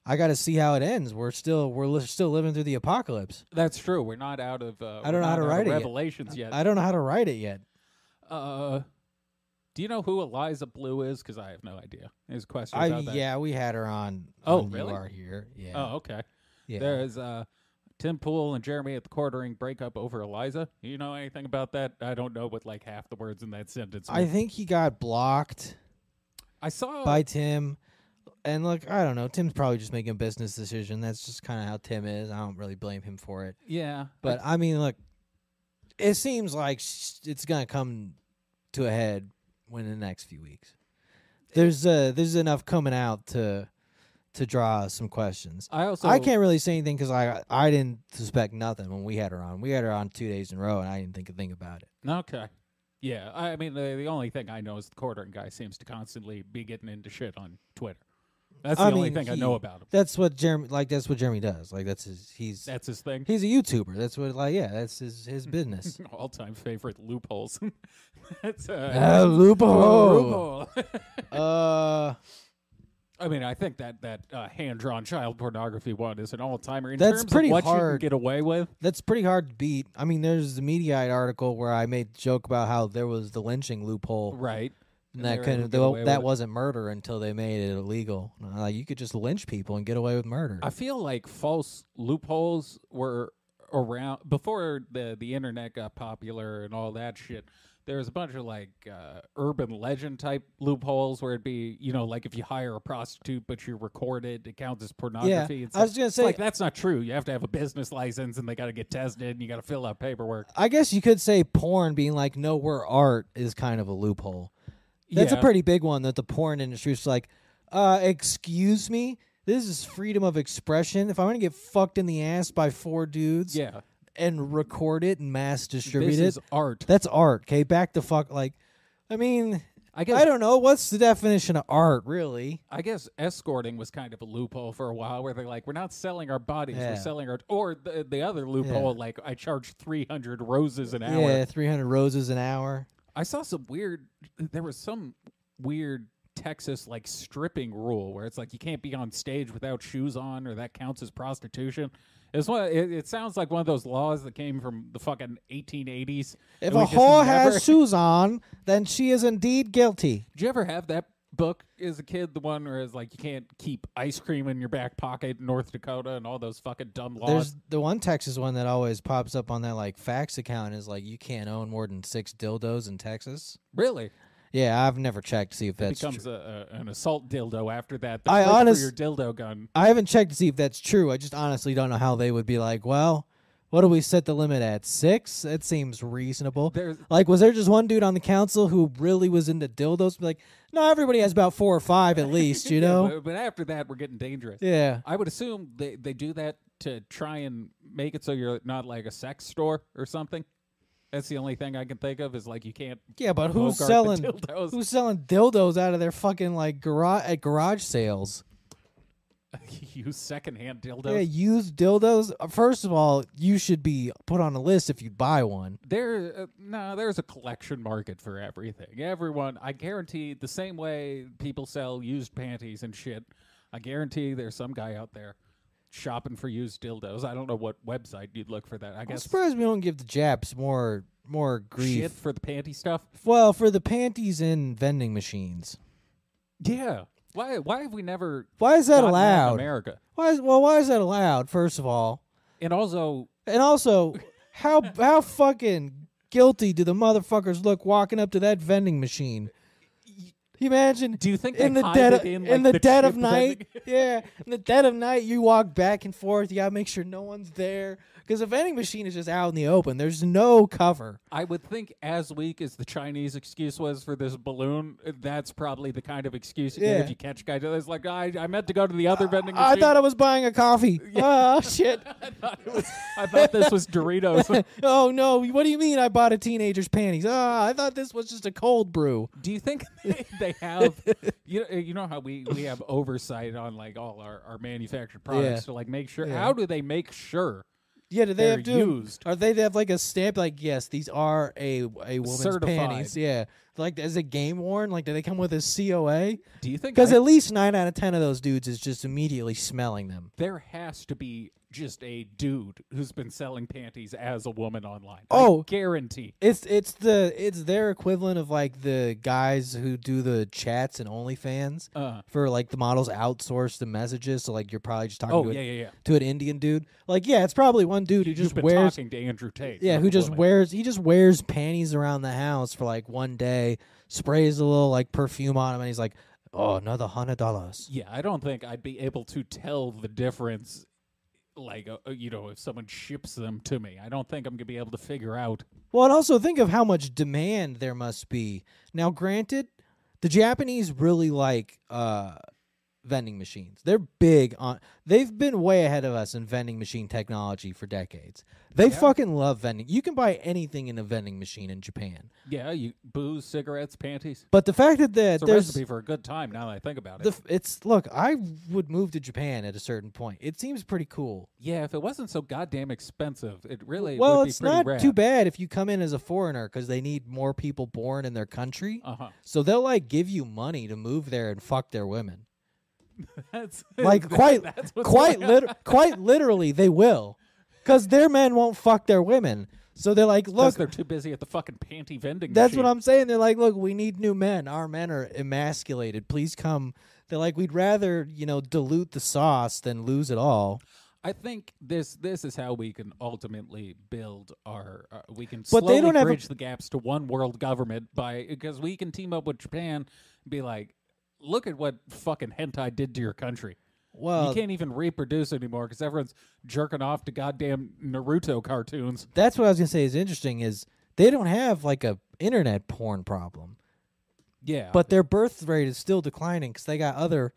Speaker 1: I got to see how it ends. We're still we're li- still living through the apocalypse.
Speaker 2: That's true. We're not out of. Uh,
Speaker 1: I don't
Speaker 2: we're
Speaker 1: know how
Speaker 2: not
Speaker 1: to
Speaker 2: out of
Speaker 1: write it yet.
Speaker 2: Revelations yet.
Speaker 1: I don't know how to write it yet.
Speaker 2: uh, do you know who Eliza Blue is? Because I have no idea. There's a question
Speaker 1: I
Speaker 2: about that.
Speaker 1: yeah, we had her on.
Speaker 2: Oh,
Speaker 1: on
Speaker 2: really?
Speaker 1: You are here. Yeah.
Speaker 2: Oh, okay.
Speaker 1: yeah.
Speaker 2: There's uh, Tim Pool and Jeremy at the quartering breakup over Eliza. You know anything about that? I don't know what like half the words in that sentence.
Speaker 1: I
Speaker 2: mean.
Speaker 1: think he got blocked
Speaker 2: I saw.
Speaker 1: by Tim. And look, I don't know. Tim's probably just making a business decision. That's just kind of how Tim is. I don't really blame him for it.
Speaker 2: yeah,
Speaker 1: But I mean, look, it seems like sh- it's gonna come to a head within the next few weeks. There's uh, there's enough coming out to to draw some questions.
Speaker 2: I also
Speaker 1: I can't really say anything because I I didn't suspect nothing when we had her on. We had her on two days in a row, and I didn't think a thing about it.
Speaker 2: Okay. Yeah, I mean the, the only thing I know is the quartering guy seems to constantly be getting into shit on Twitter. That's the
Speaker 1: I
Speaker 2: only
Speaker 1: mean,
Speaker 2: thing I
Speaker 1: he-
Speaker 2: know about him.
Speaker 1: That's what Jeremy like. That's what Jeremy does. Like that's his. He's
Speaker 2: That's his thing.
Speaker 1: he's a YouTuber. That's what like yeah. That's his his business.
Speaker 2: All time favorite loopholes. *laughs*
Speaker 1: *laughs*
Speaker 2: That's uh,
Speaker 1: uh, loophole.
Speaker 2: loophole.
Speaker 1: Uh,
Speaker 2: *laughs* I mean, I think that that uh, hand drawn child pornography one is an all timer. In
Speaker 1: That's
Speaker 2: terms
Speaker 1: pretty
Speaker 2: of what you
Speaker 1: hard.
Speaker 2: can get away with.
Speaker 1: That's pretty hard to beat. I mean, there's the Mediaite article where I made a joke about how there was the lynching loophole,
Speaker 2: Right.
Speaker 1: and
Speaker 2: they
Speaker 1: that
Speaker 2: were
Speaker 1: kind
Speaker 2: able to
Speaker 1: of
Speaker 2: get away
Speaker 1: that,
Speaker 2: with it.
Speaker 1: wasn't murder until they made it illegal. And I'm Like you could just lynch people and get away with murder.
Speaker 2: I feel like false loopholes were around before the the internet got popular and all that shit. There was a bunch of like uh, urban legend type loopholes where it'd be, you know, like if you hire a prostitute but you record it, it counts as
Speaker 1: yeah,
Speaker 2: pornography. and
Speaker 1: I was gonna
Speaker 2: It's
Speaker 1: say.
Speaker 2: like that's not true. You have to have a business license and they got to get tested and you got to fill out paperwork.
Speaker 1: I guess you could say porn being like, no, we're art is kind of a loophole. That's
Speaker 2: Yeah.
Speaker 1: a pretty big one that the porn industry is like, uh, excuse me, this is freedom of expression. If I'm gonna get fucked in the ass by four dudes
Speaker 2: Yeah,
Speaker 1: and record it and mass distribute
Speaker 2: this
Speaker 1: it,
Speaker 2: is art.
Speaker 1: That's art, okay? Back the fuck like I mean,
Speaker 2: I guess
Speaker 1: I don't know what's the definition of art really.
Speaker 2: I guess escorting was kind of a loophole for a while, where they're like, "We're not selling our bodies;
Speaker 1: Yeah.
Speaker 2: we're selling our." Or the the other loophole, like I charge three hundred roses an hour.
Speaker 1: Yeah, 300 roses an hour.
Speaker 2: I saw some weird. There was some weird Texas like stripping rule where it's like you can't be on stage without shoes on or that counts as prostitution. It's one. It, it sounds like one of those laws that came from the fucking 1880s.
Speaker 1: If
Speaker 2: and we
Speaker 1: a
Speaker 2: just
Speaker 1: whore
Speaker 2: never- *laughs*
Speaker 1: has shoes on, then she is indeed guilty.
Speaker 2: Did you ever have that book as a kid? The one where it's like you can't keep ice cream in your back pocket in North Dakota and all those fucking dumb laws.
Speaker 1: There's the one Texas one that always pops up on that like fax account is like you can't own more than six dildos in Texas.
Speaker 2: really
Speaker 1: Yeah, I've never checked to see if that's
Speaker 2: becomes
Speaker 1: true.
Speaker 2: a, a, an assault dildo after that. The
Speaker 1: I
Speaker 2: clip for
Speaker 1: honest-
Speaker 2: your dildo gun.
Speaker 1: I haven't checked to see if that's true. I just honestly don't know how they would be like, well, what do we set the limit at? Six? That seems reasonable.
Speaker 2: There's-
Speaker 1: like, was there just one dude on the council who really was into dildos? Be like, no, everybody has about four or five at least, you
Speaker 2: *laughs* Yeah,
Speaker 1: know?
Speaker 2: but, but after that, we're getting dangerous.
Speaker 1: yeah.
Speaker 2: I would assume they, they do that to try and make it so you're not like a sex store or something. That's the only thing I can think of is like you can't.
Speaker 1: Yeah, but who's
Speaker 2: Bogart the
Speaker 1: selling
Speaker 2: dildos. *laughs*
Speaker 1: who's selling dildos out of their fucking like garage at garage sales?
Speaker 2: use secondhand dildos.
Speaker 1: Yeah, used dildos. Uh, First of all, you should be put on a list if you buy one.
Speaker 2: there uh, no there's a collection market for everything everyone i guarantee the same way people sell used panties and shit i guarantee there's some guy out there shopping for used dildos i don't know what website you'd look for that i
Speaker 1: I'm
Speaker 2: guess
Speaker 1: surprised we don't give the Japs more more grief.
Speaker 2: shit for the panty stuff
Speaker 1: Well, for the panties in vending machines.
Speaker 2: yeah why why have we never
Speaker 1: Why is that
Speaker 2: gotten that in
Speaker 1: allowed?
Speaker 2: america
Speaker 1: Why is well? Why is that allowed? First of all,
Speaker 2: and also
Speaker 1: and also, how how fucking guilty do the motherfuckers look walking up to that vending machine? Can you Imagine
Speaker 2: do you think
Speaker 1: in
Speaker 2: they
Speaker 1: the
Speaker 2: hide
Speaker 1: dead
Speaker 2: it
Speaker 1: of,
Speaker 2: in,
Speaker 1: in,
Speaker 2: like,
Speaker 1: the,
Speaker 2: the
Speaker 1: dead of
Speaker 2: chip
Speaker 1: night.
Speaker 2: vending?
Speaker 1: *laughs* yeah, in the dead of night, you walk back and forth. You gotta make sure no one's there because the vending machine is just out in the open. There's no cover.
Speaker 2: *laughs* I would think as weak as the Chinese excuse was for this balloon, that's probably the kind of excuse you
Speaker 1: Yeah.
Speaker 2: get if you catch guys. It's like I, I meant to go to the other vending
Speaker 1: *laughs*
Speaker 2: machine.
Speaker 1: I thought I was buying a
Speaker 2: *laughs*
Speaker 1: coffee. Oh shit!
Speaker 2: I thought this
Speaker 1: *laughs*
Speaker 2: was Doritos.
Speaker 1: Oh no! What do you mean? I bought a teenager's panties? Ah, I thought this was just a cold brew.
Speaker 2: Do
Speaker 1: *laughs*
Speaker 2: you think they, they have you know, you know how we, we have oversight on like all our, our manufactured products
Speaker 1: Yeah.
Speaker 2: to like make sure
Speaker 1: Yeah.
Speaker 2: how do they make sure
Speaker 1: Yeah, do they
Speaker 2: They're
Speaker 1: have to?
Speaker 2: used.
Speaker 1: Are they they have like a stamp? Like yes, these are a a woman's
Speaker 2: Certified.
Speaker 1: panties. Yeah, like as a game worn. Like do they come with a COA?
Speaker 2: do you think
Speaker 1: Because
Speaker 2: I-
Speaker 1: at least nine out of ten of those dudes is just immediately smelling them.
Speaker 2: there has to be just a dude who's been selling panties as a woman online?
Speaker 1: Oh.
Speaker 2: I guarantee.
Speaker 1: It's it's the it's their equivalent of like the guys who do the chats and OnlyFans
Speaker 2: Uh,
Speaker 1: for like the models outsource the messages. So like you're probably just talking
Speaker 2: oh
Speaker 1: to,
Speaker 2: yeah,
Speaker 1: an,
Speaker 2: yeah, yeah.
Speaker 1: to an Indian dude. Like yeah, it's probably one dude who
Speaker 2: Who's
Speaker 1: just
Speaker 2: been
Speaker 1: wears
Speaker 2: talking to Andrew Tate?
Speaker 1: yeah
Speaker 2: not
Speaker 1: who
Speaker 2: the
Speaker 1: just
Speaker 2: woman.
Speaker 1: wears he just wears panties around the house for like one day, sprays a little like perfume on him, and he's like, oh another hundred dollars.
Speaker 2: Yeah, I don't think I'd be able to tell the difference. Like, uh, uh, you know, if someone ships them to me, I don't think I'm gonna be able to figure out.
Speaker 1: Well, and also think of how much demand there must be. Now, granted, the Japanese really like uh, vending machines. They're big on. They've been way ahead of us in vending machine technology for decades. They fucking love vending. You can buy anything in a vending machine in Japan.
Speaker 2: Yeah, you booze, cigarettes, panties.
Speaker 1: But the fact that that
Speaker 2: It's a
Speaker 1: there's
Speaker 2: recipe for a good time. Now that I think about it.
Speaker 1: the, f- it's look, I would move to Japan at a certain point. It seems pretty cool.
Speaker 2: yeah, if it wasn't so goddamn expensive, it really
Speaker 1: well,
Speaker 2: would be
Speaker 1: it's
Speaker 2: pretty
Speaker 1: not
Speaker 2: rad.
Speaker 1: too bad if you come in as a foreigner because they need more people born in their country.
Speaker 2: Uh huh.
Speaker 1: So they'll like give you money to move there and fuck their *laughs* women.
Speaker 2: *laughs* That's
Speaker 1: Like *laughs* quite
Speaker 2: That's what's
Speaker 1: quite
Speaker 2: going on.
Speaker 1: lit- quite literally they will. Cuz their men won't fuck their women. So they're like,
Speaker 2: *laughs* 'Cause
Speaker 1: "Look,
Speaker 2: they're too busy at the fucking panty vending.
Speaker 1: that's
Speaker 2: machine.
Speaker 1: what I'm saying. They're like, "Look, we need new men. Our men are emasculated. Please come." They're like, "We'd rather, you know, dilute the sauce than lose it all."
Speaker 2: I think this this is how we can ultimately build our. Uh, we can
Speaker 1: But
Speaker 2: slowly
Speaker 1: they don't have a-
Speaker 2: bridge the gaps to one world government by because we can team up with Japan, and be like, look at what fucking hentai did to your country. you
Speaker 1: Well,
Speaker 2: can't even reproduce anymore because everyone's jerking off to goddamn Naruto cartoons.
Speaker 1: that's what I was going to say is interesting is they don't have like a internet porn problem.
Speaker 2: Yeah,
Speaker 1: but their birth rate is still declining because they got other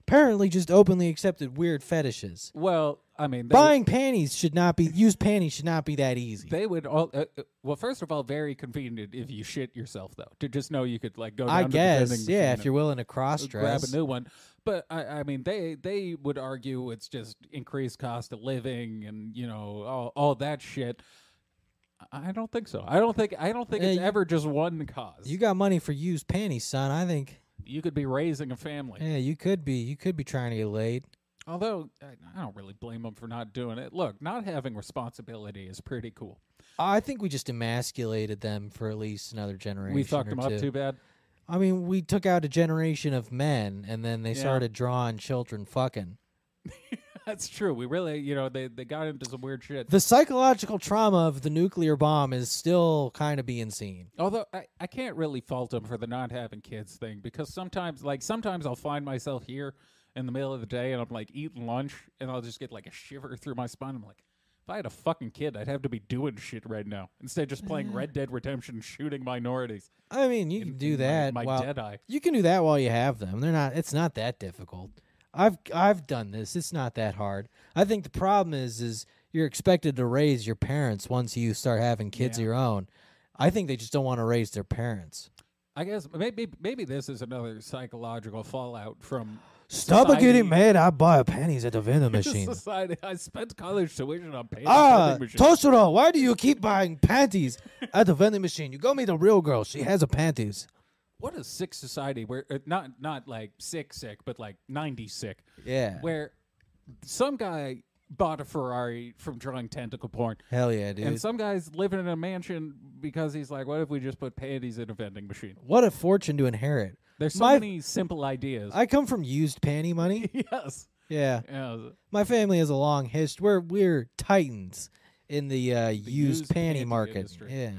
Speaker 1: apparently just openly accepted weird fetishes
Speaker 2: well, I mean, they,
Speaker 1: buying panties should not be used panties should not be that easy
Speaker 2: they would all. Uh, uh, well, first of all, very convenient if you shit yourself though to just know you could like go. Down
Speaker 1: i
Speaker 2: to the vending
Speaker 1: guess
Speaker 2: machine
Speaker 1: yeah
Speaker 2: and-
Speaker 1: if you're willing to cross
Speaker 2: grab a
Speaker 1: dress
Speaker 2: new one. But I, I mean, they they would argue it's just increased cost of living and you know all, all that shit. I don't think so. I don't think I don't think
Speaker 1: Yeah,
Speaker 2: it's
Speaker 1: you-
Speaker 2: ever just one cause.
Speaker 1: you got money for used panties son i think
Speaker 2: you could be raising a family.
Speaker 1: Yeah, you could be. You could be trying to get laid.
Speaker 2: Although I I don't really blame him for not doing it. Look, not having responsibility is pretty cool.
Speaker 1: I think we just emasculated them for at least another generation.
Speaker 2: We fucked
Speaker 1: or
Speaker 2: him
Speaker 1: two.
Speaker 2: up too bad. *laughs*
Speaker 1: I mean, we took out a generation of men, and then they
Speaker 2: Yeah.
Speaker 1: started drawing children fucking.
Speaker 2: That's true. We really, you know, they they got into some weird shit.
Speaker 1: The psychological trauma of the nuclear bomb is still kind of being seen.
Speaker 2: Although I, I can't really fault him for the not having kids thing because sometimes like sometimes I'll find myself here in the middle of the day and I'm like eating lunch and I'll just get like a shiver through my spine. I'm like, if I had a fucking kid, I'd have to be doing shit right now instead of just playing Red Dead Redemption, shooting minorities.
Speaker 1: I mean, you can do that.
Speaker 2: My, my
Speaker 1: while,
Speaker 2: Deadeye.
Speaker 1: You can do that while you have them. They're not. It's not that difficult. I've I've done this. It's not that hard. I think the problem is is you're expected to raise your parents once you start having kids
Speaker 2: Yeah.
Speaker 1: of your own. I think they just don't want to raise their parents.
Speaker 2: I guess maybe maybe this is another psychological fallout from
Speaker 1: Stop
Speaker 2: Society-
Speaker 1: getting
Speaker 2: *laughs*
Speaker 1: mad. I buy pennies at the vending machine.
Speaker 2: society. I spent college tuition on paying
Speaker 1: Ah,
Speaker 2: machine.
Speaker 1: Toshiro, why do you keep buying panties at the vending machine? You go meet a real girl. She has a panties.
Speaker 2: what a sick society where uh, not not like sick sick but like 90 sick
Speaker 1: Yeah.
Speaker 2: where some guy bought a ferrari from drawing tentacle porn
Speaker 1: Hell yeah, dude.
Speaker 2: and some guy's living in a mansion because he's like what if we just put panties in a vending machine
Speaker 1: what a fortune to inherit.
Speaker 2: there's so
Speaker 1: My-
Speaker 2: many simple ideas
Speaker 1: I come from used panty money.
Speaker 2: *laughs* yes
Speaker 1: Yeah.
Speaker 2: yeah
Speaker 1: My family has a long history. We're, we're titans in the, uh, used,
Speaker 2: used
Speaker 1: panty,
Speaker 2: panty
Speaker 1: market.
Speaker 2: industry.
Speaker 1: Yeah.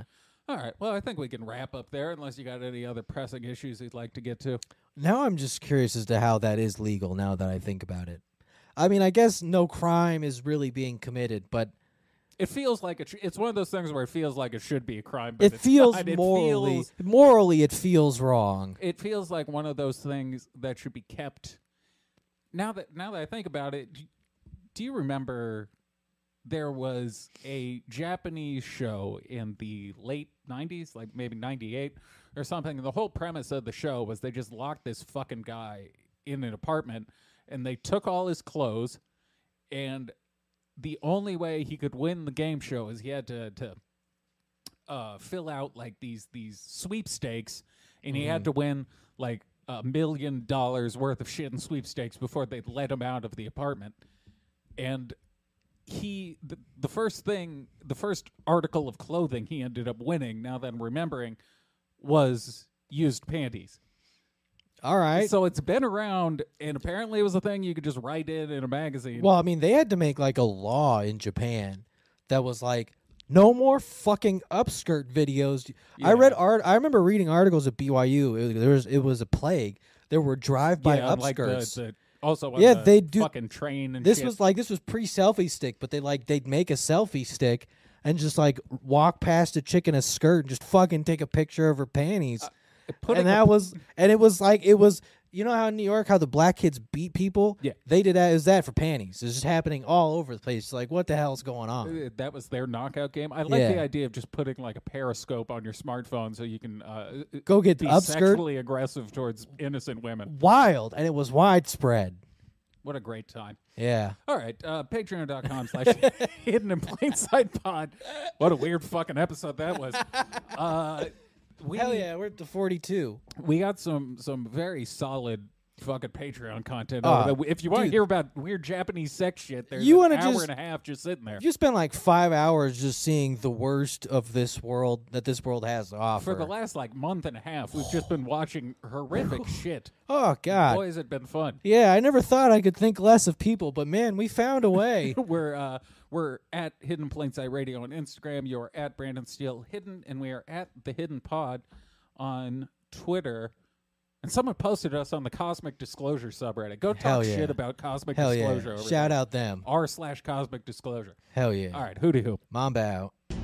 Speaker 2: all right well i think we can wrap up there unless you got any other pressing issues you'd like to get to
Speaker 1: Now I'm just curious as to how that is legal now that I think about it. I mean, I guess no crime is really being committed, but
Speaker 2: it feels like it sh- it's one of those things where it feels like it should be a crime but
Speaker 1: it
Speaker 2: it's
Speaker 1: feels
Speaker 2: not. It
Speaker 1: morally
Speaker 2: feels-
Speaker 1: morally it feels wrong.
Speaker 2: it feels like one of those things that should be kept. Now that now that I think about it, d- do you remember there was a Japanese show in the late '90s, like maybe '98 or something? And the whole premise of the show was they just locked this fucking guy in an apartment, and they took all his clothes, and the only way he could win the game show is he had to to uh, fill out like these these sweepstakes, and he
Speaker 1: Mm.
Speaker 2: had to win like a million dollars worth of shit in sweepstakes before they let him out of the apartment. And he the, the first thing, the first article of clothing he ended up winning. Now that I'm remembering, was used panties.
Speaker 1: All right.
Speaker 2: So it's been around, and apparently it was a thing you could just write in in a magazine.
Speaker 1: Well, I mean, they had to make like a law in Japan that was like no more fucking upskirt videos. I read art. I remember reading articles at BYU. It, there was it was a plague. There were drive by
Speaker 2: yeah,
Speaker 1: upskirts.
Speaker 2: like the, the, also on
Speaker 1: Yeah,
Speaker 2: the
Speaker 1: they do-
Speaker 2: fucking train and
Speaker 1: this
Speaker 2: shit.
Speaker 1: was like this was pre selfie stick, but they like they'd make a selfie stick and just like walk past a chick in a skirt and just fucking take a picture of her panties.
Speaker 2: Uh, putting
Speaker 1: and
Speaker 2: a
Speaker 1: that was and it was like it was you know how in New York how the black kids beat people?
Speaker 2: Yeah.
Speaker 1: They did that it was that for panties. It's just happening all over the place. Like what the hell's going on?
Speaker 2: Uh, that was their knockout game. I like the
Speaker 1: Yeah.
Speaker 2: idea of just putting like a periscope on your smartphone so you can uh, uh,
Speaker 1: Go get
Speaker 2: be
Speaker 1: the upskirt.
Speaker 2: sexually aggressive towards innocent women.
Speaker 1: Wild and it was widespread.
Speaker 2: What a great time.
Speaker 1: Yeah.
Speaker 2: All right, uh, patreon.com slash *laughs* hidden in plain sight pod. What a weird fucking episode that was. Uh, we,
Speaker 1: Hell yeah, we're up to forty two.
Speaker 2: we got some some very solid fucking Patreon content.
Speaker 1: Ah,
Speaker 2: over there. If you want to
Speaker 1: dude.
Speaker 2: hear about weird Japanese sex shit, there's
Speaker 1: You
Speaker 2: an
Speaker 1: wanna
Speaker 2: hour
Speaker 1: just-
Speaker 2: and a half just sitting there.
Speaker 1: You spend like five hours just seeing the worst of this world that this world has to offer.
Speaker 2: For the last like month and a half, we've just been watching
Speaker 1: *sighs*
Speaker 2: horrific shit.
Speaker 1: oh God.
Speaker 2: Boy, has it been fun.
Speaker 1: Yeah, I never thought I could think less of people, but man, we found a
Speaker 2: *laughs*
Speaker 1: way.
Speaker 2: We're uh, we're at Hidden Plainside Radio on Instagram. You're at Brandon Steele Hidden, and we are at the Hidden Pod on Twitter. And someone posted us on the Cosmic Disclosure subreddit. Go talk
Speaker 1: Hell yeah.
Speaker 2: shit about Cosmic
Speaker 1: Hell yeah.
Speaker 2: Disclosure. over
Speaker 1: Shout
Speaker 2: there.
Speaker 1: out them.
Speaker 2: r slash Cosmic Disclosure.
Speaker 1: Hell yeah.
Speaker 2: All right, hooty hoo.
Speaker 1: Mamba out.